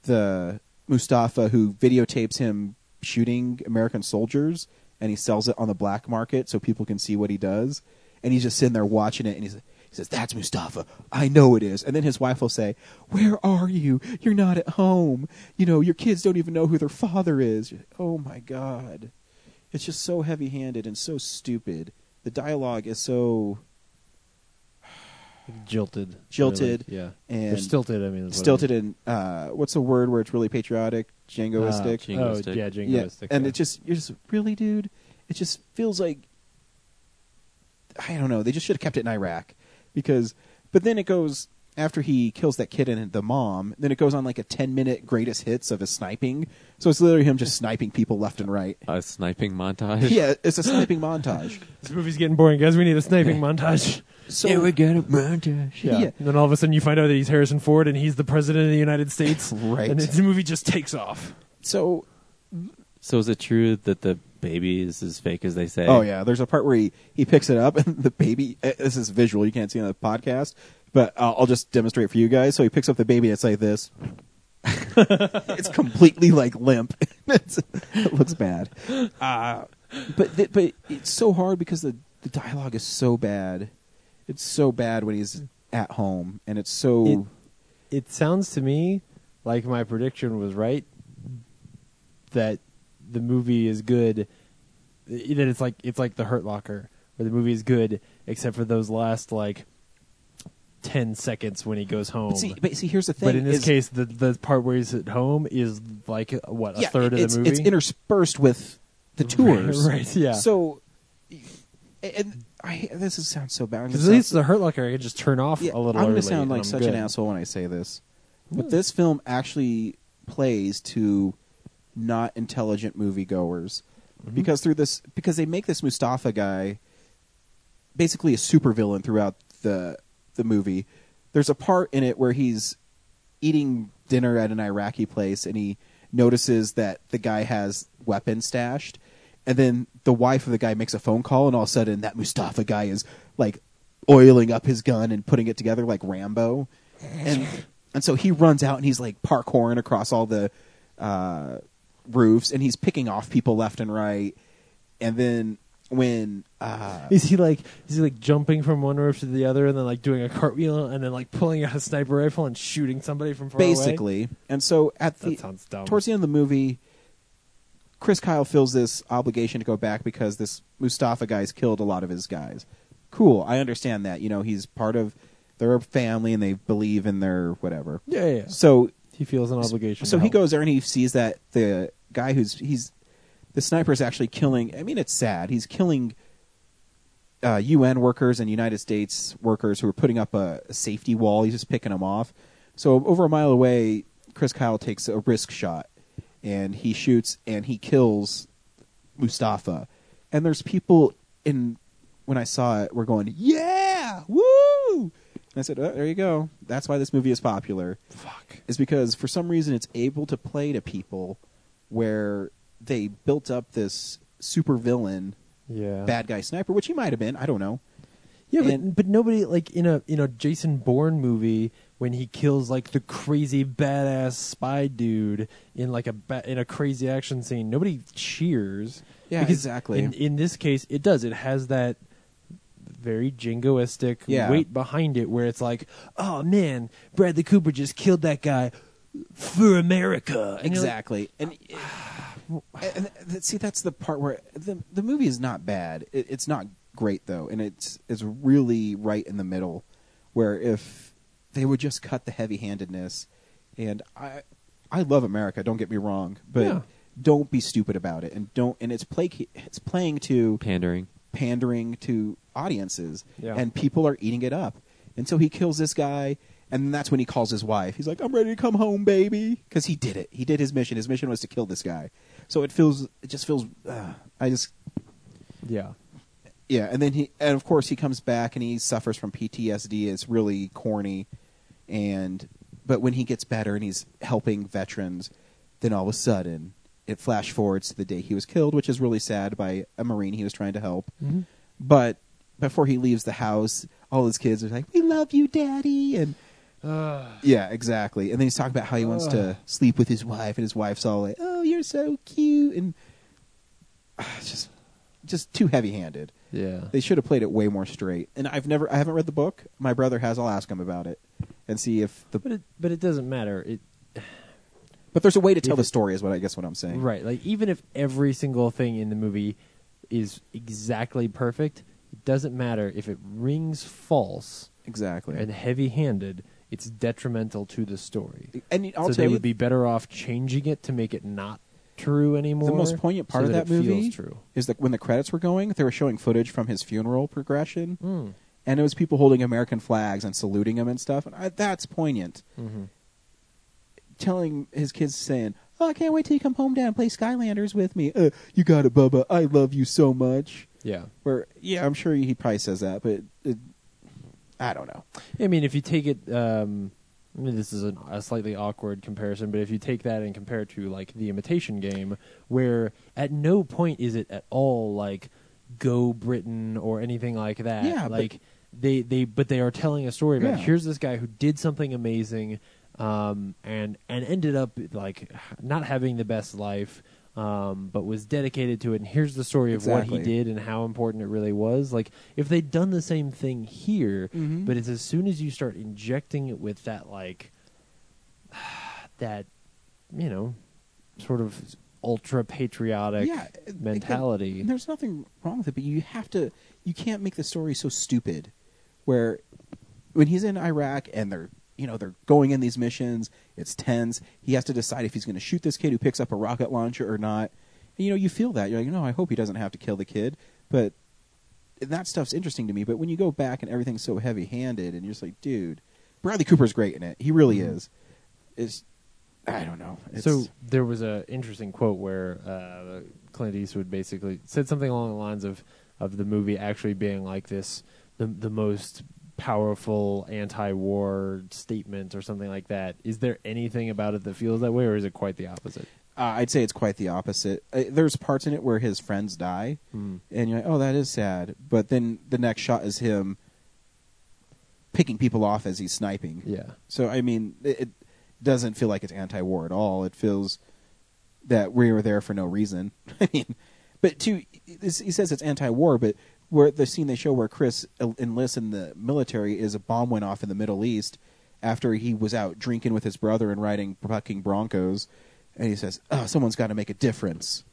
[SPEAKER 2] the Mustafa who videotapes him shooting American soldiers and he sells it on the black market so people can see what he does. And he's just sitting there watching it and he's, he says, That's Mustafa. I know it is. And then his wife will say, Where are you? You're not at home. You know, your kids don't even know who their father is. You're like, oh my God. It's just so heavy handed and so stupid. The dialogue is so
[SPEAKER 9] jilted,
[SPEAKER 2] jilted.
[SPEAKER 9] really. Yeah,
[SPEAKER 2] and
[SPEAKER 9] Or stilted. I mean, is what
[SPEAKER 2] stilted and uh, what's the word where it's really patriotic, jingoistic?
[SPEAKER 9] Ah, oh, Jingoistic. yeah, jingoistic,
[SPEAKER 2] And
[SPEAKER 9] yeah.
[SPEAKER 2] it just you're just really, dude. It just feels like I don't know. They just should have kept it in Iraq because. But then it goes after he kills that kid and the mom. Then it goes on like a ten minute greatest hits of his sniping. So it's literally him just sniping people left and right.
[SPEAKER 3] A sniping montage.
[SPEAKER 2] yeah, it's a sniping montage.
[SPEAKER 9] This movie's getting boring, guys. We need a sniping montage.
[SPEAKER 2] So
[SPEAKER 9] get a montage. Yeah.
[SPEAKER 2] Yeah.
[SPEAKER 9] And then all of a sudden, you find out that he's Harrison Ford and he's the president of the United States.
[SPEAKER 2] Right.
[SPEAKER 9] And the movie just takes off.
[SPEAKER 2] So
[SPEAKER 3] So is it true that the baby is as fake as they say?
[SPEAKER 2] Oh yeah, there's a part where he, he picks it up and the baby. eh, This is visual; you can't see it on the podcast, but I'll, I'll just demonstrate for you guys. So he picks up the baby. and It's like this. it's completely like limp. it's, it looks bad. Uh, but th- but it's so hard because the the dialogue is so bad. It's so bad when he's at home, and it's so
[SPEAKER 9] It- It sounds to me like my prediction was right that the movie is good. eh, That it's like it's like the Hurt Locker, where the movie is good except for those last like ten seconds when he goes home.
[SPEAKER 2] But see, but see, here's the thing.
[SPEAKER 9] But in this
[SPEAKER 2] is-
[SPEAKER 9] case, the the part where he's at home is like what a
[SPEAKER 2] Yeah,
[SPEAKER 9] third of
[SPEAKER 2] it's,
[SPEAKER 9] the movie.
[SPEAKER 2] It's interspersed with the tours,
[SPEAKER 9] Right, right, yeah.
[SPEAKER 2] So, and I this is, sounds so bad. I'm
[SPEAKER 9] Because at
[SPEAKER 2] gonna
[SPEAKER 9] least
[SPEAKER 2] sound-
[SPEAKER 9] the Hurt Locker, I could just turn off
[SPEAKER 2] yeah,
[SPEAKER 9] a little.
[SPEAKER 2] I'm
[SPEAKER 9] going to
[SPEAKER 2] sound like such an asshole when I say this, but this film actually plays to not intelligent moviegoers because through this because they make this Mustafa guy basically a supervillain throughout the the movie. There's a part in it where he's eating dinner at an Iraqi place and he notices that the guy has weapons stashed. And then the wife of the guy makes a phone call, and all of a sudden, that Mustafa guy is like oiling up his gun and putting it together like Rambo. And, and so he runs out and he's like parkouring across all the uh, roofs and he's picking off people left and right. And then when. Uh,
[SPEAKER 9] Is he like is he like jumping from one roof to the other and then like doing a cartwheel and then like pulling out a sniper rifle and shooting somebody from far away?
[SPEAKER 2] basically. And so at
[SPEAKER 9] That
[SPEAKER 2] the
[SPEAKER 9] sounds dumb.
[SPEAKER 2] towards the end of the movie, Chris Kyle feels this obligation to go back because this Mustafa guy's killed a lot of his guys. Cool, I understand that. You know, he's part of their family and they believe in their whatever.
[SPEAKER 9] Yeah, yeah. yeah.
[SPEAKER 2] So
[SPEAKER 9] he feels an obligation.
[SPEAKER 2] so
[SPEAKER 9] to
[SPEAKER 2] he
[SPEAKER 9] help.
[SPEAKER 2] goes there and he sees that the guy who's he's the sniper is actually killing. I mean, it's sad. He's killing uh, UN workers and United States workers who are putting up a, a safety wall. He's just picking them off. So over a mile away, Chris Kyle takes a risk shot, and he shoots and he kills Mustafa. And there's people in when I saw it, were going, "Yeah, woo!" And I said, oh, "There you go. That's why this movie is popular." Fuck. Is because for some reason it's able to play to people where they built up this super villain,
[SPEAKER 9] Yeah.
[SPEAKER 2] bad guy sniper, which he might have been. I don't know.
[SPEAKER 9] Yeah,
[SPEAKER 2] And-
[SPEAKER 9] but, but nobody like in a in a Jason Bourne movie when he kills like the crazy badass spy dude in like a ba- in a crazy action scene. Nobody cheers.
[SPEAKER 2] Yeah, exactly.
[SPEAKER 9] In, in this case, it does. It has that very jingoistic
[SPEAKER 2] Yeah.
[SPEAKER 9] weight behind it, where it's like, oh man, Bradley Cooper just killed that guy for America. And you're like,
[SPEAKER 2] Exactly. And, and th- see, that's the part where the the movie is not bad. It, it's not great though, and it's it's really right in the middle, where if they would just cut the heavy handedness, and I I love America. Don't get me wrong, but
[SPEAKER 9] Yeah.
[SPEAKER 2] don't be stupid about it, and don't and it's play it's playing to
[SPEAKER 3] Pandering.
[SPEAKER 2] pandering to audiences,
[SPEAKER 9] Yeah.
[SPEAKER 2] and people are eating it up. And so he kills this guy, and that's when he calls his wife. He's like, "I'm ready to come home, baby," because he did it. He did his mission. His mission was to kill this guy. So it feels, it just feels. Uh, I just,
[SPEAKER 9] yeah,
[SPEAKER 2] yeah. And then he, and of course, he comes back and he suffers from PTSD. It's really corny, and but when he gets better and he's helping veterans, then all of a sudden it flash forwards to the day he was killed, which is really sad by a marine he was trying to help. But before he leaves the house, all his kids are like, "We love you, Daddy," and yeah, exactly. And then he's talking about how he wants to sleep with his wife, and his wife's all like, "Oh, you're so cute," and ah, it's just just too heavy-handed.
[SPEAKER 3] Yeah.
[SPEAKER 2] They should have played it way more straight. And I've never, I haven't read the book. My brother has. I'll ask him about it and see if the.
[SPEAKER 9] but it but it doesn't matter. It
[SPEAKER 2] But there's a way to tell
[SPEAKER 9] If
[SPEAKER 2] the
[SPEAKER 9] it-
[SPEAKER 2] story, is what I guess what I'm saying.
[SPEAKER 9] Right. Like even if every single thing in the movie is exactly perfect, it doesn't matter if it rings false
[SPEAKER 2] Exactly.
[SPEAKER 9] and heavy-handed. It's detrimental to the story.
[SPEAKER 2] And I'll
[SPEAKER 9] so
[SPEAKER 2] tell
[SPEAKER 9] they
[SPEAKER 2] you-
[SPEAKER 9] would be better off changing it to make it not true anymore.
[SPEAKER 2] the most poignant part
[SPEAKER 9] so
[SPEAKER 2] of that,
[SPEAKER 9] it
[SPEAKER 2] movie
[SPEAKER 9] feels true.
[SPEAKER 2] is that when the credits were going, they were showing footage from his funeral progression,
[SPEAKER 9] Hmm.
[SPEAKER 2] and it was people holding American flags and saluting him and stuff. And I, that's poignant.
[SPEAKER 9] Mm-hmm.
[SPEAKER 2] Telling his kids, saying, "Oh, I can't wait till you come home, Dad, and play Skylanders with me." Uh, you got it, Bubba. I love you so much.
[SPEAKER 9] Yeah.
[SPEAKER 2] Where, yeah, I'm sure he probably says that, but it, I don't know.
[SPEAKER 9] I mean, if you take it, um, I mean, this is an, a slightly awkward comparison, but if you take that and compare it to like the Imitation Game, where at no point is it at all like "Go Britain" or anything like that.
[SPEAKER 2] Yeah, but-
[SPEAKER 9] like they they but they are telling a story about
[SPEAKER 2] Yeah.
[SPEAKER 9] here's this guy who did something amazing, um, and and ended up like not having the best life. Um, but was dedicated to it, and here's the story of what
[SPEAKER 2] Exactly.
[SPEAKER 9] he did did and how important it really was. Like if they'd done the same thing here,
[SPEAKER 2] Mm-hmm.
[SPEAKER 9] but it's as soon as you start injecting it with that like that you know sort of ultra patriotic
[SPEAKER 2] it- it-
[SPEAKER 9] mentality.
[SPEAKER 2] and there's nothing wrong with it, but you have to. You can't make the story so stupid, where when he's in Iraq and they're you know they're going in these missions, it's tense. He has to decide if he's going to shoot this kid who picks up a rocket launcher or not. And, you know, you feel that you're like, no, I hope he doesn't have to kill the kid, but and that stuff's interesting to me. But when you go back and everything's so heavy handed, and you're just like, dude, Bradley Cooper's great in it. He really is. Is I don't know. It's,
[SPEAKER 9] Mm-hmm. so there was a interesting quote where uh, Clint Eastwood basically said something along the lines of of the movie actually being like this the the most powerful anti-war statement or something like that. Is there anything about it that feels that way, or is it quite the opposite?
[SPEAKER 2] Uh, I'd say it's quite the opposite. Uh, there's parts in it where his friends die,
[SPEAKER 9] Mm.
[SPEAKER 2] and you're like, "Oh, that is sad." But then the next shot is him picking people off as he's sniping.
[SPEAKER 9] Yeah.
[SPEAKER 2] So I mean, it, it doesn't feel like it's anti-war at all. It feels that we were there for no reason. I mean, but two, this- he says it's anti-war, but where the scene they show where Chris en- enlists in the military is a bomb went off in the Middle East after he was out drinking with his brother and riding fucking Broncos, and he says, "Oh, someone's got to make a difference."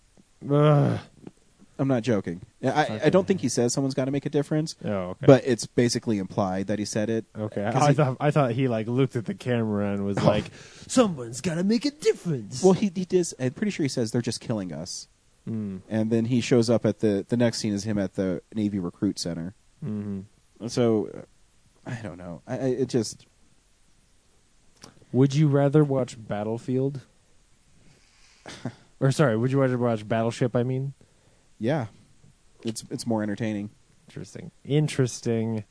[SPEAKER 2] I'm not joking. I, I don't think he says someone's got to make a difference.
[SPEAKER 9] Oh, okay.
[SPEAKER 2] But it's basically implied that he said it.
[SPEAKER 9] Okay,
[SPEAKER 2] 'Cause
[SPEAKER 9] I, I
[SPEAKER 2] he-
[SPEAKER 9] thought I thought he like looked at the camera and was like, "Someone's got to make a difference."
[SPEAKER 2] Well, he he does. I'm pretty sure he says they're just killing us. And then he shows up at the the next scene is him at the Navy recruit center.
[SPEAKER 9] mm-hmm.
[SPEAKER 2] So uh, I don't know. I, I it just
[SPEAKER 9] Would you rather watch Battlefield? or sorry, would you rather watch Battleship? I mean,
[SPEAKER 2] Yeah, it's it's more entertaining.
[SPEAKER 9] interesting, interesting.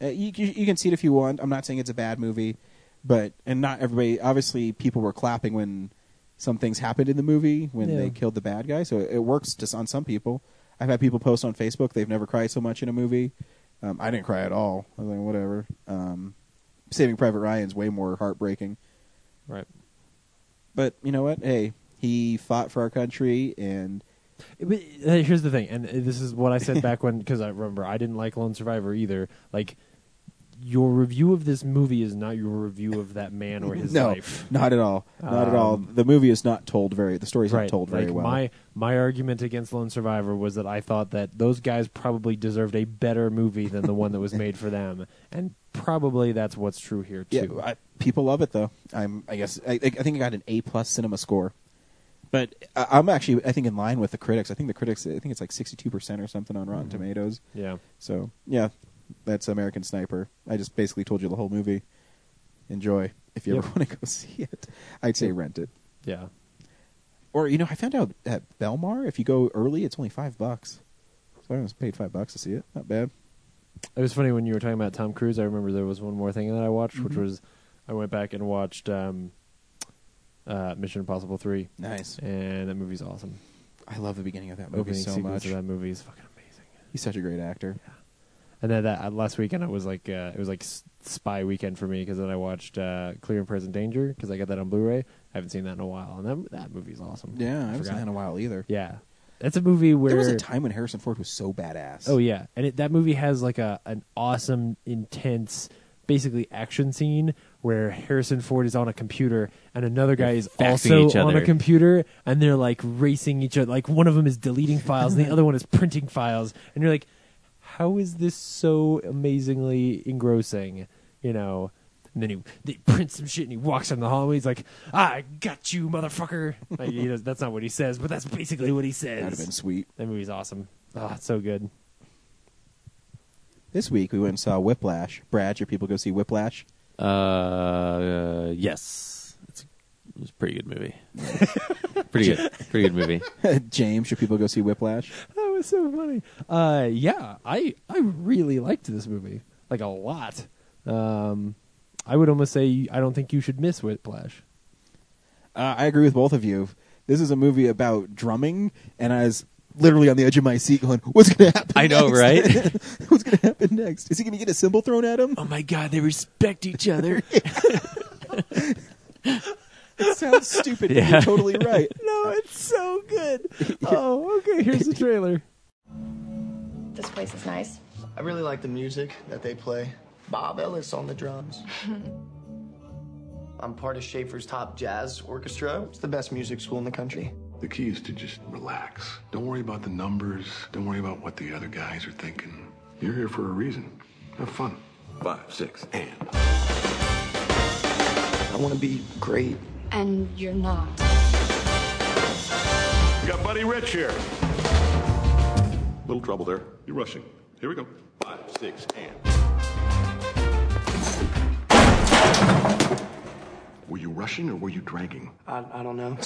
[SPEAKER 2] Uh, you, you you can see it if you want. I'm not saying it's a bad movie, but and not everybody. Obviously, people were clapping when some things happened in the movie when
[SPEAKER 9] Yeah.
[SPEAKER 2] they killed the bad guy. So it works just on some people. I've had people post on Facebook they've never cried so much in a movie. Um, I didn't cry at all. I was like, whatever. Um, Saving Private Ryan's way more heartbreaking.
[SPEAKER 3] Right.
[SPEAKER 2] But you know what? Hey, he fought for our country, and
[SPEAKER 9] But uh, here's the thing, and uh, this is what I said back when, because I remember I didn't like Lone Survivor either. Like, your review of this movie is not your review of that man or his
[SPEAKER 2] no,
[SPEAKER 9] life. Um,
[SPEAKER 2] not at all, not at all. The movie is not told very. The story's
[SPEAKER 9] right.
[SPEAKER 2] not told very
[SPEAKER 9] like,
[SPEAKER 2] well.
[SPEAKER 9] My my argument against Lone Survivor was that I thought that those guys probably deserved a better movie than the one that was made for them, and probably that's what's true here
[SPEAKER 2] Yeah,
[SPEAKER 9] too.
[SPEAKER 2] I, people love it though. I'm, I guess, I, I think I got an A plus cinema score, but I, I'm actually, I think, in line with the critics. I think the critics, I think it's like 62 percent or something on Rotten Tomatoes.
[SPEAKER 9] yeah.
[SPEAKER 2] So yeah, that's American Sniper. I just basically told you the whole movie. Enjoy if you ever
[SPEAKER 9] Yep.
[SPEAKER 2] want to go see it. I'd say rent it.
[SPEAKER 9] Yeah.
[SPEAKER 2] Or you know, I found out at Belmar, if you go early, it's only five bucks. So I almost paid five bucks to see it. Not bad.
[SPEAKER 9] It was funny when you were talking about Tom Cruise. I remember there was one more thing that I watched, which
[SPEAKER 2] Mm-hmm.
[SPEAKER 9] was I went back and watched um, uh, Mission Impossible Three,
[SPEAKER 2] Nice.
[SPEAKER 9] and that movie's awesome.
[SPEAKER 2] I love the beginning of that
[SPEAKER 9] The
[SPEAKER 2] movie
[SPEAKER 9] Opening
[SPEAKER 2] so
[SPEAKER 9] sequence
[SPEAKER 2] much.
[SPEAKER 9] of that movie is fucking amazing.
[SPEAKER 2] He's such a great actor.
[SPEAKER 9] And then that uh, last weekend, it was like uh, it was like s- spy weekend for me because then I watched uh, Clear and Present Danger because I got that on Blu-ray. I haven't seen that in a while, and that that movie's awesome.
[SPEAKER 2] Yeah, I haven't
[SPEAKER 9] forgot.
[SPEAKER 2] seen that in a while either.
[SPEAKER 9] Yeah, that's a movie where
[SPEAKER 2] There was a time when Harrison Ford was so badass.
[SPEAKER 9] Oh yeah, and it, that movie has like a an awesome, intense, basically action scene where Harrison Ford is on a computer and another guy is
[SPEAKER 3] faxing
[SPEAKER 9] also
[SPEAKER 3] each
[SPEAKER 9] on a
[SPEAKER 3] other.
[SPEAKER 9] computer, and they're like racing each other. Like one of them is deleting files, and the other one is printing files, and you're like, how is this so amazingly engrossing? You know. And then he, they print some shit, and he walks down the hallway. He's like, "I got you, motherfucker." Like, he does, that's not what he says, but that's basically what he says.
[SPEAKER 2] That'd have been sweet.
[SPEAKER 9] That movie's awesome. Oh, it's so good.
[SPEAKER 2] This week we went and saw Whiplash. Brad, your people go see Whiplash.
[SPEAKER 3] Uh, uh, yes, it's, it was a pretty good movie. pretty good, pretty good movie.
[SPEAKER 2] James, your people go see Whiplash.
[SPEAKER 9] That was so funny. Uh, yeah, I I really liked this movie like a lot. Um, I would almost say I don't think you should miss Whiplash.
[SPEAKER 2] Uh, I agree with both of you. This is a movie about drumming, and I was literally on the edge of my seat going, "What's going to happen?"
[SPEAKER 3] I know,
[SPEAKER 2] next?
[SPEAKER 3] right?
[SPEAKER 2] What's going to happen next? Is he going to get a cymbal thrown at him?
[SPEAKER 9] Oh my god, they respect each other.
[SPEAKER 2] It sounds stupid. but
[SPEAKER 3] Yeah.
[SPEAKER 2] You're totally right.
[SPEAKER 9] no, it's so good. Oh, okay. Here's the trailer.
[SPEAKER 11] This place is nice.
[SPEAKER 4] I really like the music that they play. Bob Ellis on the drums. I'm part of Schaefer's top jazz orchestra. It's the best music school in the country.
[SPEAKER 12] The key is to just relax. Don't worry about the numbers. Don't worry about what the other guys are thinking. You're here for a reason. Have fun. Five, six, and.
[SPEAKER 4] I want to be great.
[SPEAKER 11] And you're not.
[SPEAKER 12] We got Buddy Rich here. Little trouble there. You're rushing. Here we go. Five, six, and. Were you rushing or were you dragging?
[SPEAKER 4] I, I don't know.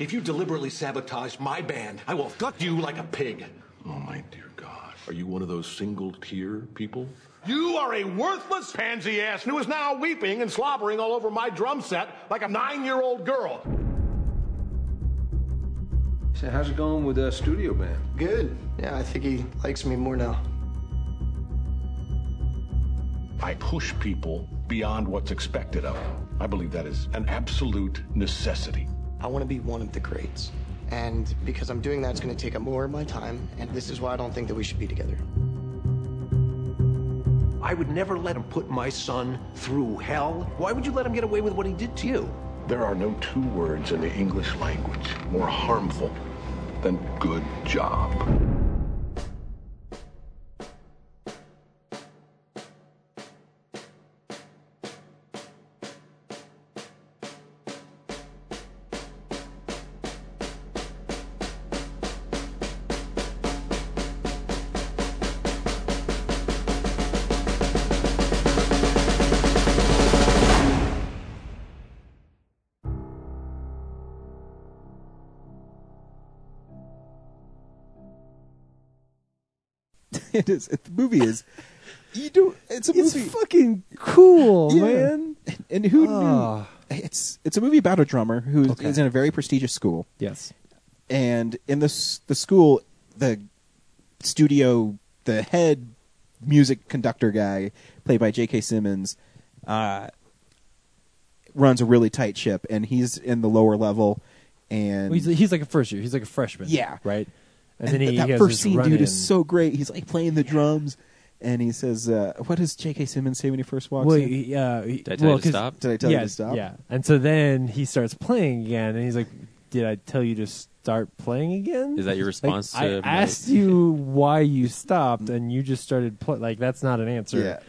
[SPEAKER 13] If you deliberately sabotage my band, I will gut you like a pig.
[SPEAKER 12] Oh, my dear God. Are you one of those single tier people?
[SPEAKER 13] You are a worthless pansy ass who is now weeping and slobbering all over my drum set like a nine year old girl.
[SPEAKER 14] So how's it going with uh, studio band?
[SPEAKER 4] Good. Yeah, I think he likes me more now.
[SPEAKER 13] I push people beyond what's expected of them. I believe that is an absolute necessity.
[SPEAKER 4] I want to be one of the greats. And because I'm doing that, it's going to take up more of my time. And this is why I don't think that we should be together.
[SPEAKER 13] I would never let him put my son through hell. Why would you let him get away with what he did to you?
[SPEAKER 12] There are no two words in the English language more harmful than good job.
[SPEAKER 2] it is. The movie is. You do. It's a movie.
[SPEAKER 9] fucking cool,
[SPEAKER 2] Yeah.
[SPEAKER 9] man.
[SPEAKER 2] And who
[SPEAKER 9] Ah.
[SPEAKER 2] knew? It's it's a movie about a drummer who is is in a very prestigious school.
[SPEAKER 9] Yes.
[SPEAKER 2] And in this the school, the studio, the head music conductor guy, played by J.K. Simmons, uh, runs a really tight ship, and he's in the lower level. And
[SPEAKER 9] Well, he's, he's like a first year. He's like a freshman.
[SPEAKER 2] Yeah.
[SPEAKER 9] Right.
[SPEAKER 2] and
[SPEAKER 9] And, then he,
[SPEAKER 2] that
[SPEAKER 9] he has
[SPEAKER 2] first
[SPEAKER 9] this
[SPEAKER 2] scene,
[SPEAKER 9] run
[SPEAKER 2] dude,
[SPEAKER 9] in.
[SPEAKER 2] is so great. He's like playing the drums, and he says, uh, "What does J.K. Simmons say when he first walks
[SPEAKER 9] Well,
[SPEAKER 2] in?"
[SPEAKER 9] he, uh, he-
[SPEAKER 3] Did I tell
[SPEAKER 9] well,
[SPEAKER 3] you to
[SPEAKER 9] 'cause-
[SPEAKER 3] stop?
[SPEAKER 2] Did I tell you
[SPEAKER 9] yeah,
[SPEAKER 2] to stop?
[SPEAKER 9] Yeah. And so then he starts playing again, and he's like, "Did I tell you to start playing again?"
[SPEAKER 3] Is that your
[SPEAKER 9] Like,
[SPEAKER 3] response
[SPEAKER 9] I
[SPEAKER 3] to my-
[SPEAKER 9] asked you why you stopped, and you just started playing. Like that's not an answer. Yeah.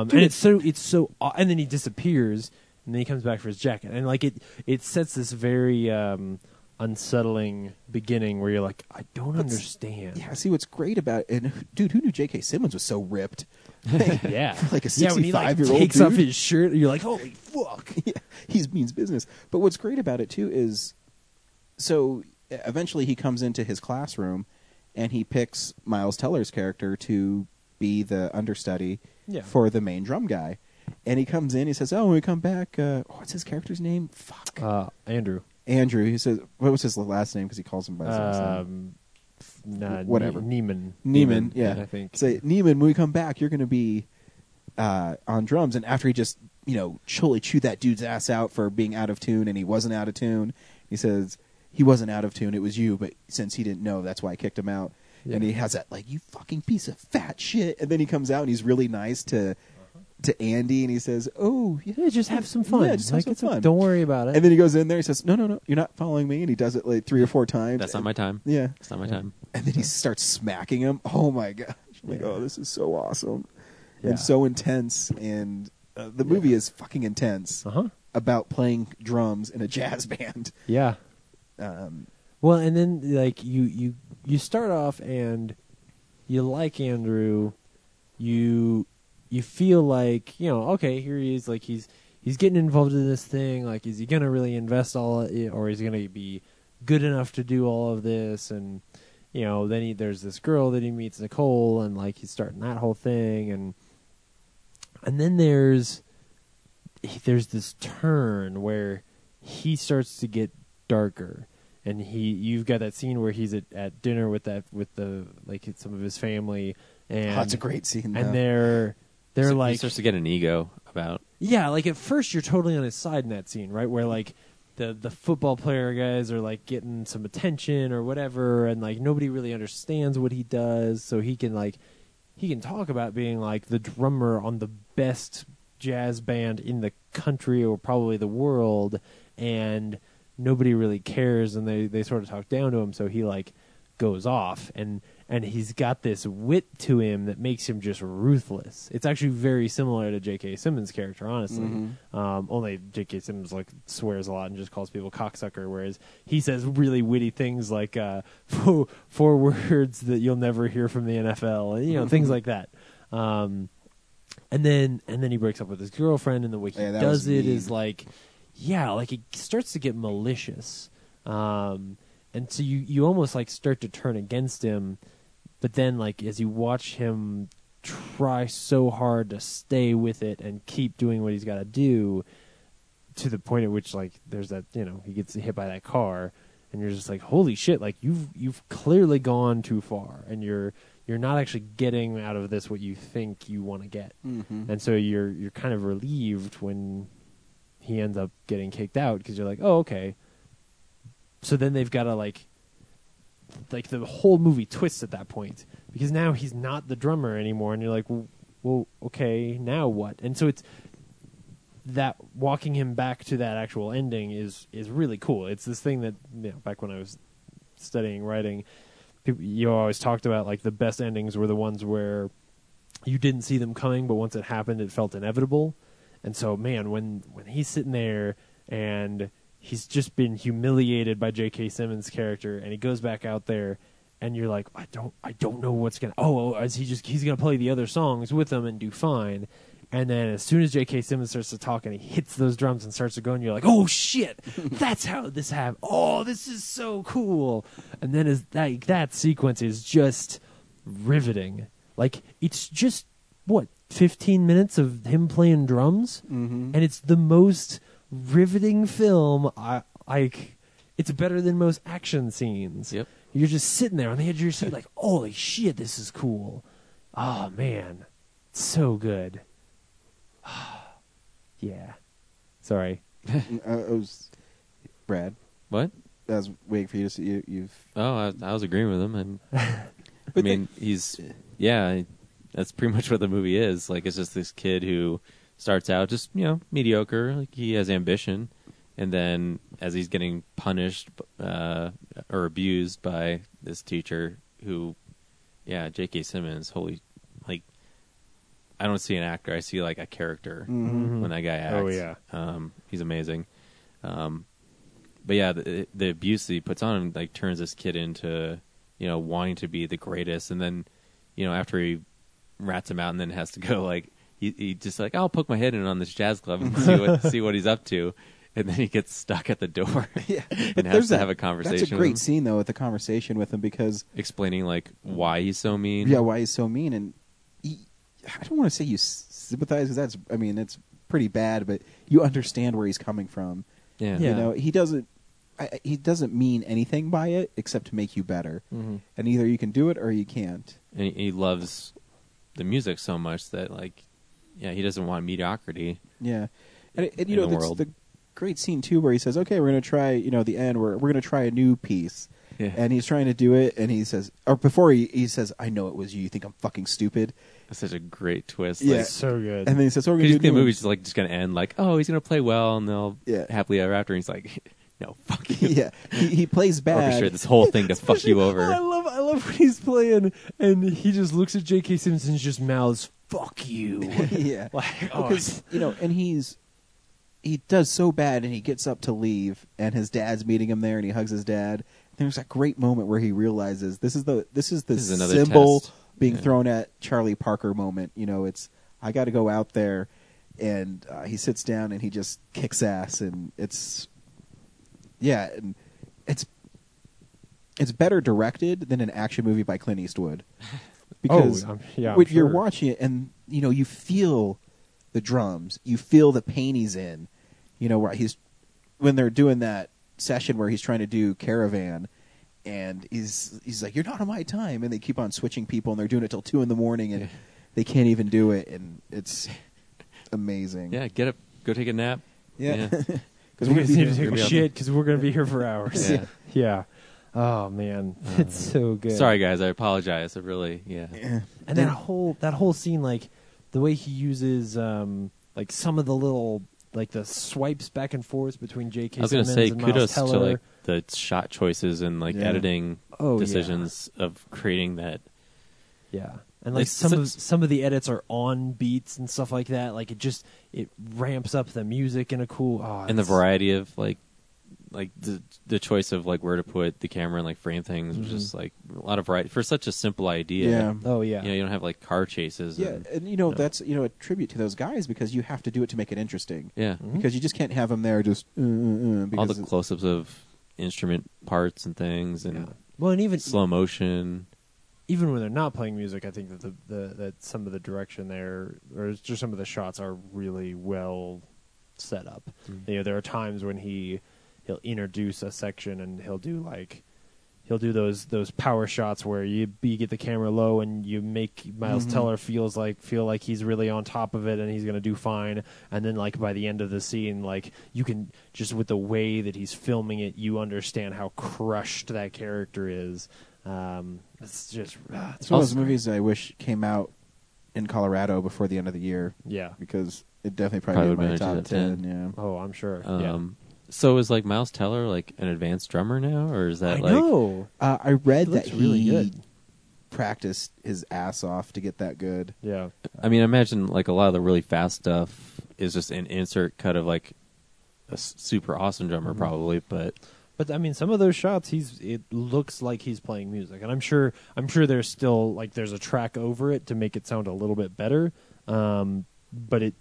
[SPEAKER 9] Um,
[SPEAKER 3] Dude.
[SPEAKER 9] and it's so it's so, aw- and then he disappears, and then he comes back for his jacket, and like it it sets this very um, unsettling beginning where you're like, I don't
[SPEAKER 2] That's-
[SPEAKER 9] understand.
[SPEAKER 2] Yeah, see what's great about it. And dude, who knew J.K. Simmons was so ripped?
[SPEAKER 9] yeah,
[SPEAKER 2] like a
[SPEAKER 9] Yeah, when he, like,
[SPEAKER 2] sixty-five year old
[SPEAKER 9] takes
[SPEAKER 2] dude.
[SPEAKER 9] off his shirt. You're like, holy fuck!
[SPEAKER 2] yeah, he means business. But what's great about it too is, so uh, eventually he comes into his classroom, and he picks Miles Teller's character to be the understudy
[SPEAKER 9] Yeah.
[SPEAKER 2] for the main drum guy. And he comes in. He says, "Oh, when we come back, uh, what's his character's name? Fuck,
[SPEAKER 9] Uh, Andrew.
[SPEAKER 2] Andrew." He says, "What was his last name?" Because he calls him by his last name.
[SPEAKER 9] um, f- nah,
[SPEAKER 2] whatever.
[SPEAKER 9] Ne- Neiman.
[SPEAKER 2] Neiman, yeah.
[SPEAKER 9] I think.
[SPEAKER 2] Say, Neiman, when we come back, you're going to be uh, on drums. And after he just, you know, totally chewed that dude's ass out for being out of tune, and he wasn't out of tune, he says, he wasn't out of tune, it was you, but since he didn't know, that's why I kicked him out.
[SPEAKER 9] Yeah.
[SPEAKER 2] And he has that, like, you fucking piece of fat shit. And then he comes out and he's really nice to. To Andy, and he says, "Oh, yeah,
[SPEAKER 9] Yeah, just have some fun.
[SPEAKER 2] Yeah, just have
[SPEAKER 9] Like,
[SPEAKER 2] some
[SPEAKER 9] it's a-
[SPEAKER 2] fun.
[SPEAKER 9] don't worry about it.
[SPEAKER 2] And then he goes in there. He says, "No, no, no, you're not following me." And he does it like three or four times.
[SPEAKER 3] That's not
[SPEAKER 2] And-
[SPEAKER 3] my time.
[SPEAKER 2] Yeah,
[SPEAKER 3] It's not my time.
[SPEAKER 2] and then he starts smacking him. Oh my gosh! I'm Like, oh, this is so awesome
[SPEAKER 9] Yeah.
[SPEAKER 2] and so intense. And uh, the movie is fucking intense
[SPEAKER 9] Uh-huh.
[SPEAKER 2] about playing drums in a jazz band.
[SPEAKER 9] yeah.
[SPEAKER 2] Um,
[SPEAKER 9] Well, and then like you you you start off and you like Andrew, you you feel like you know okay here he is like he's he's getting involved in this thing like is he gonna really invest all i- or is he gonna be good enough to do all of this and you know then he, there's this girl that he meets Nicole and like he's starting that whole thing and and then there's he- there's this turn where he starts to get darker and he you've got that scene where he's at, at dinner with that with the like some of his family and
[SPEAKER 2] Oh, it's a great scene, though.
[SPEAKER 9] and they're they're
[SPEAKER 3] So he
[SPEAKER 9] like
[SPEAKER 3] starts to get an ego about
[SPEAKER 9] yeah, like at first you're totally on his side in that scene, right? Where like the the football player guys are like getting some attention or whatever, and like nobody really understands what he does, so he can like he can talk about being like the drummer on the best jazz band in the country or probably the world, and nobody really cares, and they they sort of talk down to him, so he like goes off and and he's got this wit to him that makes him just ruthless. It's actually very similar to J.K. Simmons' character, honestly. Um, only J.K. Simmons like swears a lot and just calls people cocksucker, whereas he says really witty things like uh, four, four words that you'll never hear from the NFL, and, you know things like that. Um, and then and then he breaks up with his girlfriend, and the way he
[SPEAKER 2] Yeah, that
[SPEAKER 9] does
[SPEAKER 2] was
[SPEAKER 9] it is
[SPEAKER 2] mean.
[SPEAKER 9] like, yeah, like it starts to get malicious, um, and so you you almost like start to turn against him, but then like as you watch him try so hard to stay with it and keep doing what he's got to do, to the point at which like there's that you know he gets hit by that car and you're just like holy shit like you've you've clearly gone too far and you're you're not actually getting out of this what you think you want to get
[SPEAKER 2] Mhm.
[SPEAKER 9] and so you're you're kind of relieved when he ends up getting kicked out because you're like oh okay so then they've got to like like the whole movie twists at that point because now he's not the drummer anymore and you're like well, well okay now what and so it's that walking him back to that actual ending is is really cool. It's this thing that you know, back when I was studying writing, people, you always talked about like the best endings were the ones where you didn't see them coming, but once it happened, it felt inevitable. And so, man, when when he's sitting there and he's just been humiliated by J.K. Simmons' character, and he goes back out there, and you're like, I don't, I don't know what's gonna. Oh, oh, is he just he's gonna play the other songs with them and do fine? And then as soon as J.K. Simmons starts to talk and he hits those drums and starts to go, and you're like, oh shit, that's how this happened. Oh, this is so cool. And then is that that sequence is just riveting Like it's just what 15 minutes of him playing drums
[SPEAKER 2] Mm-hmm.
[SPEAKER 9] and it's the most riveting film I like it's better than most action scenes. Yep. You're just sitting there on the edge of your seat like, "Holy shit, this is cool." Oh man. It's so good. yeah. Sorry.
[SPEAKER 2] Uh, it was Brad.
[SPEAKER 3] What?
[SPEAKER 2] I was waiting for you to see you. You've
[SPEAKER 3] Oh, I, I was agreeing with him, and I mean, he's yeah, I- that's pretty much what the movie is. Like, it's just this kid who starts out just you know mediocre. Like, he has ambition, and then as he's getting punished uh, or abused by this teacher, who, yeah, J.K. Simmons, holy, like, I don't see an actor. I see like a character
[SPEAKER 2] Mm-hmm.
[SPEAKER 9] Mhm.
[SPEAKER 3] when that guy acts.
[SPEAKER 9] Oh, yeah.
[SPEAKER 3] um, he's amazing. Um, but yeah, the, the abuse that he puts on him like turns this kid into you know wanting to be the greatest, and then you know after he rats him out and then has to go like he, he just like I'll poke my head in on this jazz club and see what see what he's up to, and then he gets stuck at the door and has to have a conversation.
[SPEAKER 2] That's a
[SPEAKER 3] with
[SPEAKER 2] great
[SPEAKER 3] him, Mm-hmm.
[SPEAKER 2] scene though, with the conversation with him because
[SPEAKER 3] explaining like why he's so mean.
[SPEAKER 2] yeah, why he's so mean, and he, I don't want to say you s- sympathize because that's I mean it's pretty bad, but you understand where he's coming from.
[SPEAKER 3] Yeah.
[SPEAKER 2] you
[SPEAKER 3] Yeah.
[SPEAKER 2] know he doesn't I, I- he doesn't mean anything by it except to make you better,
[SPEAKER 3] Mhm.
[SPEAKER 2] and either you can do it or you can't.
[SPEAKER 3] and he loves the music so much that like yeah he doesn't want mediocrity.
[SPEAKER 2] Yeah, and, it- and you
[SPEAKER 3] In
[SPEAKER 2] know
[SPEAKER 3] the
[SPEAKER 2] that's
[SPEAKER 3] world.
[SPEAKER 2] the great scene too, where he says, "Okay, we're going to try," you know, the end. We're we're going to try a new piece,
[SPEAKER 3] Yeah.
[SPEAKER 2] and he's trying to do it, and he says, or before he he says, "I know it was you. You think I'm fucking stupid."
[SPEAKER 3] That's such a great twist.
[SPEAKER 2] Yeah.
[SPEAKER 3] like-
[SPEAKER 2] So good. And then he says, "So we're gonna
[SPEAKER 3] 'Cause you
[SPEAKER 2] do a
[SPEAKER 3] think
[SPEAKER 2] new
[SPEAKER 3] the
[SPEAKER 2] one."
[SPEAKER 3] movie's just like just gonna end like oh he's gonna play well and they'll
[SPEAKER 2] Yeah.
[SPEAKER 3] happily ever after. And he's like no fuck you.
[SPEAKER 2] yeah, he, he plays bad.
[SPEAKER 3] Orchestrate this whole thing to fuck you over.
[SPEAKER 9] I love I love when he's playing and he just looks at J.K. Simmons and just mouths "fuck you."
[SPEAKER 2] yeah,
[SPEAKER 9] like, oh,
[SPEAKER 2] because you know, and he's he does so bad, and he gets up to leave, and his dad's meeting him there, and he hugs his dad. There's that great moment where he realizes this is the this is the
[SPEAKER 3] This is another
[SPEAKER 2] symbol
[SPEAKER 3] test.
[SPEAKER 2] being
[SPEAKER 3] Yeah.
[SPEAKER 2] thrown at Charlie Parker moment. You know, it's I got to go out there, and uh, he sits down and he just kicks ass, and it's yeah, and it's it's better directed than an action movie by Clint Eastwood. Because
[SPEAKER 9] Oh, I'm- yeah, I'm
[SPEAKER 2] when you're
[SPEAKER 9] sure.
[SPEAKER 2] watching it and you know you feel the drums, you feel the pain he's in. You know where he's when they're doing that session where he's trying to do Caravan, and he's he's like, "You're not on my time," and they keep on switching people, and they're doing it till two in the morning, and they can't even do it, and it's amazing.
[SPEAKER 3] Yeah, get up, go take a nap.
[SPEAKER 2] Yeah. 'Cause we're
[SPEAKER 9] because we
[SPEAKER 2] gonna be
[SPEAKER 9] just need
[SPEAKER 2] here-
[SPEAKER 9] to take
[SPEAKER 2] we're
[SPEAKER 9] a
[SPEAKER 2] gonna be
[SPEAKER 9] shit because we're gonna be here for hours.
[SPEAKER 3] Yeah.
[SPEAKER 9] yeah. Oh man, it's so good.
[SPEAKER 3] Sorry guys, I apologize. I really yeah.
[SPEAKER 9] and that whole that whole scene like the way he uses um like some of the little like the swipes back and forth between J.K.
[SPEAKER 3] I was gonna
[SPEAKER 9] Simmons
[SPEAKER 3] say
[SPEAKER 9] and
[SPEAKER 3] kudos
[SPEAKER 9] Miles
[SPEAKER 3] to
[SPEAKER 9] Teller.
[SPEAKER 3] like the shot choices and like
[SPEAKER 9] Yeah.
[SPEAKER 3] editing
[SPEAKER 9] Oh, yeah.
[SPEAKER 3] decisions of creating that.
[SPEAKER 9] Yeah. And like
[SPEAKER 3] It's
[SPEAKER 9] some
[SPEAKER 3] so-
[SPEAKER 9] of some of the edits are on beats and stuff like that. Like it just it ramps up the music in a cool oh,
[SPEAKER 3] and the
[SPEAKER 9] it's-
[SPEAKER 3] variety of like like the the choice of like where to put the camera and like frame things was
[SPEAKER 9] Mhm.
[SPEAKER 3] just like a lot of variety for such a simple idea.
[SPEAKER 2] Mm-hmm. Yeah.
[SPEAKER 9] Oh, yeah.
[SPEAKER 3] You know, you don't have like car chases.
[SPEAKER 2] Yeah,
[SPEAKER 3] and-
[SPEAKER 2] and you know that's you know a tribute to those guys because you have to do it to make it interesting.
[SPEAKER 3] Yeah. Mhm.
[SPEAKER 2] because you just can't have them there just uh, uh, uh, Mm-hmm. because
[SPEAKER 3] all the
[SPEAKER 2] it-
[SPEAKER 3] close-ups of instrument parts and things and
[SPEAKER 9] Well, and even-
[SPEAKER 3] slow motion.
[SPEAKER 9] even when they're not playing music, I think that the, the that some of the direction there or it's just some of the shots are really well set up. You know, there are times when he he'll introduce a section and he'll do like he'll do those those power shots where you you get the camera low and you make Miles
[SPEAKER 15] Mhm.
[SPEAKER 2] Mm-hmm.
[SPEAKER 9] Teller feels like feel like he's really on top of it and he's gonna do fine. And then like by the end of the scene, like you can just with the way that he's filming it, you understand how crushed that character is. Um, it's just ah,
[SPEAKER 2] It's one of those movies I wish came out in Colorado before the end of the year.
[SPEAKER 9] Yeah.
[SPEAKER 2] because it definitely
[SPEAKER 3] Probably
[SPEAKER 2] probably,
[SPEAKER 3] would've
[SPEAKER 2] made
[SPEAKER 3] been
[SPEAKER 2] my
[SPEAKER 3] a
[SPEAKER 2] top
[SPEAKER 3] top 10.
[SPEAKER 2] ten. Yeah.
[SPEAKER 9] Oh, I'm sure.
[SPEAKER 3] Um, So is like Miles Teller like an advanced drummer now, or is that like
[SPEAKER 2] Uh, I read that
[SPEAKER 3] Looks
[SPEAKER 2] he
[SPEAKER 3] really good.
[SPEAKER 2] practiced his ass off to get that good.
[SPEAKER 9] Yeah.
[SPEAKER 3] I mean, I imagine like a lot of the really fast stuff is just an insert cut of like a s- super awesome drummer,
[SPEAKER 2] Mm-hmm.
[SPEAKER 9] Mhm.
[SPEAKER 3] probably. But
[SPEAKER 9] But I mean, some of those shots, he's it looks like he's playing music, and I'm sure I'm sure there's still like there's a track over it to make it sound a little bit better. Um, but it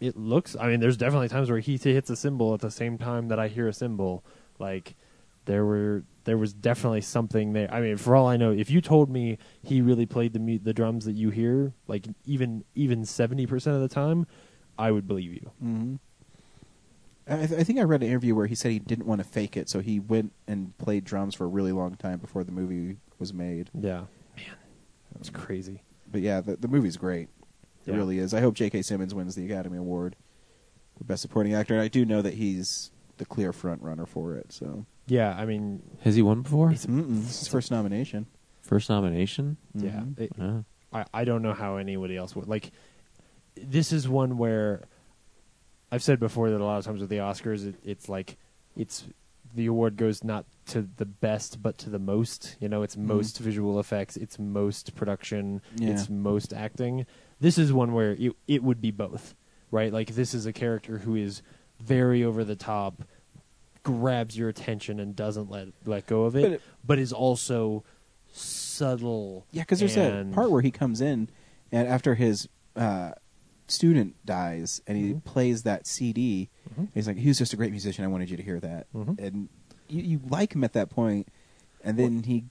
[SPEAKER 9] it looks. I mean, there's definitely times where he hits a cymbal at the same time that I hear a cymbal. Like there were there was definitely something there. I mean, for all I know, if you told me he really played the mu- the drums that you hear, like even even seventy percent of the time, I would believe you.
[SPEAKER 2] Mm-hmm. I, I think I read an interview where he said he didn't want to fake it, so he went and played drums for a really long time before the movie was made.
[SPEAKER 9] Yeah, man, that was crazy.
[SPEAKER 2] But yeah, the, the movie's great. It
[SPEAKER 9] Yeah.
[SPEAKER 2] really is. I hope J.K. Simmons wins the Academy Award for Best Supporting Actor. I do know that he's the clear front runner for it. So
[SPEAKER 9] Yeah, I mean,
[SPEAKER 3] Has he won before?
[SPEAKER 2] Mm-mm, it's his first nomination.
[SPEAKER 3] First nomination?
[SPEAKER 9] Yeah.
[SPEAKER 3] Mhm.
[SPEAKER 9] It-
[SPEAKER 3] Wow.
[SPEAKER 9] I, I don't know how anybody else would. Like, this is one where I've said before that a lot of times with the Oscars, it, it's like, it's the award goes not to the best, but to the most. You know, it's most visual effects, it's most production,
[SPEAKER 2] Mm-hmm. Yeah.
[SPEAKER 9] it's most acting. This is one where it, it would be both, right? Like, this is a character who is very over the top, grabs your attention, and doesn't let, let go of it,
[SPEAKER 2] But
[SPEAKER 9] but,
[SPEAKER 2] it-
[SPEAKER 9] is also subtle.
[SPEAKER 2] Yeah, because there's
[SPEAKER 9] and-
[SPEAKER 2] that part where he comes in and after his uh, student dies, and he
[SPEAKER 9] Mm-hmm.
[SPEAKER 2] plays that CD. and He's like, he was just a great musician. I wanted you to hear that,
[SPEAKER 9] Mm-hmm.
[SPEAKER 2] and you, you like him at that point, and then he,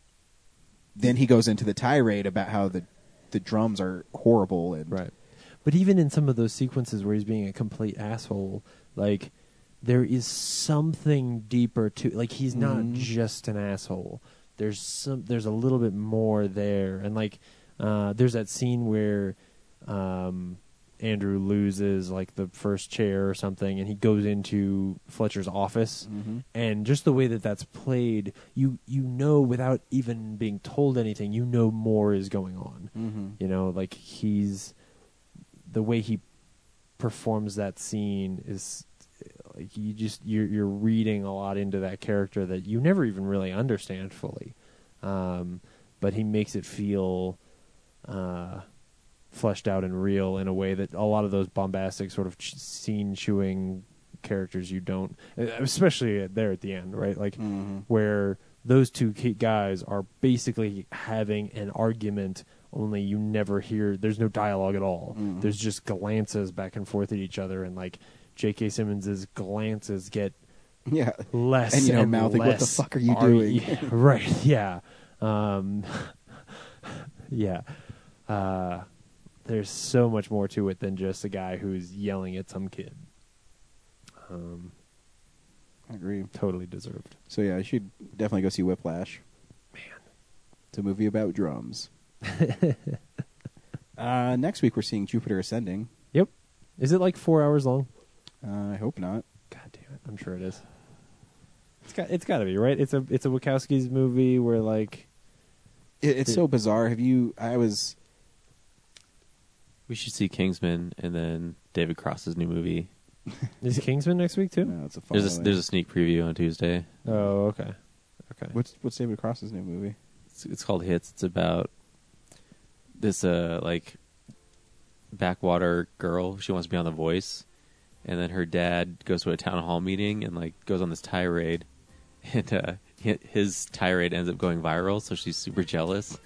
[SPEAKER 2] then he goes into the tirade about how the, the drums are horrible and
[SPEAKER 9] Right. But even in some of those sequences where he's being a complete asshole, like there is something deeper to like he's
[SPEAKER 2] Mhm.
[SPEAKER 9] not just an asshole. There's some there's a little bit more there. And like uh there's that scene where um Andrew loses like the first chair or something and he goes into Fletcher's office and just the way that that's played you you know without even being told anything you know more is going on
[SPEAKER 2] Mhm.
[SPEAKER 9] you know like he's the way he performs that scene is like you just you're you're reading a lot into that character that you never even really understand fully um but he makes it feel uh fleshed out and real in a way that a lot of those bombastic sort of ch- scene chewing characters you don't uh, especially at- there at the end right like where those two ki- guys are basically having an argument only you never hear there's no dialogue at all there's just glances back and forth at each other and like jk simmons's glances get
[SPEAKER 2] Yeah.
[SPEAKER 9] less
[SPEAKER 2] And, you know, mouthing, "What the
[SPEAKER 9] less
[SPEAKER 2] fuck are you doing?"
[SPEAKER 9] yeah, right yeah um yeah uh there's so much more to it than just a guy who's yelling at some kid um
[SPEAKER 2] I agree.
[SPEAKER 9] totally deserved
[SPEAKER 2] So yeah, I should definitely go see Whiplash. Man, it's a movie about drums. uh, next week we're seeing Jupiter Ascending.
[SPEAKER 9] Yep. Is it like four hours long?
[SPEAKER 2] Uh, I hope not.
[SPEAKER 9] God damn it! I'm sure it is. It's got it's got to be right. It's a it's a Wachowski's movie where like
[SPEAKER 2] It, it's so bizarre. Have you? I was.
[SPEAKER 3] We should see Kingsman and then David Cross's new movie.
[SPEAKER 9] is Kingsman next week too? No,
[SPEAKER 2] it's a
[SPEAKER 3] There's a, there's a sneak preview on Tuesday.
[SPEAKER 9] Oh, okay, okay.
[SPEAKER 2] What's what's David Cross's new movie?
[SPEAKER 3] It's, it's called Hits. It's about this uh like backwater girl. She wants to be on The Voice, and then her dad goes to a town hall meeting and like goes on this tirade, and uh, hi- his tirade ends up going viral. So she's super jealous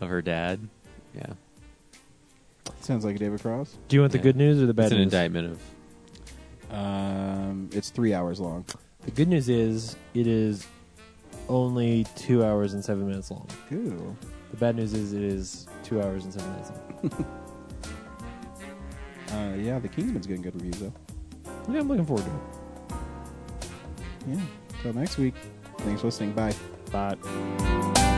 [SPEAKER 3] of her dad. Yeah.
[SPEAKER 2] Sounds like David Cross.
[SPEAKER 9] Do you want the
[SPEAKER 3] Yeah.
[SPEAKER 9] good news or the bad
[SPEAKER 3] It's an
[SPEAKER 9] news?
[SPEAKER 3] indictment of
[SPEAKER 2] Um, it's three hours long.
[SPEAKER 9] The good news is it is only two hours and seven minutes long.
[SPEAKER 2] Ooh.
[SPEAKER 9] The bad news is it is two hours and seven minutes long.
[SPEAKER 2] Uh, yeah, The Kingsman's getting good reviews though.
[SPEAKER 9] Yeah, I'm looking forward to it.
[SPEAKER 2] Yeah. Till next week. Thanks for listening. Bye.
[SPEAKER 9] Bye.